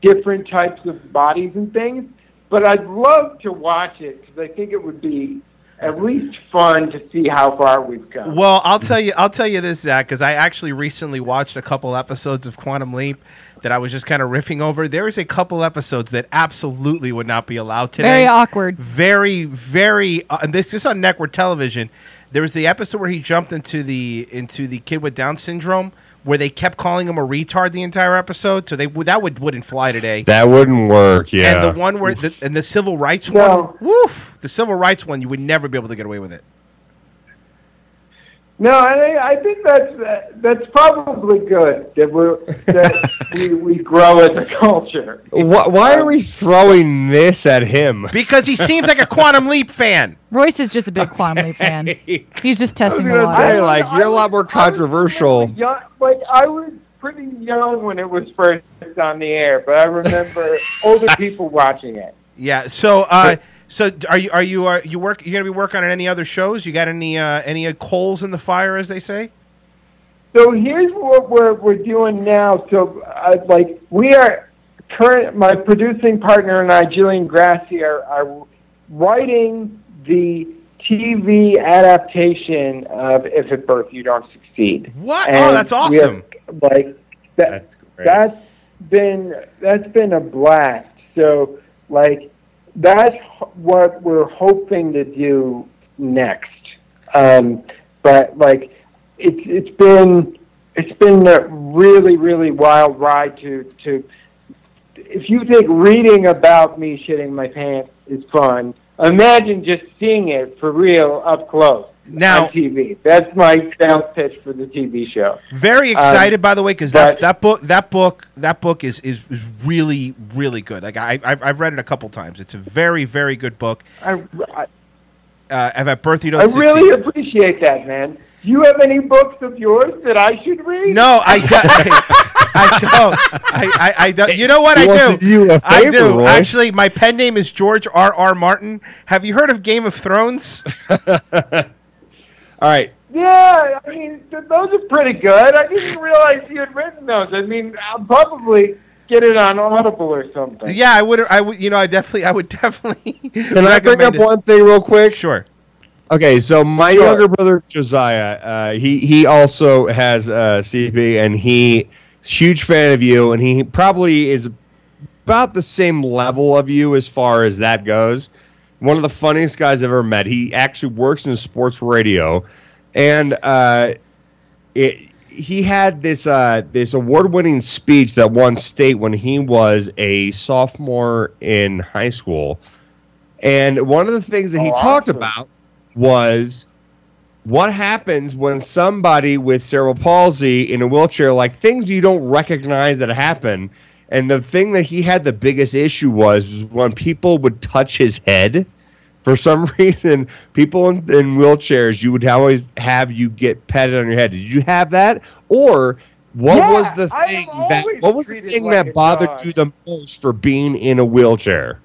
[SPEAKER 21] different types of bodies and things. But I'd love to watch it because I think it would be at least fun to see how far we've come.
[SPEAKER 7] Well, I'll tell you. I'll tell you this, Zach, because I actually recently watched a couple episodes of Quantum Leap that I was just kind of riffing over. There is a couple episodes that absolutely would not be allowed today.
[SPEAKER 12] Very awkward.
[SPEAKER 7] Very, very. Uh, and this is on network television. There was the episode where he jumped into the into the kid with Down syndrome, where they kept calling him a retard the entire episode. So they would- that would wouldn't fly today.
[SPEAKER 14] That wouldn't work. Yeah.
[SPEAKER 7] And the one where the, and the civil rights one,
[SPEAKER 21] No.
[SPEAKER 7] woof, the civil rights one, you would never be able to get away with it.
[SPEAKER 21] No, I, I think that's that's probably good that we that we, we grow as a culture.
[SPEAKER 14] Why, why are we throwing this at him?
[SPEAKER 7] Because he seems like a Quantum Leap fan.
[SPEAKER 12] Royce is just a big Quantum Leap fan. He's just
[SPEAKER 14] I was
[SPEAKER 12] testing the
[SPEAKER 14] gonna say
[SPEAKER 12] water.
[SPEAKER 14] like you're a lot more controversial.
[SPEAKER 21] Young, like I was pretty young when it was first on the air, but I remember older people watching it.
[SPEAKER 7] Yeah. So, uh, so d- are you are you are you work you gonna be working on any other shows? You got any uh, any uh, coals in the fire, as they say?
[SPEAKER 21] So here's what we're we're doing now. So uh, like we are current. My producing partner and I, Jillian Grassi, are, are writing the TV adaptation of If at Birth You Don't Succeed.
[SPEAKER 7] What? oh,
[SPEAKER 21] And
[SPEAKER 7] that's
[SPEAKER 21] we have,
[SPEAKER 7] awesome.
[SPEAKER 21] like that, that's been that's been a blast. So like that's h- what we're hoping to do next. Um, but like it's it's been it's been a really really wild ride to to if you think reading about me shitting my pants is fun, imagine just seeing it for real up close
[SPEAKER 7] Now-
[SPEAKER 21] on TV. That's my sales pitch for the TV show.
[SPEAKER 7] Very
[SPEAKER 21] Um,
[SPEAKER 7] excited, by the way, because that, that book that book that book is is, is really really good. Like I I've, I've read it a couple times. It's a very very good book.
[SPEAKER 21] I, I,
[SPEAKER 7] Uh, I've at birth you
[SPEAKER 21] I
[SPEAKER 7] don't succeed.
[SPEAKER 21] really appreciate that, man. Do you have any books of yours that I should read?
[SPEAKER 7] No, I don't. I don't. I, I, I don't. You know what
[SPEAKER 21] He
[SPEAKER 7] I
[SPEAKER 21] wants
[SPEAKER 7] do?
[SPEAKER 21] to do a
[SPEAKER 7] I
[SPEAKER 21] favor,
[SPEAKER 7] do.
[SPEAKER 21] Roy.
[SPEAKER 7] Actually, my pen name is George R. R. Martin. Have you heard of Game of Thrones?
[SPEAKER 14] All right.
[SPEAKER 21] Yeah, I mean, th- those are pretty good. I didn't realize you had written those. I mean, I'll probably get it on Audible or something.
[SPEAKER 7] Yeah, I would. I would. You know, I definitely. I would definitely.
[SPEAKER 14] Can I bring
[SPEAKER 7] recommend
[SPEAKER 14] up
[SPEAKER 7] it.
[SPEAKER 14] one thing real quick?
[SPEAKER 7] Sure.
[SPEAKER 14] Okay, so my younger brother Josiah, uh, he he also has uh, CP, and he is a huge fan of you, and he probably is about the same level of you as far as that goes. One of the funniest guys I've ever met. He actually works in sports radio, and uh, it he had this uh, this award winning speech that won state when he was a sophomore in high school, and one of the things that
[SPEAKER 13] Oh,
[SPEAKER 14] he talked about was what happens when somebody with cerebral palsy in a wheelchair, like things you don't recognize that happen. And the thing that he had the biggest issue was, was when people would touch his head. For some reason, people in, in wheelchairs, you would always have you get petted on your head. Did you have that? Or what
[SPEAKER 13] Yeah,
[SPEAKER 14] was the
[SPEAKER 13] I have
[SPEAKER 14] thing that
[SPEAKER 13] always
[SPEAKER 14] what was the
[SPEAKER 13] treated
[SPEAKER 14] thing
[SPEAKER 13] like a
[SPEAKER 14] that bothered
[SPEAKER 13] dog.
[SPEAKER 14] you the most for being in a wheelchair?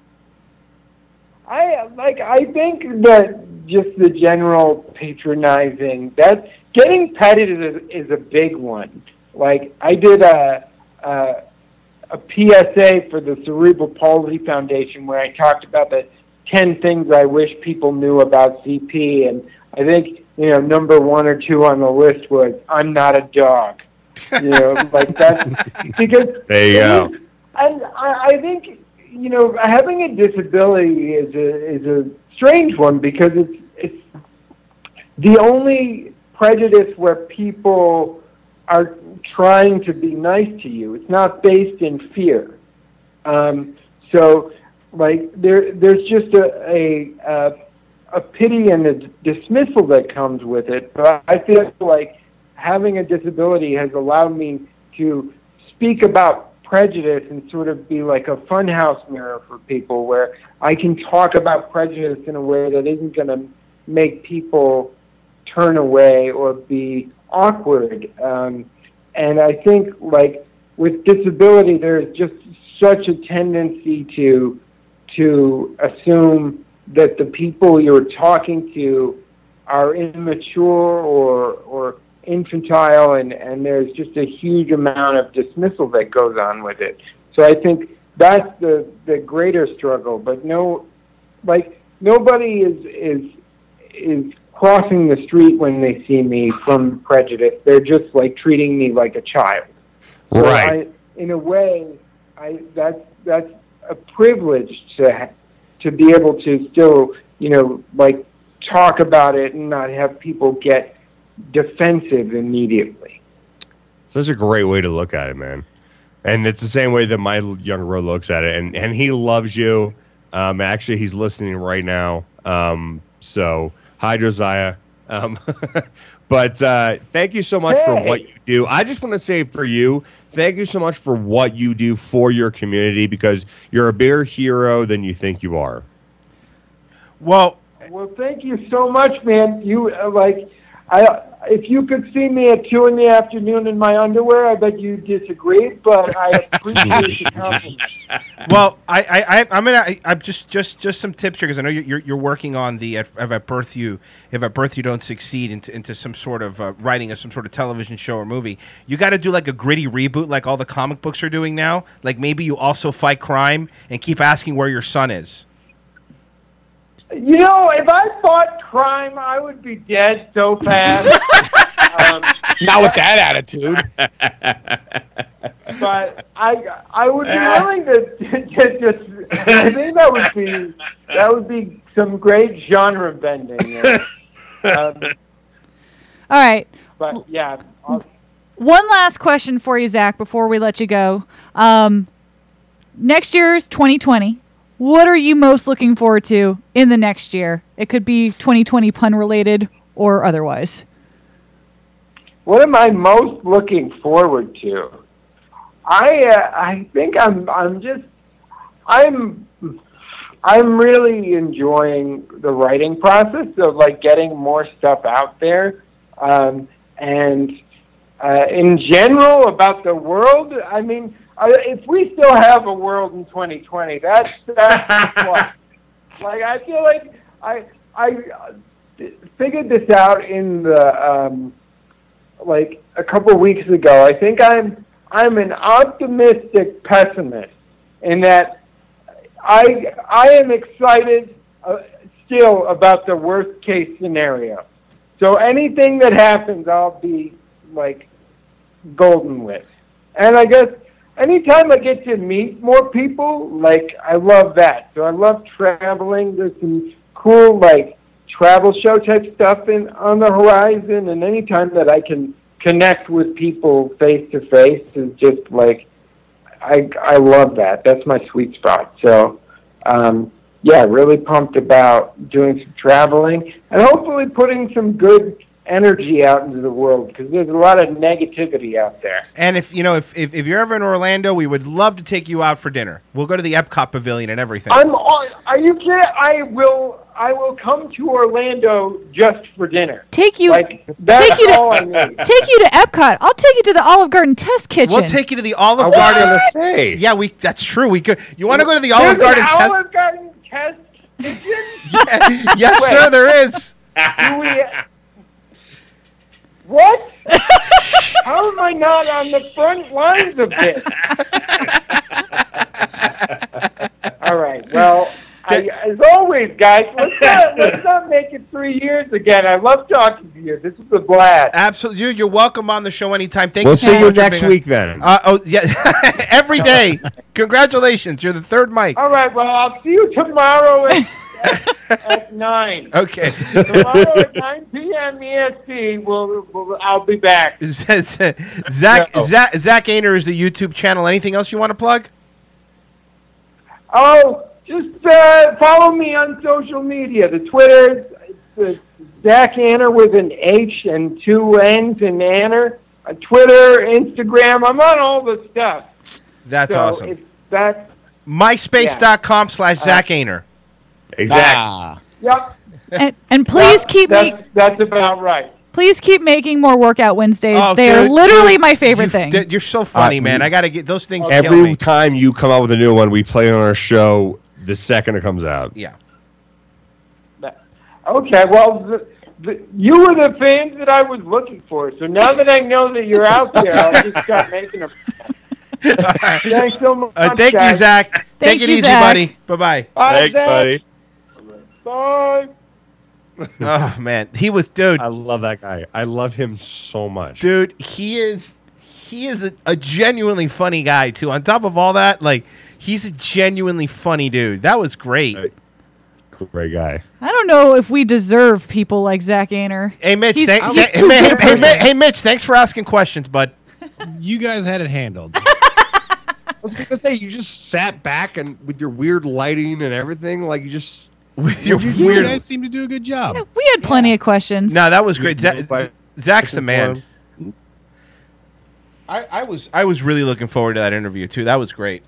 [SPEAKER 21] I like. I think that just the general patronizing that getting petted is a, is a big one. Like I did a, a a PSA for the Cerebral Palsy Foundation where I talked about the ten things I wish people knew about CP, and I think you know number one or two on the list was I'm not a dog. You know, like that because
[SPEAKER 14] There you go.
[SPEAKER 21] and I, I think you know having a disability is a is a strange one because it's it's the only prejudice where people are trying to be nice to you. It's not based in fear. Um, so like there there's just a a, a a pity and a dismissal that comes with it. But I feel like having a disability has allowed me to speak about prejudice and sort of be like a funhouse mirror for people where I can talk about prejudice in a way that isn't going to make people turn away or be awkward. Um, and I think, like, with disability, there's just such a tendency to to assume that the people you're talking to are immature or or infantile and and there's just a huge amount of dismissal that goes on with it so i think that's the the greater struggle but no like nobody is is is crossing the street when they see me from prejudice they're just like treating me like a child So I, in a way i that's that's a privilege to ha- to be able to still you know like talk about it and not have people get defensive immediately.
[SPEAKER 14] Such a great way to look at it, man. And it's the same way that my younger bro looks at it. And and he loves you. Um, actually, he's listening right now. Um, so hi, Josiah. Um, but uh, thank you so much for what you do. I just want to say for you, thank you so much for what you do for your community because you're a bigger hero than you think you are.
[SPEAKER 7] Well,
[SPEAKER 21] well, thank you so much, man. You uh, like, I if you could see me at two in the afternoon in my underwear, I bet you disagree. But I appreciate the compliment.
[SPEAKER 7] well, I, I, I, I'm gonna, I, I'm just, just, just some tips here because I know you're, you're, you're working on the if at birth you, if at birth you don't succeed into, into some sort of uh, writing of some sort of television show or movie. You got to do like a gritty reboot, like all the comic books are doing now. Like maybe you also fight crime and keep asking where your son is.
[SPEAKER 21] You know, if I fought crime, I would be dead so fast. um,
[SPEAKER 17] Not with that attitude.
[SPEAKER 21] but I I would be willing to, to just. I think that would be that would be some great genre bending. There. Um,
[SPEAKER 12] All right.
[SPEAKER 21] but yeah, I'll-
[SPEAKER 12] One last question for you, Zach, before we let you go. Um, next year is 2020. What are you most looking forward to in the next year? It could be 2020 pun related or otherwise.
[SPEAKER 21] What am I most looking forward to? I uh, I think I'm I'm just I'm I'm really enjoying the writing process of like getting more stuff out there, um, and uh, in general about the world. I mean, I, if we still have a world in 2020, that's that's what. like I feel like I I uh, d- figured this out in the. Um, like a couple weeks ago. I think I'm I'm an optimistic pessimist in that I I am excited uh, still about the worst case scenario. So anything that happens, I'll be like golden with. And I guess anytime I get to meet more people, like I love that. So I love traveling. There's some cool like travel show type stuff in on the horizon and anytime that I can connect with people face to face is just like I I love that. That's my sweet spot. So um, yeah, really pumped about doing some traveling and hopefully putting some good energy out into the world because there's a lot of negativity out there.
[SPEAKER 7] And if you know, if, if if you're ever in Orlando, we would love to take you out for dinner. We'll go to the Epcot Pavilion and everything.
[SPEAKER 21] I'm on. Are you kidding? I will. I will come to Orlando just for dinner.
[SPEAKER 12] Take you,
[SPEAKER 21] Like, that's
[SPEAKER 12] take you
[SPEAKER 21] all I
[SPEAKER 12] to,
[SPEAKER 21] need.
[SPEAKER 12] take you to Epcot. I'll take you to the Olive Garden test kitchen.
[SPEAKER 7] We'll take you to the Olive
[SPEAKER 21] I was
[SPEAKER 7] Garden.
[SPEAKER 21] gonna say.
[SPEAKER 7] Yeah, we. That's true. We could. You want to go to the
[SPEAKER 21] There's
[SPEAKER 7] Olive
[SPEAKER 21] an
[SPEAKER 7] Garden test?
[SPEAKER 21] Olive Garden test.
[SPEAKER 7] yes,
[SPEAKER 21] Wait.
[SPEAKER 7] sir. There is.
[SPEAKER 21] Do we- What? How am I not on the front lines of this? All right. Well, I, as always, guys, let's not, let's not make it three years again. I love talking to you. This is a blast.
[SPEAKER 7] Absolutely, Dude, you're welcome on the show anytime. Thank
[SPEAKER 14] we'll
[SPEAKER 7] you. so
[SPEAKER 14] see you
[SPEAKER 7] much for
[SPEAKER 14] next
[SPEAKER 7] being on.
[SPEAKER 14] week then.
[SPEAKER 7] Uh, oh yeah, every day. Congratulations, you're the third mic.
[SPEAKER 21] All right. Well, I'll see you tomorrow at, at, at nine.
[SPEAKER 7] Okay.
[SPEAKER 21] Tomorrow at nine p.m. EST. We'll, we'll I'll be back.
[SPEAKER 7] Zach, Zach,
[SPEAKER 21] No.
[SPEAKER 7] Zach, Zach Ainer is the YouTube channel. Anything else you want to plug?
[SPEAKER 21] Oh, just uh, follow me on social media. The Twitter, it's, uh, Zach Anner with an H and two N's in Anner. Uh, Twitter, Instagram. I'm on all the stuff.
[SPEAKER 7] That's
[SPEAKER 21] So
[SPEAKER 7] awesome.
[SPEAKER 21] It's, Uh-huh. that's
[SPEAKER 7] MySpace.com slash Zach Ainer.
[SPEAKER 21] Exact- yep.
[SPEAKER 12] And, and please keep me.
[SPEAKER 21] That's, that's about right.
[SPEAKER 12] Please keep making more workout Wednesdays.
[SPEAKER 7] Oh,
[SPEAKER 12] they are
[SPEAKER 7] dude,
[SPEAKER 12] literally
[SPEAKER 7] dude,
[SPEAKER 12] my favorite
[SPEAKER 7] you-
[SPEAKER 12] thing.
[SPEAKER 7] dude, You're so funny,
[SPEAKER 14] Uh,
[SPEAKER 7] man. I gotta get those things. Oh, kill
[SPEAKER 14] Every
[SPEAKER 7] me.
[SPEAKER 14] time you come out with a new one, we play it on our show the second it comes out.
[SPEAKER 7] Yeah.
[SPEAKER 21] Okay. Well, the, the, you were the fans that I was looking for. So now that I know that you're out there, I'll just start making them. Thanks so much.
[SPEAKER 7] Uh, thank you,
[SPEAKER 21] guys.
[SPEAKER 7] Zach. Take
[SPEAKER 21] Thank
[SPEAKER 7] it
[SPEAKER 21] you,
[SPEAKER 7] easy,
[SPEAKER 21] Zach.
[SPEAKER 7] buddy. Bye bye.
[SPEAKER 21] Bye, Thanks, Zach. buddy. Bye.
[SPEAKER 7] oh man, he was dude.
[SPEAKER 14] I love that guy. I love him so much.
[SPEAKER 7] dude he is he is a, a genuinely funny guy too on top of all that like he's a genuinely funny dude that was great
[SPEAKER 14] great guy
[SPEAKER 12] I don't know if we deserve people like Zach Ainer.
[SPEAKER 7] hey mitch
[SPEAKER 12] He's-
[SPEAKER 7] thank-
[SPEAKER 12] he's
[SPEAKER 7] hey,
[SPEAKER 12] too
[SPEAKER 7] hey,
[SPEAKER 12] good a
[SPEAKER 7] hey, hey,
[SPEAKER 12] person.
[SPEAKER 7] Mi- hey, mitch thanks for asking questions bud
[SPEAKER 5] You guys had it handled.
[SPEAKER 14] I was gonna say you just sat back and with your weird lighting and everything, like you just with
[SPEAKER 7] your
[SPEAKER 5] You
[SPEAKER 7] weird-
[SPEAKER 5] guys seem to do a good job.
[SPEAKER 12] We had plenty of questions.
[SPEAKER 7] no that was great Zach, zach's the man I, I was i was really looking forward to that interview too that was great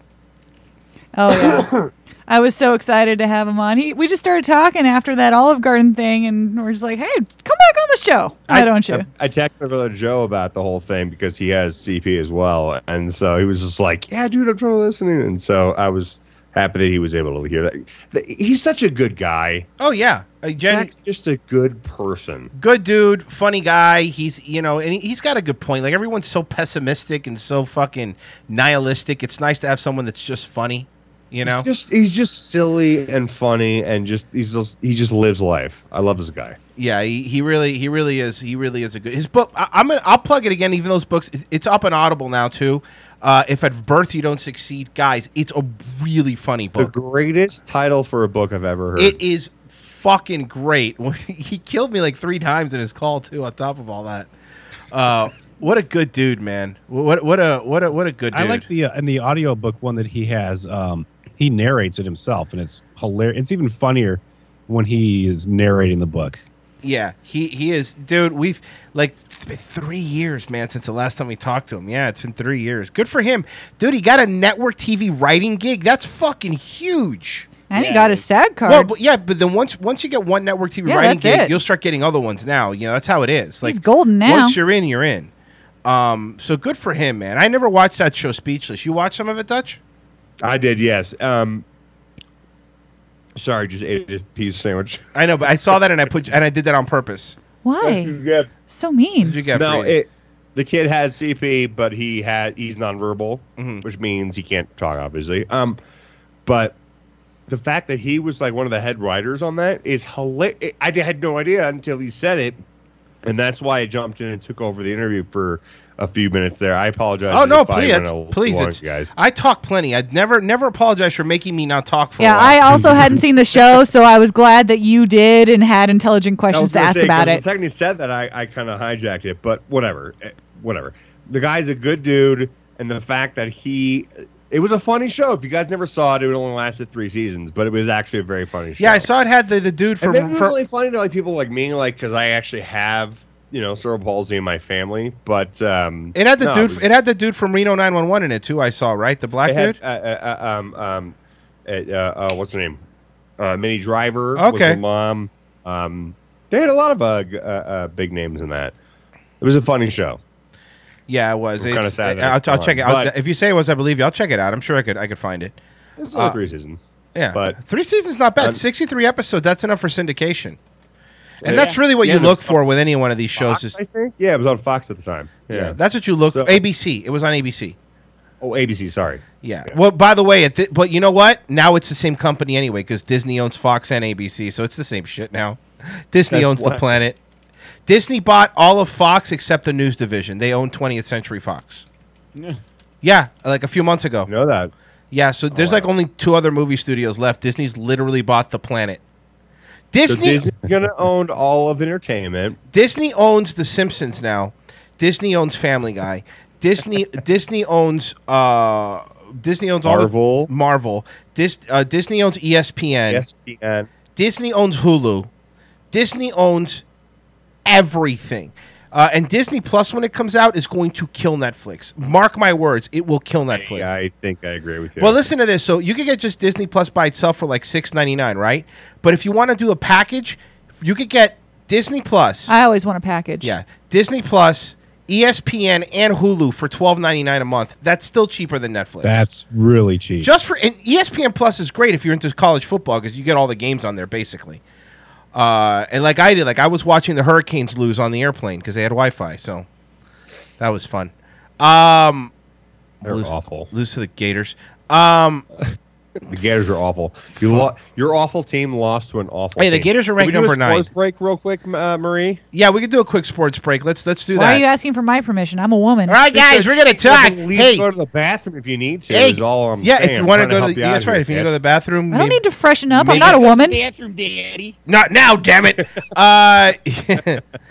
[SPEAKER 12] Oh yeah. I was so excited to have him on. He we just started talking after that Olive Garden thing and we're just like, "Hey, come back on the show." Why don't you?
[SPEAKER 14] I, I texted my brother Joe about the whole thing because he has CP as well, and so he was just like, "Yeah, dude, I'm totally listening," and so I was happy that he was able to hear that. Th- He's such a good guy.
[SPEAKER 7] oh yeah a gen-
[SPEAKER 14] Zach's just a good person.
[SPEAKER 7] good dude, funny guy. He's you know, and he- he's got a good point. Like everyone's so pessimistic and so fucking nihilistic. It's nice to have someone that's just funny. You know,
[SPEAKER 14] He's just he's just silly and funny, and just he's just he just lives life. I love this guy.
[SPEAKER 7] yeah. He, he really he really is he really is a good. His book. I, I'm gonna I'll plug it again. Even those books, it's- it's up on Audible now too. Uh, if at birth you don't succeed, guys, it's a really funny
[SPEAKER 14] The
[SPEAKER 7] book.
[SPEAKER 14] greatest title for a book I've ever heard.
[SPEAKER 7] It is fucking great. he killed me like three times in his call too. On top of all that, uh, what a good dude, man. What what a what a what a good dude.
[SPEAKER 5] I like the uh, and the audiobook one that he has. Um, he narrates it himself, and it's hilarious. It's even funnier when he is narrating the book.
[SPEAKER 7] Yeah, he he is, dude. We've like it's been three years, man, since the last time we talked to him. Yeah, it's been three years. Good for him, dude. He got a network TV writing gig. That's fucking huge.
[SPEAKER 12] And he got his SAG card.
[SPEAKER 7] Well, but yeah, but then once once you get one network TV
[SPEAKER 12] Yeah,
[SPEAKER 7] writing
[SPEAKER 12] that's
[SPEAKER 7] gig,
[SPEAKER 12] it.
[SPEAKER 7] you'll start getting other ones. Now, you know that's how it is. Like
[SPEAKER 12] He's golden now.
[SPEAKER 7] Once you're in, you're in. Um, so good for him, man. I never watched that show, Speechless. You watched some of it, Dutch?
[SPEAKER 14] I did, yes. Um, sorry, just ate a piece sandwich.
[SPEAKER 7] I know, but I saw that and I put and I did that on purpose.
[SPEAKER 12] Why?
[SPEAKER 14] Yeah.
[SPEAKER 12] So mean.
[SPEAKER 7] Did you get
[SPEAKER 14] No,
[SPEAKER 7] Freddie?
[SPEAKER 14] it, the kid has CP, but he had he's nonverbal,
[SPEAKER 7] Mm-hmm.
[SPEAKER 14] which means he can't talk, obviously. Um, but the fact that he was like one of the head writers on that is hilarious. I had no idea until he said it, and that's why I jumped in and took over the interview for a few minutes there. I apologize.
[SPEAKER 7] Oh no,
[SPEAKER 14] if I
[SPEAKER 7] please,
[SPEAKER 14] went a
[SPEAKER 7] it's-
[SPEAKER 14] little
[SPEAKER 7] please,
[SPEAKER 14] long,
[SPEAKER 7] it's,
[SPEAKER 14] guys.
[SPEAKER 7] I talk plenty. I'd never, never apologize for making me not talk for. a
[SPEAKER 12] Yeah,
[SPEAKER 7] while.
[SPEAKER 12] I also hadn't seen the show, so I was glad that you did and had intelligent
[SPEAKER 14] I was
[SPEAKER 12] questions
[SPEAKER 14] gonna
[SPEAKER 12] asked
[SPEAKER 14] say, 'cause
[SPEAKER 12] about
[SPEAKER 14] The
[SPEAKER 12] it.
[SPEAKER 14] second he said that, I, I kind of hijacked it, but whatever, Eh, whatever. The guy's a good dude, and the fact that he, it was a funny show. If you guys never saw it, it only lasted three seasons, but it was actually a very funny show.
[SPEAKER 7] yeah, I saw it had the, the dude
[SPEAKER 14] and
[SPEAKER 7] from.
[SPEAKER 14] maybe it was
[SPEAKER 7] from-
[SPEAKER 14] only funny to like people like me, like because I actually have you know cerebral palsy in my family, but um,
[SPEAKER 7] it had the
[SPEAKER 14] no,
[SPEAKER 7] dude.
[SPEAKER 14] was-
[SPEAKER 7] It had the dude from Reno 911 in it too. I saw right the black
[SPEAKER 14] it had,
[SPEAKER 7] dude.
[SPEAKER 14] uh, uh, uh, um, um, it, uh, uh, what's her name? Uh, Minnie Driver. Was
[SPEAKER 7] Okay.
[SPEAKER 14] her mom. Um, they had a lot of uh, g- uh, uh, big names in that. It was a funny show.
[SPEAKER 7] Yeah, it was.
[SPEAKER 14] I'm kinda
[SPEAKER 7] It's-
[SPEAKER 14] sad that
[SPEAKER 7] I'll,
[SPEAKER 14] it's
[SPEAKER 7] I'll
[SPEAKER 14] gone,
[SPEAKER 7] check it. I'll,
[SPEAKER 14] but-
[SPEAKER 7] if you say it was, I believe you. I'll check it out. I'm sure I could. I could find it.
[SPEAKER 14] It's only
[SPEAKER 7] Uh,
[SPEAKER 14] three seasons.
[SPEAKER 7] Yeah,
[SPEAKER 14] but
[SPEAKER 7] three seasons not bad.
[SPEAKER 14] Um,
[SPEAKER 7] Sixty-three episodes. That's enough for syndication. And
[SPEAKER 14] Yeah.
[SPEAKER 7] that's really what
[SPEAKER 14] Yeah,
[SPEAKER 7] you
[SPEAKER 14] the-
[SPEAKER 7] look for with any one of these shows. Is,
[SPEAKER 14] I think. Yeah, it was on Fox at the time. Yeah,
[SPEAKER 7] yeah, that's what you look. ABC. It was on ABC.
[SPEAKER 14] Oh, ABC. Sorry.
[SPEAKER 7] Yeah. Well, by the way, it di- but you know what? Now it's the same company anyway because Disney owns Fox and ABC, so it's the same shit now. Disney
[SPEAKER 14] That's
[SPEAKER 7] owns the
[SPEAKER 14] what-
[SPEAKER 7] planet. Disney bought all of Fox except the news division. They own 20th Century Fox. Yeah, like a few months ago.
[SPEAKER 14] know that. Oh,
[SPEAKER 7] Yeah, so there's like only two other movie studios left. Disney's literally bought the planet.
[SPEAKER 14] So
[SPEAKER 7] Disney
[SPEAKER 14] Disney's gonna own all of entertainment.
[SPEAKER 7] Disney owns The Simpsons now. Disney owns Family Guy. Disney Disney owns uh Disney owns all
[SPEAKER 14] Marvel. E
[SPEAKER 7] the, Marvel. Dis, uh, Disney owns ESPN.
[SPEAKER 14] ESPN.
[SPEAKER 7] Disney owns Hulu. Disney owns everything. Uh, and Disney Plus, when it comes out, is going to kill Netflix. Mark my words, it will kill Netflix.
[SPEAKER 14] I think I agree with you.
[SPEAKER 7] Well, listen to this. So you could get just Disney Plus by itself for like six ninety nine, right? But if you want to do a package, you could get Disney Plus.
[SPEAKER 12] I always want a package.
[SPEAKER 7] Yeah, Disney Plus, E ESPN, and Hulu for twelve ninety nine a month. That's still cheaper than Netflix.
[SPEAKER 5] That's really cheap.
[SPEAKER 7] Just for and E ESPN Plus is great if you're into college football because you get all the games on there basically. Uh, and like I did, like I was watching the Hurricanes lose on the airplane because they had Wi Fi, so that was fun. Um,
[SPEAKER 14] They're
[SPEAKER 7] lose-
[SPEAKER 14] awful.
[SPEAKER 7] Lose to the Gators. Um,
[SPEAKER 14] the Gators are awful. You lo- your awful team lost to an awful.
[SPEAKER 7] Hey, the
[SPEAKER 14] team.
[SPEAKER 7] Gators are
[SPEAKER 14] Can
[SPEAKER 7] ranked
[SPEAKER 14] we do a
[SPEAKER 7] number nine.
[SPEAKER 14] sports break real quick, M- uh, Marie.
[SPEAKER 7] Yeah, we could do a quick sports break. Let's let's do
[SPEAKER 12] Why
[SPEAKER 7] that.
[SPEAKER 12] are you asking for my permission? I'm a woman.
[SPEAKER 7] All right, guys, we're gonna talk.
[SPEAKER 14] Fucking leave,
[SPEAKER 7] Hey,
[SPEAKER 14] go to the bathroom if you need to.
[SPEAKER 7] Hey,
[SPEAKER 14] is all I'm
[SPEAKER 7] yeah,
[SPEAKER 14] saying.
[SPEAKER 7] if you
[SPEAKER 14] I'm
[SPEAKER 7] want to
[SPEAKER 14] trying
[SPEAKER 7] go
[SPEAKER 14] help
[SPEAKER 7] to, the,
[SPEAKER 14] you out
[SPEAKER 7] yeah, that's
[SPEAKER 14] here,
[SPEAKER 7] right. If you need to go to
[SPEAKER 14] guys.
[SPEAKER 7] the bathroom,
[SPEAKER 12] I don't
[SPEAKER 7] maybe-
[SPEAKER 12] need to freshen up. I'm
[SPEAKER 7] Maybe-
[SPEAKER 12] not a woman.
[SPEAKER 17] Bathroom, daddy.
[SPEAKER 7] Not now, damn it. uh,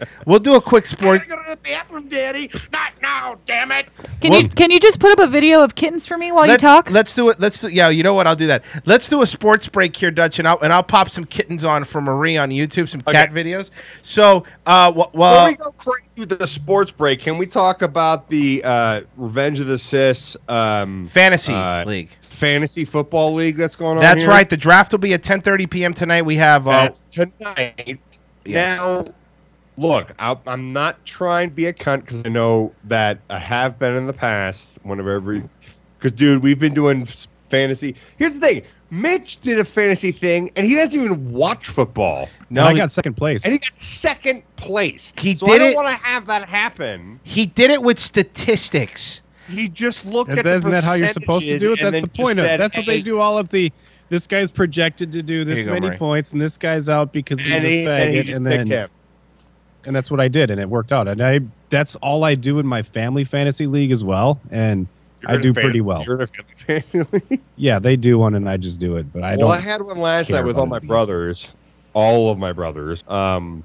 [SPEAKER 7] we'll do a quick sport.
[SPEAKER 13] Go to the bathroom, Daddy. Not now, damn it.
[SPEAKER 12] Can
[SPEAKER 7] Well-
[SPEAKER 12] you can you just put up a video of kittens for me while
[SPEAKER 7] let's,
[SPEAKER 12] you talk?
[SPEAKER 7] Let's do it. Let's do. Yeah, you know what? I'll do that. Let's do a sports break here, Dutch, and I'll and I'll pop some kittens on for Marie on YouTube, some cat videos. So, uh, wh-
[SPEAKER 14] Before
[SPEAKER 7] well,
[SPEAKER 14] we go crazy with the sports break, can we talk about the uh, Revenge of the Sis um,
[SPEAKER 7] fantasy
[SPEAKER 14] uh,
[SPEAKER 7] league,
[SPEAKER 14] fantasy football league that's going on?
[SPEAKER 7] that's
[SPEAKER 14] here?
[SPEAKER 7] right. The draft will be at 10:30 p.m. tonight. We have. Uh,
[SPEAKER 14] That's tonight.
[SPEAKER 7] Yes.
[SPEAKER 14] Now, look, I, I'm not trying to be a cunt because I know that I have been in the past. Whenever every, because dude, we've been doing s- fantasy. Here's the thing: Mitch did a fantasy thing, and he doesn't even watch football.
[SPEAKER 5] No, I got second place.
[SPEAKER 14] and he got second place.
[SPEAKER 7] He
[SPEAKER 14] so
[SPEAKER 7] did
[SPEAKER 14] I don't
[SPEAKER 7] it-
[SPEAKER 14] want to have that happen.
[SPEAKER 7] he did it with statistics.
[SPEAKER 14] He just looked
[SPEAKER 5] That-
[SPEAKER 14] at the
[SPEAKER 5] Isn't that how you're supposed to do it?
[SPEAKER 14] percentages and
[SPEAKER 5] That's
[SPEAKER 14] then
[SPEAKER 5] the
[SPEAKER 14] just
[SPEAKER 5] point of. it.
[SPEAKER 14] said,
[SPEAKER 5] That's what
[SPEAKER 14] "Hey,
[SPEAKER 5] they do. All of the this guy's projected to do this
[SPEAKER 7] you go,
[SPEAKER 5] many
[SPEAKER 7] Murray.
[SPEAKER 5] points, and this guy's out because he's
[SPEAKER 14] And
[SPEAKER 5] a
[SPEAKER 14] he- and he
[SPEAKER 5] faggot,
[SPEAKER 14] just
[SPEAKER 5] and
[SPEAKER 14] picked
[SPEAKER 5] then
[SPEAKER 14] him.
[SPEAKER 5] and that's what I did, and it worked out. And I that's all I do in my family fantasy league as well, and
[SPEAKER 14] you're
[SPEAKER 5] I
[SPEAKER 14] in a
[SPEAKER 5] do
[SPEAKER 14] fan-
[SPEAKER 5] pretty well.
[SPEAKER 14] You're in a fantasy league.
[SPEAKER 5] Yeah, they do one, and I just do it, but I
[SPEAKER 14] well,
[SPEAKER 5] don't.
[SPEAKER 14] I had one last
[SPEAKER 5] care
[SPEAKER 14] night with all
[SPEAKER 5] about
[SPEAKER 14] my
[SPEAKER 5] it.
[SPEAKER 14] brothers, all of my brothers. Um,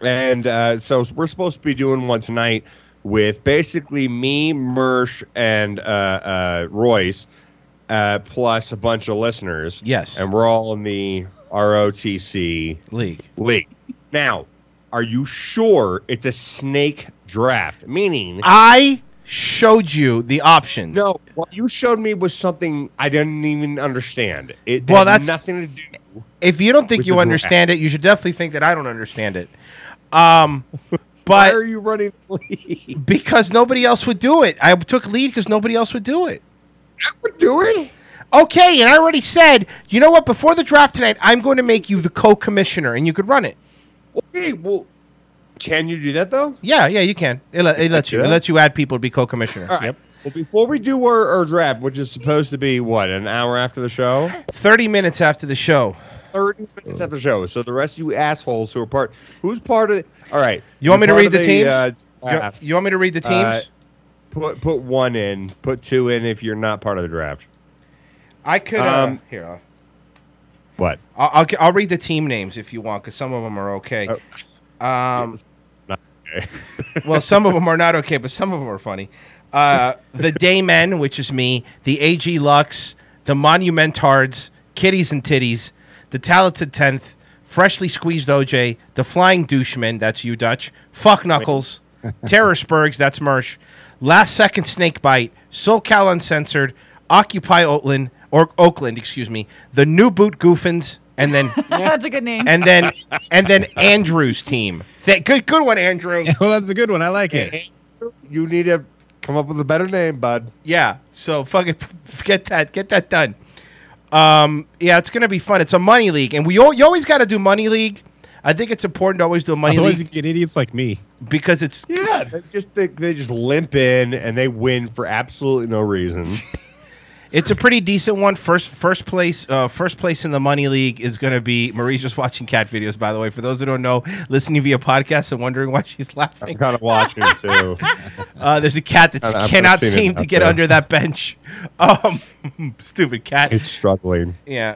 [SPEAKER 14] and uh, so we're supposed to be doing one tonight with basically me, Mersh, and uh, uh, Royce, uh, plus a bunch of listeners.
[SPEAKER 7] Yes.
[SPEAKER 14] and we're all in the ROTC
[SPEAKER 7] league.
[SPEAKER 14] League. Now, are you sure it's a snake draft? Meaning,
[SPEAKER 7] I showed you the options.
[SPEAKER 14] no, what you showed me was something I didn't even understand. It
[SPEAKER 7] Well,
[SPEAKER 14] had
[SPEAKER 7] that's-
[SPEAKER 14] nothing to do.
[SPEAKER 7] If you don't think
[SPEAKER 14] With
[SPEAKER 7] you
[SPEAKER 14] the
[SPEAKER 7] understand it, you should definitely think that I don't understand it. Um, but
[SPEAKER 14] Why are you running the league?
[SPEAKER 7] Because nobody else would do it. I took lead because nobody else would do it.
[SPEAKER 14] I would do it.
[SPEAKER 7] Okay, and I already said, you know what? Before the draft tonight, I'm going to make you the co-commissioner, and you could run it.
[SPEAKER 14] Okay, well, can you do that though?
[SPEAKER 7] Yeah, yeah, you can. It, le- it lets you. It
[SPEAKER 14] Yeah.
[SPEAKER 7] lets you add people to be co-commissioner.
[SPEAKER 14] All right. Well, before we do our, our draft, which is supposed to be what an hour after the show,
[SPEAKER 7] Thirty minutes after the show.
[SPEAKER 14] thirty minutes after the show. So the rest of you assholes who are part, who's part of? All right.
[SPEAKER 7] You want me to
[SPEAKER 14] You're
[SPEAKER 7] read
[SPEAKER 14] part of
[SPEAKER 7] the teams? You, you want me to read the teams?
[SPEAKER 14] Uh, put put one in. Put two in if you're not part of the draft.
[SPEAKER 7] I could. Uh,
[SPEAKER 14] um,
[SPEAKER 7] here, I'll,
[SPEAKER 14] What?
[SPEAKER 7] I'll, I'll I'll read the team names if you want, because some of them are okay. Um, well, some of them are not okay, but some of them are funny. Uh, the Daymen, which is me, the AG Lux, the Monumentards, Kitties and Titties, the Talented Tenth, Freshly Squeezed OJ, the Flying Doucheman, that's you, Dutch, Fuck Knuckles, Terror Spurgs, that's Mersh, Last Second Snake Bite, SoCal Uncensored, Occupy Oakland, or Oakland, excuse me, the New Boot Goofins, and then
[SPEAKER 12] That's a good name.
[SPEAKER 7] and then and then Andrew's team. Th- good good one, Andrew.
[SPEAKER 5] well, that's a good one. I like it.
[SPEAKER 14] You need to come up with a better name, bud.
[SPEAKER 7] Yeah. So fucking get that get that done. Um, yeah, it's gonna be fun. It's a money league, and we all, you always got to do money league. I think it's important to always do a money
[SPEAKER 5] Otherwise,
[SPEAKER 7] league
[SPEAKER 5] you get idiots like me.
[SPEAKER 7] because it's
[SPEAKER 14] Yeah, they just they, they just limp in and they win for absolutely no reason.
[SPEAKER 7] It's a pretty decent one. First, first place, uh, first place in the money league is going to be Marie's just watching cat videos. By the way, for those who don't know, listening via podcast and wondering why she's laughing.
[SPEAKER 14] I'm kind of watching too.
[SPEAKER 7] Uh, there's a cat that
[SPEAKER 14] I've- I've
[SPEAKER 7] cannot
[SPEAKER 14] seen it
[SPEAKER 7] seem to
[SPEAKER 14] out
[SPEAKER 7] get
[SPEAKER 14] there.
[SPEAKER 7] under that bench. Um, stupid cat.
[SPEAKER 14] It's struggling.
[SPEAKER 7] Yeah.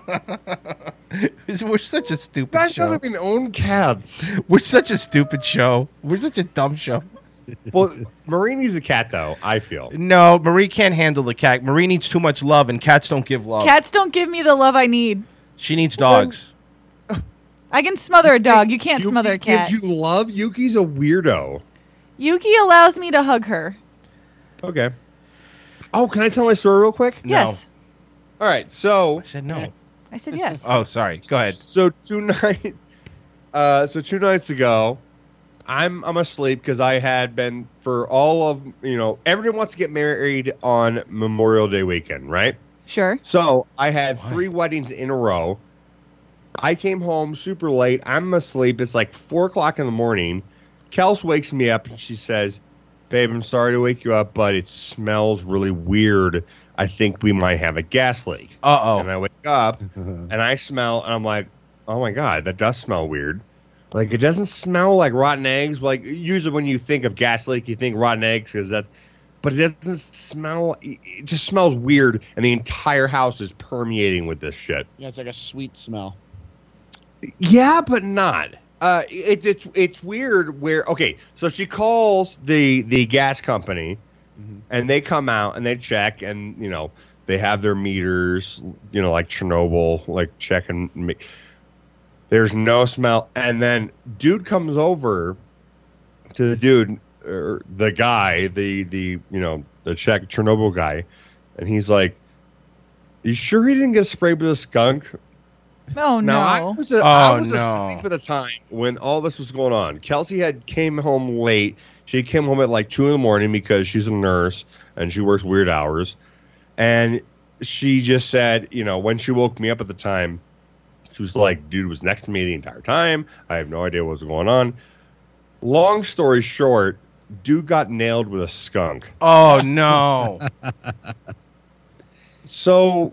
[SPEAKER 7] We're such a stupid
[SPEAKER 14] Guys
[SPEAKER 7] show.
[SPEAKER 14] don't even own cats.
[SPEAKER 7] We're such a stupid show. We're such a dumb show.
[SPEAKER 14] Well, Marini's a cat though. I feel.
[SPEAKER 7] No, Marie can't handle the cat. Marie needs too much love, and cats don't give love.
[SPEAKER 12] Cats don't give me the love I need.
[SPEAKER 7] She needs dogs.
[SPEAKER 12] I can smother a dog. You can't
[SPEAKER 14] Yuki
[SPEAKER 12] smother a cat.
[SPEAKER 14] Gives you love. Yuki's a weirdo.
[SPEAKER 12] Yuki allows me to hug her.
[SPEAKER 14] Okay. Oh, can I tell my story real quick?
[SPEAKER 12] Yes.
[SPEAKER 14] All right. So I
[SPEAKER 7] said no.
[SPEAKER 12] I said yes.
[SPEAKER 7] Oh, sorry. Go ahead.
[SPEAKER 14] So two night, uh, so two nights ago, I'm I'm asleep because I had been for all of you know everyone wants to get married on Memorial Day weekend, right?
[SPEAKER 12] Sure.
[SPEAKER 14] So I had three weddings in a row. I came home super late. I'm asleep. It's like four o'clock in the morning. Kels wakes me up and she says, Babe, I'm sorry to wake you up, but it smells really weird. I think we might have a gas leak.
[SPEAKER 7] Uh oh.
[SPEAKER 14] And I wake up and I smell and I'm like, Oh my God, that does smell weird. Like it doesn't smell like rotten eggs. Like usually when you think of gas leak, you think rotten eggs because that's but it doesn't smell it it just smells weird and the entire house is permeating with this shit
[SPEAKER 17] Yeah, it's like a sweet smell.
[SPEAKER 14] yeah but not uh it, it's it's weird where okay so she calls the the gas company Mm-hmm. and they come out and they check and you know they have their meters you know like chernobyl like checking me there's no smell and then dude comes over to the dude or the guy the the you know the czech chernobyl guy and he's like you sure he didn't get sprayed with a skunk
[SPEAKER 12] Oh no.
[SPEAKER 14] now I was, a, I
[SPEAKER 7] Oh,
[SPEAKER 14] was
[SPEAKER 7] no.
[SPEAKER 14] asleep at the time when all this was going on. Kelsey had came home late. She came home at like two in the morning because she's a nurse and she works weird hours. And she just said, you know, when she woke me up at the time, she was like, dude was next to me the entire time. I have no idea what was going on. Long story short, dude got nailed with a skunk.
[SPEAKER 7] Oh no.
[SPEAKER 14] So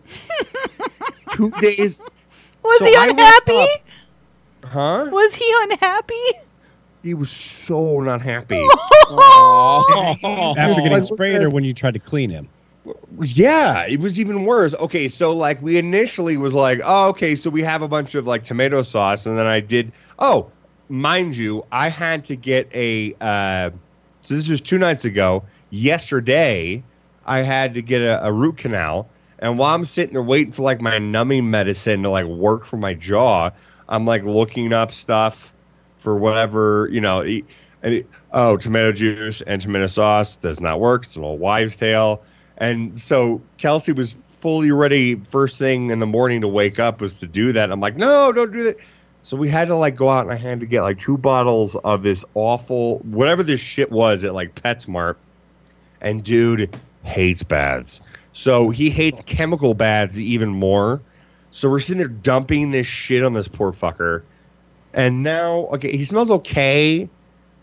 [SPEAKER 14] two days
[SPEAKER 12] Was
[SPEAKER 14] So
[SPEAKER 12] he
[SPEAKER 14] I wake
[SPEAKER 12] unhappy?
[SPEAKER 14] huh?
[SPEAKER 12] Was he unhappy?
[SPEAKER 14] He was so not happy. Oh,
[SPEAKER 5] After getting
[SPEAKER 14] Like,
[SPEAKER 5] sprayed or when you tried to clean him.
[SPEAKER 14] Yeah, it was even worse. Okay, so like we initially was like, oh, okay, so we have a bunch of like tomato sauce, and then I did. Oh, mind you, I had to get a. Uh, so this was two nights ago. Yesterday, I had to get a, a root canal, and while I'm sitting there waiting for like my numbing medicine to like work for my jaw, I'm like looking up stuff for whatever you know. e- And it- oh, tomato juice and tomato sauce does not work. It's an old wives' tale. And so Kelsey was fully ready first thing in the morning to wake up was to do that. I'm like, no, don't do that. So we had to like go out and I had to get like two bottles of this awful whatever this shit was at like PetSmart. And dude hates baths. So he hates chemical baths even more. So we're sitting there dumping this shit on this poor fucker. And now, okay, he smells okay,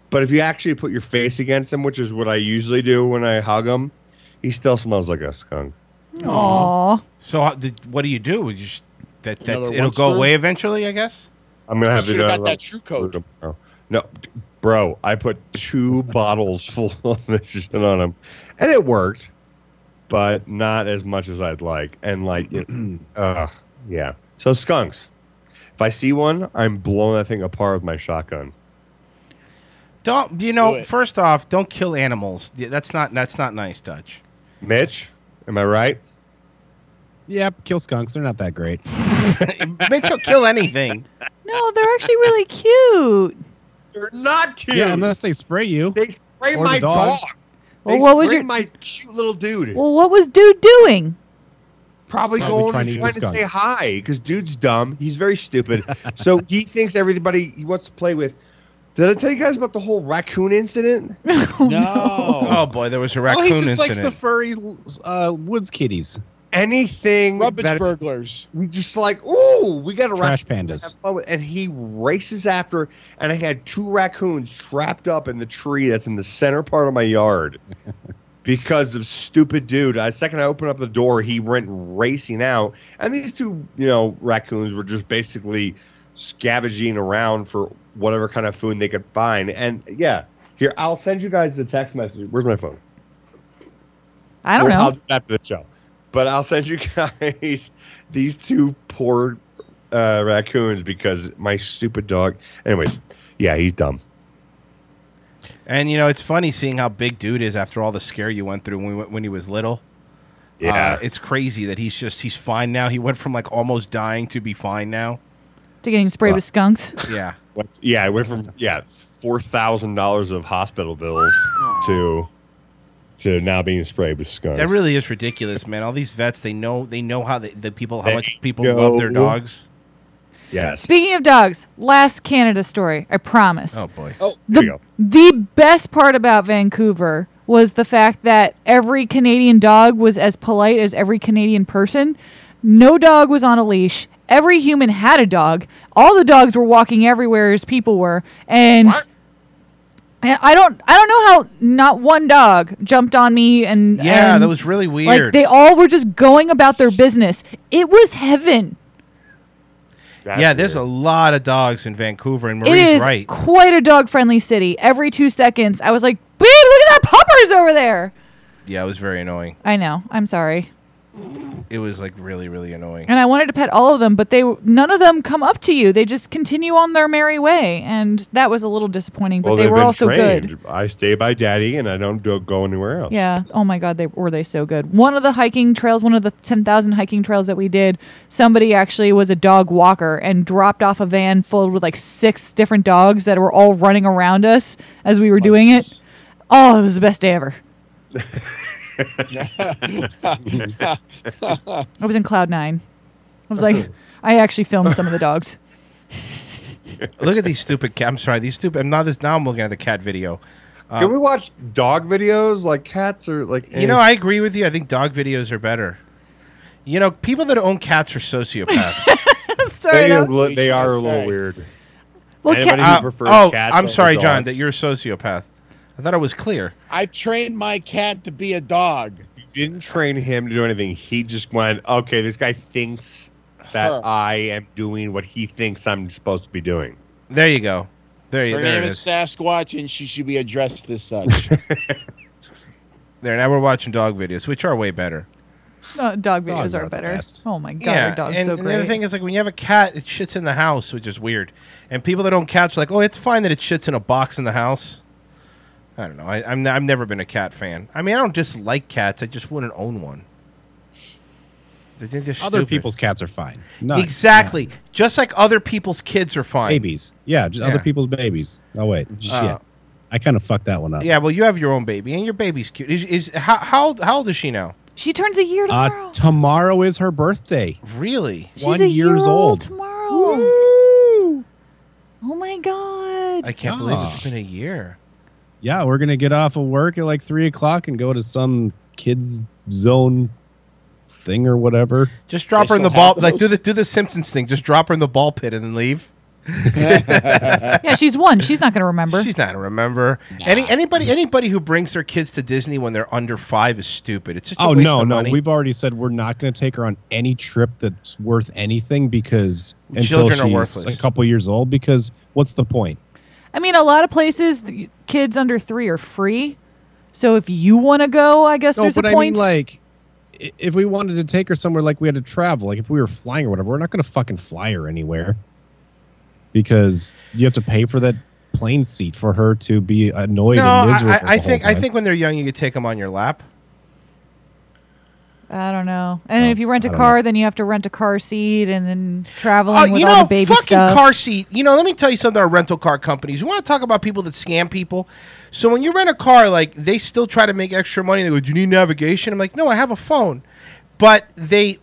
[SPEAKER 14] but if you actually put your face against him, which is what I usually do when I hug him, he still smells like a skunk.
[SPEAKER 12] Aww.
[SPEAKER 7] So how, did, what do you do? You just, that, that
[SPEAKER 14] Another
[SPEAKER 7] it'll
[SPEAKER 14] one-star?
[SPEAKER 7] go away eventually, I guess.
[SPEAKER 14] I'm gonna have to
[SPEAKER 17] Should've
[SPEAKER 14] do
[SPEAKER 17] got that true coat.
[SPEAKER 14] tomorrow. No, d- bro, I put two bottles full of this shit on him, and it worked, but not as much as I'd like. And like, it, ugh, yeah. So skunks. If I see one, I'm blowing that thing apart with my shotgun.
[SPEAKER 7] Don't you know? First off, don't kill animals. Yeah, That's not that's not nice, Dutch.
[SPEAKER 14] Mitch, am I right?
[SPEAKER 5] Yep, kill skunks. They're not that great.
[SPEAKER 7] Mitch will kill anything.
[SPEAKER 12] No, they're actually really cute.
[SPEAKER 20] They're not cute.
[SPEAKER 5] Yeah, unless they spray you.
[SPEAKER 20] They spray
[SPEAKER 5] Or
[SPEAKER 20] my
[SPEAKER 5] the dog.
[SPEAKER 20] dog.
[SPEAKER 12] Well,
[SPEAKER 20] They
[SPEAKER 12] what was
[SPEAKER 20] sprayed
[SPEAKER 12] your-
[SPEAKER 20] my cute little dude?
[SPEAKER 12] Well, what was dude doing?
[SPEAKER 14] probably,
[SPEAKER 20] Probably trying
[SPEAKER 14] going trying
[SPEAKER 20] to
[SPEAKER 14] to,
[SPEAKER 20] eat
[SPEAKER 14] trying
[SPEAKER 20] the
[SPEAKER 14] to
[SPEAKER 20] skunk.
[SPEAKER 14] say hi because dude's dumb. He's very stupid. so he thinks everybody he wants to play with. Did I tell you guys about the whole raccoon incident?
[SPEAKER 17] No.
[SPEAKER 7] Oh boy, there was a
[SPEAKER 17] Oh,
[SPEAKER 7] raccoon
[SPEAKER 17] he just
[SPEAKER 7] incident.
[SPEAKER 17] likes the
[SPEAKER 5] furry uh, woods kitties.
[SPEAKER 14] Anything
[SPEAKER 17] Rubbish
[SPEAKER 14] that is-
[SPEAKER 17] burglars.
[SPEAKER 14] We just like, ooh, we got to
[SPEAKER 5] Trash
[SPEAKER 14] rescue him and
[SPEAKER 5] pandas.
[SPEAKER 14] have fun with-" And he races after, and I had two raccoons trapped up in the tree that's in the center part of my yard because of stupid dude. I second I opened up the door, he went racing out, and these two, you know, raccoons were just basically scavenging around for whatever kind of food they could find. And yeah, here I'll send you guys the text message. Where's my phone?
[SPEAKER 12] I don't
[SPEAKER 14] Well,
[SPEAKER 12] know.
[SPEAKER 14] I'll do that after the show. But I'll send you guys these two poor uh, raccoons because my stupid dog. Anyways, yeah, he's dumb.
[SPEAKER 7] And you know, it's funny seeing how big dude is after all the scare you went through when, we went, when he was little. Uh,
[SPEAKER 14] Yeah.
[SPEAKER 7] it's crazy that he's just he's fine now. He went from like almost dying to be fine now.
[SPEAKER 12] To getting sprayed with skunks.
[SPEAKER 7] Yeah.
[SPEAKER 14] What? Yeah, I went from yeah four thousand dollars of hospital bills to to now being sprayed with skunk.
[SPEAKER 7] That really is ridiculous, man. All these vets, they know they know how they, the people how
[SPEAKER 14] They
[SPEAKER 7] much people
[SPEAKER 14] know.
[SPEAKER 7] love their dogs.
[SPEAKER 14] yes.
[SPEAKER 12] Speaking of dogs, last Canada story, I promise.
[SPEAKER 7] Oh boy.
[SPEAKER 14] Oh,
[SPEAKER 12] the, the best part about Vancouver was the fact that every Canadian dog was as polite as every Canadian person. No dog was on a leash. Every human had a dog. All the dogs were walking everywhere as people were. And and I don't I don't know how not one dog jumped on me and
[SPEAKER 7] Yeah,
[SPEAKER 12] and,
[SPEAKER 7] that was really
[SPEAKER 12] Like
[SPEAKER 7] weird.
[SPEAKER 12] they all were just going about their business. It was heaven.
[SPEAKER 7] yeah, there's a lot of dogs in Vancouver, and
[SPEAKER 12] it
[SPEAKER 7] Marie's
[SPEAKER 12] is
[SPEAKER 7] right.
[SPEAKER 12] quite a dog friendly city. Every two seconds, I was like, "Babe, look at that puppers over there."
[SPEAKER 7] Yeah, it was very annoying.
[SPEAKER 12] I know. I'm sorry.
[SPEAKER 7] It was like really, really annoying.
[SPEAKER 12] And I wanted to pet all of them, but they none of them come up to you. They just continue on their merry way, and that was a little disappointing. But they
[SPEAKER 14] they've
[SPEAKER 12] were
[SPEAKER 14] been
[SPEAKER 12] also good.
[SPEAKER 14] trained. I stay by daddy and I don't do, go anywhere else.
[SPEAKER 12] Yeah. Oh my God, they were they so good. One of the hiking trails, one of the ten thousand hiking trails that we did, somebody actually was a dog walker and dropped off a van filled with like six different dogs that were all running around us as we were doing it. Oh, it was the best day ever. I was in cloud nine. I was like, I actually filmed some of the dogs.
[SPEAKER 7] Look at these stupid. Cat. I'm sorry, these stupid. I'm not this. Now I'm looking at the cat video. Um,
[SPEAKER 14] Can we watch dog videos like cats or like?
[SPEAKER 7] You know, I agree with you. I think dog videos are better. You know, people that own cats are sociopaths.
[SPEAKER 12] Sorry,
[SPEAKER 14] they,
[SPEAKER 12] no.
[SPEAKER 14] are, li- they are a little
[SPEAKER 7] say?
[SPEAKER 14] weird.
[SPEAKER 12] Well, ca-
[SPEAKER 14] Anybody
[SPEAKER 7] Uh,
[SPEAKER 14] who prefers
[SPEAKER 7] oh,
[SPEAKER 14] cats
[SPEAKER 7] I'm
[SPEAKER 14] over
[SPEAKER 7] sorry, John,
[SPEAKER 14] dogs-
[SPEAKER 7] that you're a sociopath. I thought it was clear.
[SPEAKER 17] I trained my cat to be a dog.
[SPEAKER 14] didn't train him to do anything. He just went, okay, this guy thinks that
[SPEAKER 17] Huh.
[SPEAKER 14] I am doing what he thinks I'm supposed to be doing.
[SPEAKER 7] There you go. There you
[SPEAKER 17] Her
[SPEAKER 7] there
[SPEAKER 17] name
[SPEAKER 7] it
[SPEAKER 17] is
[SPEAKER 7] is.
[SPEAKER 17] Sasquatch, and she should be addressed as such.
[SPEAKER 7] There now we're watching dog videos, which are way better.
[SPEAKER 12] Uh, dog videos
[SPEAKER 7] Dogs
[SPEAKER 12] are,
[SPEAKER 7] are the
[SPEAKER 12] better.
[SPEAKER 7] best.
[SPEAKER 12] Oh my god, our dog's
[SPEAKER 7] and,
[SPEAKER 12] so
[SPEAKER 7] and
[SPEAKER 12] great.
[SPEAKER 7] the other thing is like when you have a cat, it shits in the house, which is weird. And people that own cats are like, oh, it's fine that it shits in a box in the house. I don't know. I, I'm I've never been a cat fan. I mean, I don't dislike cats. I just wouldn't own one. They think they're
[SPEAKER 5] Other
[SPEAKER 7] stupid.
[SPEAKER 5] people's cats are fine. Not-
[SPEAKER 7] exactly. Just like other people's kids are fine.
[SPEAKER 5] Babies. Yeah, just other
[SPEAKER 7] Yeah.
[SPEAKER 5] people's babies. Oh wait, shit.
[SPEAKER 7] Uh,
[SPEAKER 5] I kind of fucked that one up.
[SPEAKER 7] Yeah, well, you have your own baby, and your baby's cute. Is, is how how old, how old is she now?
[SPEAKER 12] she turns a year tomorrow.
[SPEAKER 5] Uh, tomorrow is her birthday.
[SPEAKER 7] Really?
[SPEAKER 12] She's
[SPEAKER 5] One
[SPEAKER 12] a
[SPEAKER 5] years
[SPEAKER 12] year
[SPEAKER 5] old.
[SPEAKER 12] tomorrow. Oh my god!
[SPEAKER 7] I can't believe it's been a year.
[SPEAKER 5] Yeah, we're gonna get off of work at like three o'clock and go to some kids zone thing or whatever.
[SPEAKER 7] Just drop
[SPEAKER 5] They
[SPEAKER 7] her in the
[SPEAKER 5] still
[SPEAKER 7] ball.
[SPEAKER 5] have
[SPEAKER 7] Like do
[SPEAKER 5] those?
[SPEAKER 7] the do the Simpsons thing. Just drop her in the ball pit and then leave.
[SPEAKER 12] yeah, she's one. She's not going to remember.
[SPEAKER 7] She's not a remember. Any anybody anybody who brings their kids to Disney when they're under five is stupid. It's such a
[SPEAKER 5] oh
[SPEAKER 7] waste
[SPEAKER 5] no,
[SPEAKER 7] of
[SPEAKER 5] no,
[SPEAKER 7] money.
[SPEAKER 5] we've already said we're not gonna take her on any trip that's worth anything because until
[SPEAKER 7] Children are
[SPEAKER 5] she's
[SPEAKER 7] worthless.
[SPEAKER 5] a couple years old. Because what's the point?
[SPEAKER 12] I mean, a lot of places the kids under three are free. So if you want to go, I guess
[SPEAKER 5] no,
[SPEAKER 12] there's
[SPEAKER 5] but
[SPEAKER 12] a
[SPEAKER 5] I mean,
[SPEAKER 12] point.
[SPEAKER 5] like, i- if we wanted to take her somewhere, like we had to travel, like if we were flying or whatever, we're not going to fucking fly her anywhere because you have to pay for that plane seat for her to be annoyed
[SPEAKER 7] No,
[SPEAKER 5] and miserable.
[SPEAKER 7] I, I, I
[SPEAKER 5] the whole
[SPEAKER 7] think I
[SPEAKER 5] time.
[SPEAKER 7] think when they're young, you could take them on your lap.
[SPEAKER 12] I don't know. And if you rent a
[SPEAKER 7] I don't know.
[SPEAKER 12] car, then you have to rent a car seat and then traveling
[SPEAKER 7] Oh,
[SPEAKER 12] with
[SPEAKER 7] you
[SPEAKER 12] all
[SPEAKER 7] know,
[SPEAKER 12] the baby
[SPEAKER 7] fucking
[SPEAKER 12] stuff.
[SPEAKER 7] car seat. You know, let me tell you something about rental car companies. You want to talk about people that scam people? So when you rent a car, like they still try to make extra money. They go, "Do you need navigation?" I'm like, "No, I have a phone." But they,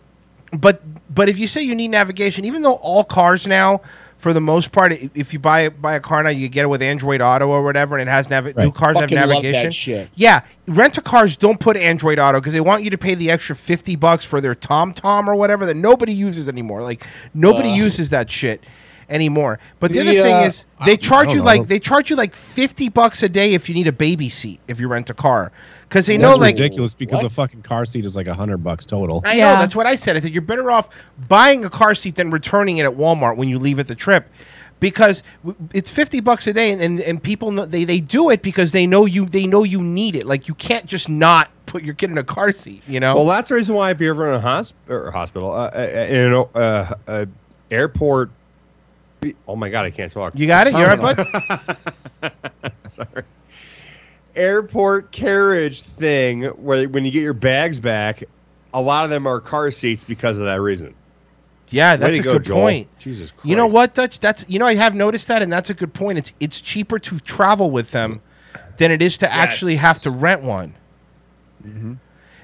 [SPEAKER 7] but but if you say you need navigation, even though all cars now, for the most part, i- if you buy buy a car now, you get it with Android Auto or whatever, and it has nav- new cars
[SPEAKER 17] Fucking
[SPEAKER 7] have
[SPEAKER 17] love that
[SPEAKER 7] navigation.
[SPEAKER 17] shit.
[SPEAKER 7] Yeah, rent a cars don't put Android Auto because they want you to pay the extra fifty bucks for their TomTom or whatever that nobody uses anymore. Like nobody
[SPEAKER 17] Ugh.
[SPEAKER 7] uses that shit anymore. But
[SPEAKER 17] The,
[SPEAKER 7] the, other thing
[SPEAKER 17] uh,
[SPEAKER 7] is they
[SPEAKER 17] I- I
[SPEAKER 7] charge
[SPEAKER 17] don't
[SPEAKER 7] you
[SPEAKER 17] know.
[SPEAKER 7] like they charge you like fifty bucks a day if you need a baby seat if you rent a car because they
[SPEAKER 5] That's
[SPEAKER 7] know like
[SPEAKER 5] ridiculous because a fucking car seat is like a hundred bucks total.
[SPEAKER 7] I know that's what I said. I said you're better off buying a car seat than returning it at Walmart when you leave at the trip, because w- it's fifty bucks a day, and and, and people know, they they do it because they know you they know you need it. Like you can't just not put your kid in a car seat. You know.
[SPEAKER 14] Well, that's the reason why if you're ever in a hosp- or hospital, uh, uh, in an o- uh, uh, airport. be- Oh my god, I can't talk.
[SPEAKER 7] You got it? You all right,
[SPEAKER 14] Sorry. Airport carriage thing where when you get your bags back, a lot of them are car seats because of that reason.
[SPEAKER 7] Yeah,
[SPEAKER 14] Way
[SPEAKER 7] that's
[SPEAKER 14] to
[SPEAKER 7] a
[SPEAKER 14] go,
[SPEAKER 7] good
[SPEAKER 14] Joel.
[SPEAKER 7] point.
[SPEAKER 14] Jesus Christ.
[SPEAKER 7] You know what, Dutch? That's you know I have noticed that, and that's a good point. It's it's cheaper to travel with them than it is to actually have to rent one.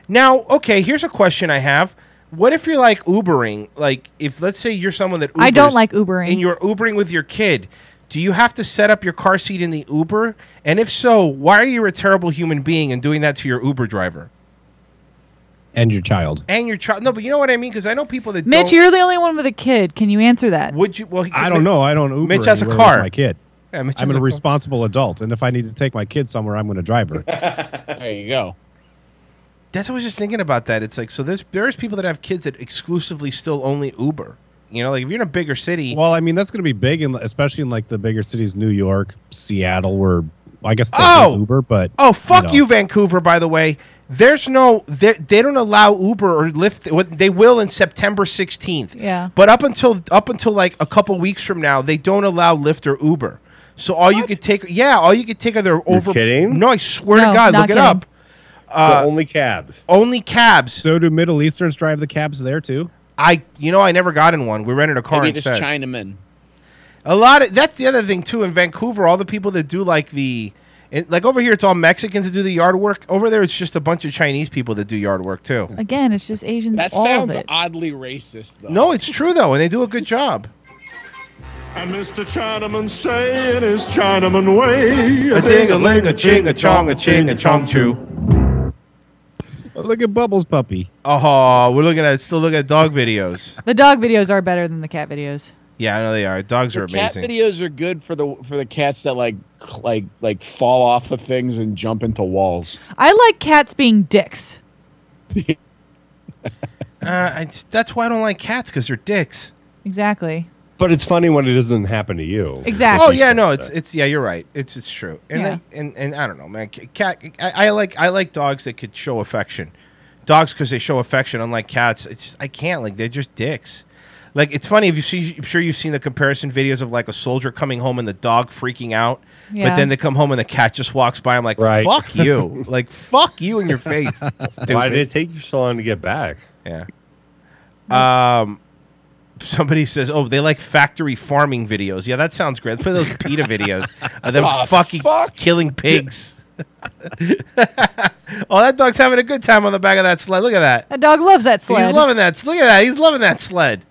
[SPEAKER 7] Now, okay, here's a question I have. What if you're like Ubering? Like, if let's say you're someone that Ubers,
[SPEAKER 12] I don't like Ubering.
[SPEAKER 7] and you're Ubering with your kid, do you have to set up your car seat in the Uber? And if so, why are you a terrible human being and doing that to your Uber driver
[SPEAKER 5] and your child?
[SPEAKER 7] and your child? No, but you know what I mean because I know people that
[SPEAKER 12] Mitch,
[SPEAKER 7] don't-
[SPEAKER 12] you're the only one with a kid. Can you answer that?
[SPEAKER 7] Would you? Well,
[SPEAKER 5] I don't know. I don't Uber.
[SPEAKER 7] Mitch has a
[SPEAKER 5] anywhere
[SPEAKER 7] car.
[SPEAKER 5] With my kid.
[SPEAKER 7] Yeah, Mitch
[SPEAKER 5] I'm
[SPEAKER 7] has
[SPEAKER 5] a
[SPEAKER 7] a car.
[SPEAKER 5] responsible adult, and if I need to take my kid somewhere, I'm going to drive her.
[SPEAKER 7] there you go. That's what I was just thinking about that. It's like so there's there's people that have kids that exclusively still only Uber. You know, like if you're in a bigger city,
[SPEAKER 5] Well, I mean, that's going to be big, in, especially in like the bigger cities, New York, Seattle, where I guess they
[SPEAKER 7] Oh!
[SPEAKER 5] have Uber, but
[SPEAKER 7] Oh fuck you,
[SPEAKER 5] know.
[SPEAKER 7] Vancouver! By the way, there's no they, they don't allow Uber or Lyft. what- They will in September 16th.
[SPEAKER 12] Yeah.
[SPEAKER 7] But up until up until like a couple weeks from now, they don't allow Lyft or Uber. So all you could take, yeah, all you could take are their over.
[SPEAKER 14] kidding?
[SPEAKER 7] No, I swear
[SPEAKER 14] No,
[SPEAKER 7] to God,
[SPEAKER 14] not
[SPEAKER 7] look
[SPEAKER 14] kidding.
[SPEAKER 7] it up. Uh,
[SPEAKER 14] so only cabs.
[SPEAKER 7] Only cabs.
[SPEAKER 5] So do Middle Easterns drive the cabs there too?
[SPEAKER 7] I, you know, I never got in one. We rented a car
[SPEAKER 17] Maybe this
[SPEAKER 7] instead.
[SPEAKER 17] Chinaman.
[SPEAKER 7] A lot of that's the other thing too in Vancouver. All the people that do like the it, like over here, it's all Mexicans that do the yard work. Over there, it's just a bunch of Chinese people that do yard work too.
[SPEAKER 12] Again, it's just Asians.
[SPEAKER 17] That
[SPEAKER 12] all
[SPEAKER 17] sounds
[SPEAKER 12] of it.
[SPEAKER 17] oddly racist, though.
[SPEAKER 7] No, it's true though, and they do a good job.
[SPEAKER 13] And Mr. Chinaman say in his Chinaman way.
[SPEAKER 7] A ding a ling a ching a chong a ching a chong chu.
[SPEAKER 5] Look at Bubbles Puppy.
[SPEAKER 7] Oh, we're looking at still looking at dog videos.
[SPEAKER 12] The dog videos are better than the cat videos.
[SPEAKER 7] Yeah, I know they are. Dogs are
[SPEAKER 17] Cat
[SPEAKER 7] amazing.
[SPEAKER 17] videos are good for the for the cats that like cl- like like fall off of things and jump into walls.
[SPEAKER 12] I like cats being dicks.
[SPEAKER 7] Uh, it's, that's why I don't like cats because they're dicks.
[SPEAKER 12] Exactly.
[SPEAKER 14] But it's funny when it doesn't happen to you.
[SPEAKER 12] Exactly.
[SPEAKER 7] Oh yeah, no, it's it's yeah, you're right. It's it's true. And
[SPEAKER 12] Yeah.
[SPEAKER 7] like, and and I don't know, man. C- Cat, I, I like I like dogs that could show affection. Dogs because they show affection, unlike cats. It's just, I can't like they're just dicks. Like it's funny if you see, I'm sure you've seen the comparison videos of like a soldier coming home and the dog freaking out,
[SPEAKER 12] Yeah.
[SPEAKER 7] but then they come home and the cat just walks by. I'm like, fuck you, like fuck you in your face.
[SPEAKER 14] Why did
[SPEAKER 7] stupid.
[SPEAKER 14] it take you so long to get back?
[SPEAKER 7] Yeah. Um, somebody says, "Oh, they like factory farming videos." Yeah, that sounds great. Let's play those PETA videos of them
[SPEAKER 13] Oh,
[SPEAKER 7] fucking killing pigs. oh, that dog's having a good time on the back of that sled. Look at that.
[SPEAKER 12] That dog loves that sled.
[SPEAKER 7] He's loving that. Look at that. He's loving that sled.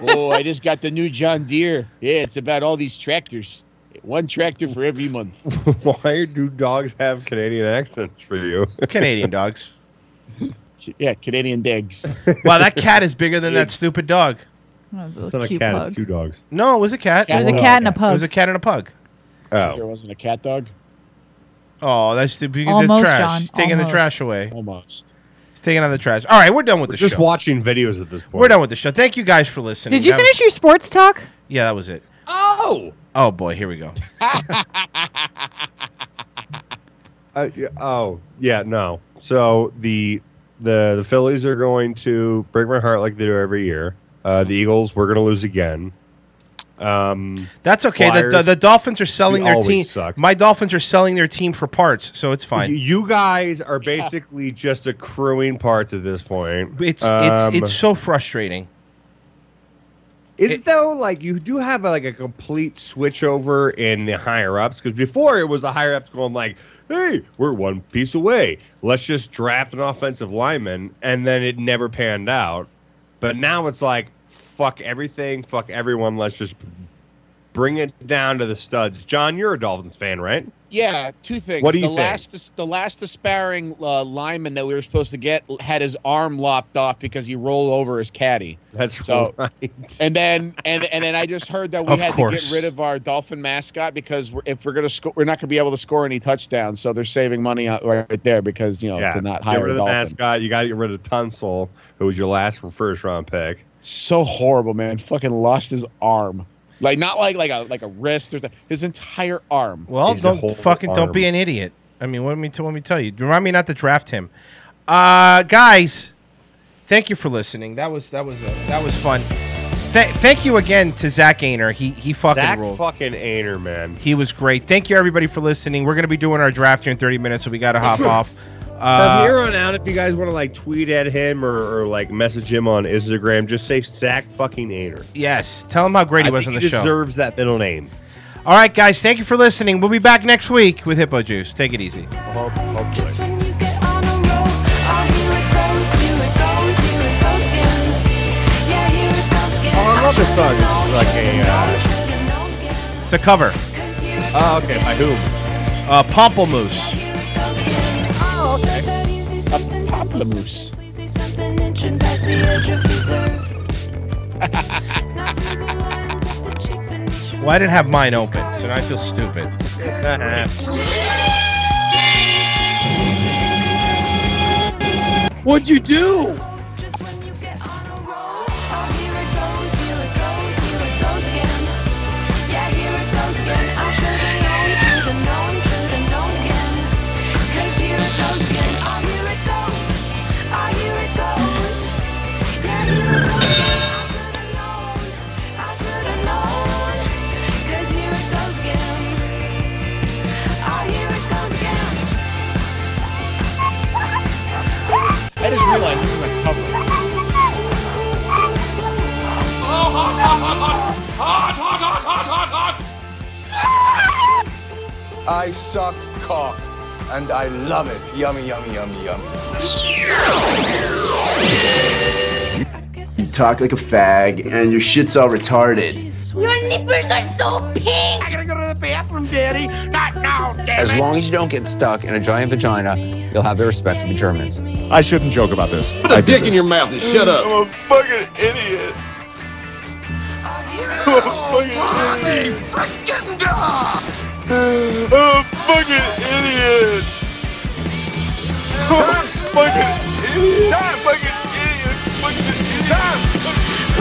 [SPEAKER 17] oh, I just got the new John Deere. Yeah, it's about all these tractors. One tractor for every month.
[SPEAKER 14] Why do dogs have Canadian accents for you?
[SPEAKER 7] Canadian dogs.
[SPEAKER 17] Yeah, Canadian digs.
[SPEAKER 7] Wow, that cat is bigger than that stupid dog.
[SPEAKER 14] It's not a cat, it's two dogs.
[SPEAKER 7] No, it was a cat.
[SPEAKER 17] It was a Cat cat and a dog. pug.
[SPEAKER 7] It was a cat and a pug.
[SPEAKER 14] Oh.
[SPEAKER 17] There wasn't a cat dog.
[SPEAKER 7] Oh, that's the, you get the
[SPEAKER 17] Almost,
[SPEAKER 7] trash.
[SPEAKER 17] John,
[SPEAKER 7] He's taking
[SPEAKER 17] almost.
[SPEAKER 7] the trash away.
[SPEAKER 17] Almost.
[SPEAKER 7] He's taking out the trash. All right, we're done with the
[SPEAKER 14] We're just
[SPEAKER 7] show.
[SPEAKER 14] watching videos at this point.
[SPEAKER 7] We're done with the show. Thank you guys for listening.
[SPEAKER 12] Did you
[SPEAKER 7] That was-
[SPEAKER 12] finish your sports talk?
[SPEAKER 7] Yeah, that was it.
[SPEAKER 14] Oh,
[SPEAKER 7] Oh boy, here we go.
[SPEAKER 14] Uh, yeah, oh yeah, no. So the the the Phillies are going to break my heart like they do every year. Uh, the Eagles, we're going to lose again. Um,
[SPEAKER 7] That's okay. The, the,
[SPEAKER 14] Flyers-
[SPEAKER 7] the Dolphins are selling
[SPEAKER 14] We
[SPEAKER 7] their
[SPEAKER 14] always
[SPEAKER 7] team.
[SPEAKER 14] suck.
[SPEAKER 7] My Dolphins are selling their team for parts, so it's fine.
[SPEAKER 14] You guys are basically just accruing parts at this point.
[SPEAKER 7] It's
[SPEAKER 14] Um,
[SPEAKER 7] it's it's so frustrating.
[SPEAKER 14] Is it, though like you do have a, like a complete switchover in the higher ups? Because before it was the higher ups going like, "Hey, we're one piece away. Let's just draft an offensive lineman," and then it never panned out. But now it's like, "Fuck everything, fuck everyone. Let's just bring it down to the studs." John, you're a Dolphins fan, right?
[SPEAKER 17] Yeah, two things.
[SPEAKER 14] What do you
[SPEAKER 17] the
[SPEAKER 14] think?
[SPEAKER 17] last the last aspiring uh, lineman that we were supposed to get had his arm lopped off because he rolled over his caddy.
[SPEAKER 14] That's right.
[SPEAKER 17] And then and and then I just heard that we
[SPEAKER 14] Of
[SPEAKER 17] had to
[SPEAKER 14] course.
[SPEAKER 17] get rid of our dolphin mascot because we're, if we're gonna score, we're not gonna be able to score any touchdowns. So they're saving money out right there because you know to not
[SPEAKER 14] get
[SPEAKER 17] hire
[SPEAKER 14] rid
[SPEAKER 17] a
[SPEAKER 14] of the
[SPEAKER 17] dolphin.
[SPEAKER 14] mascot. You got to get rid of Tunsil, who was your last first round pick.
[SPEAKER 17] So horrible, man! Fucking lost his arm. Like not like like a like a wrist or th- his entire arm.
[SPEAKER 7] Well, don't fucking don't be an idiot. I mean, what me to let me tell you. Remind me not to draft him. Uh, guys, thank you for listening. That was that was a, that was fun. Th- thank you again to Zach Ainer. He he fucking
[SPEAKER 14] Zach
[SPEAKER 7] ruled.
[SPEAKER 14] fucking Ainer, man.
[SPEAKER 7] He was great. Thank you everybody for listening. We're gonna be doing our draft here in 30 minutes, so we gotta hop off. Uh,
[SPEAKER 14] From here on out, if you guys want to like tweet at him or, or like message him on Instagram, just say Zach fucking Ainer.
[SPEAKER 7] Yes, tell him how great he
[SPEAKER 14] I
[SPEAKER 7] was
[SPEAKER 14] think
[SPEAKER 7] on the
[SPEAKER 14] he
[SPEAKER 7] show.
[SPEAKER 14] deserves that middle name.
[SPEAKER 7] All right, guys, thank you for listening. We'll be back next week with Hippo Juice. Take it easy.
[SPEAKER 14] Oh, I love this song. It's like a. Uh,
[SPEAKER 7] It's a cover.
[SPEAKER 14] oh, okay. By whom?
[SPEAKER 7] Uh, Pomplamoose.
[SPEAKER 17] Pomplamoose.
[SPEAKER 7] Well, I didn't have mine open, so now I feel stupid.
[SPEAKER 13] What'd you do?
[SPEAKER 17] I just realized this is a cover.
[SPEAKER 13] I suck cock, and I love it. Yummy, yummy, yummy, yummy.
[SPEAKER 3] You talk like a fag, and your shit's all retarded.
[SPEAKER 13] Your nipples are so pink. I gotta go to the bathroom, Daddy. Not now,
[SPEAKER 22] As long as you don't get stuck in a giant vagina, you'll have the respect of the Germans. I shouldn't joke about this.
[SPEAKER 13] Put a dick in your mouth and shut up.
[SPEAKER 22] I'm
[SPEAKER 13] a fucking idiot. I'm a fucking idiot. I'm a fucking idiot. I'm a fucking idiot. I'm a fucking idiot. Fucking idiot.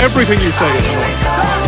[SPEAKER 22] Everything you say is wrong.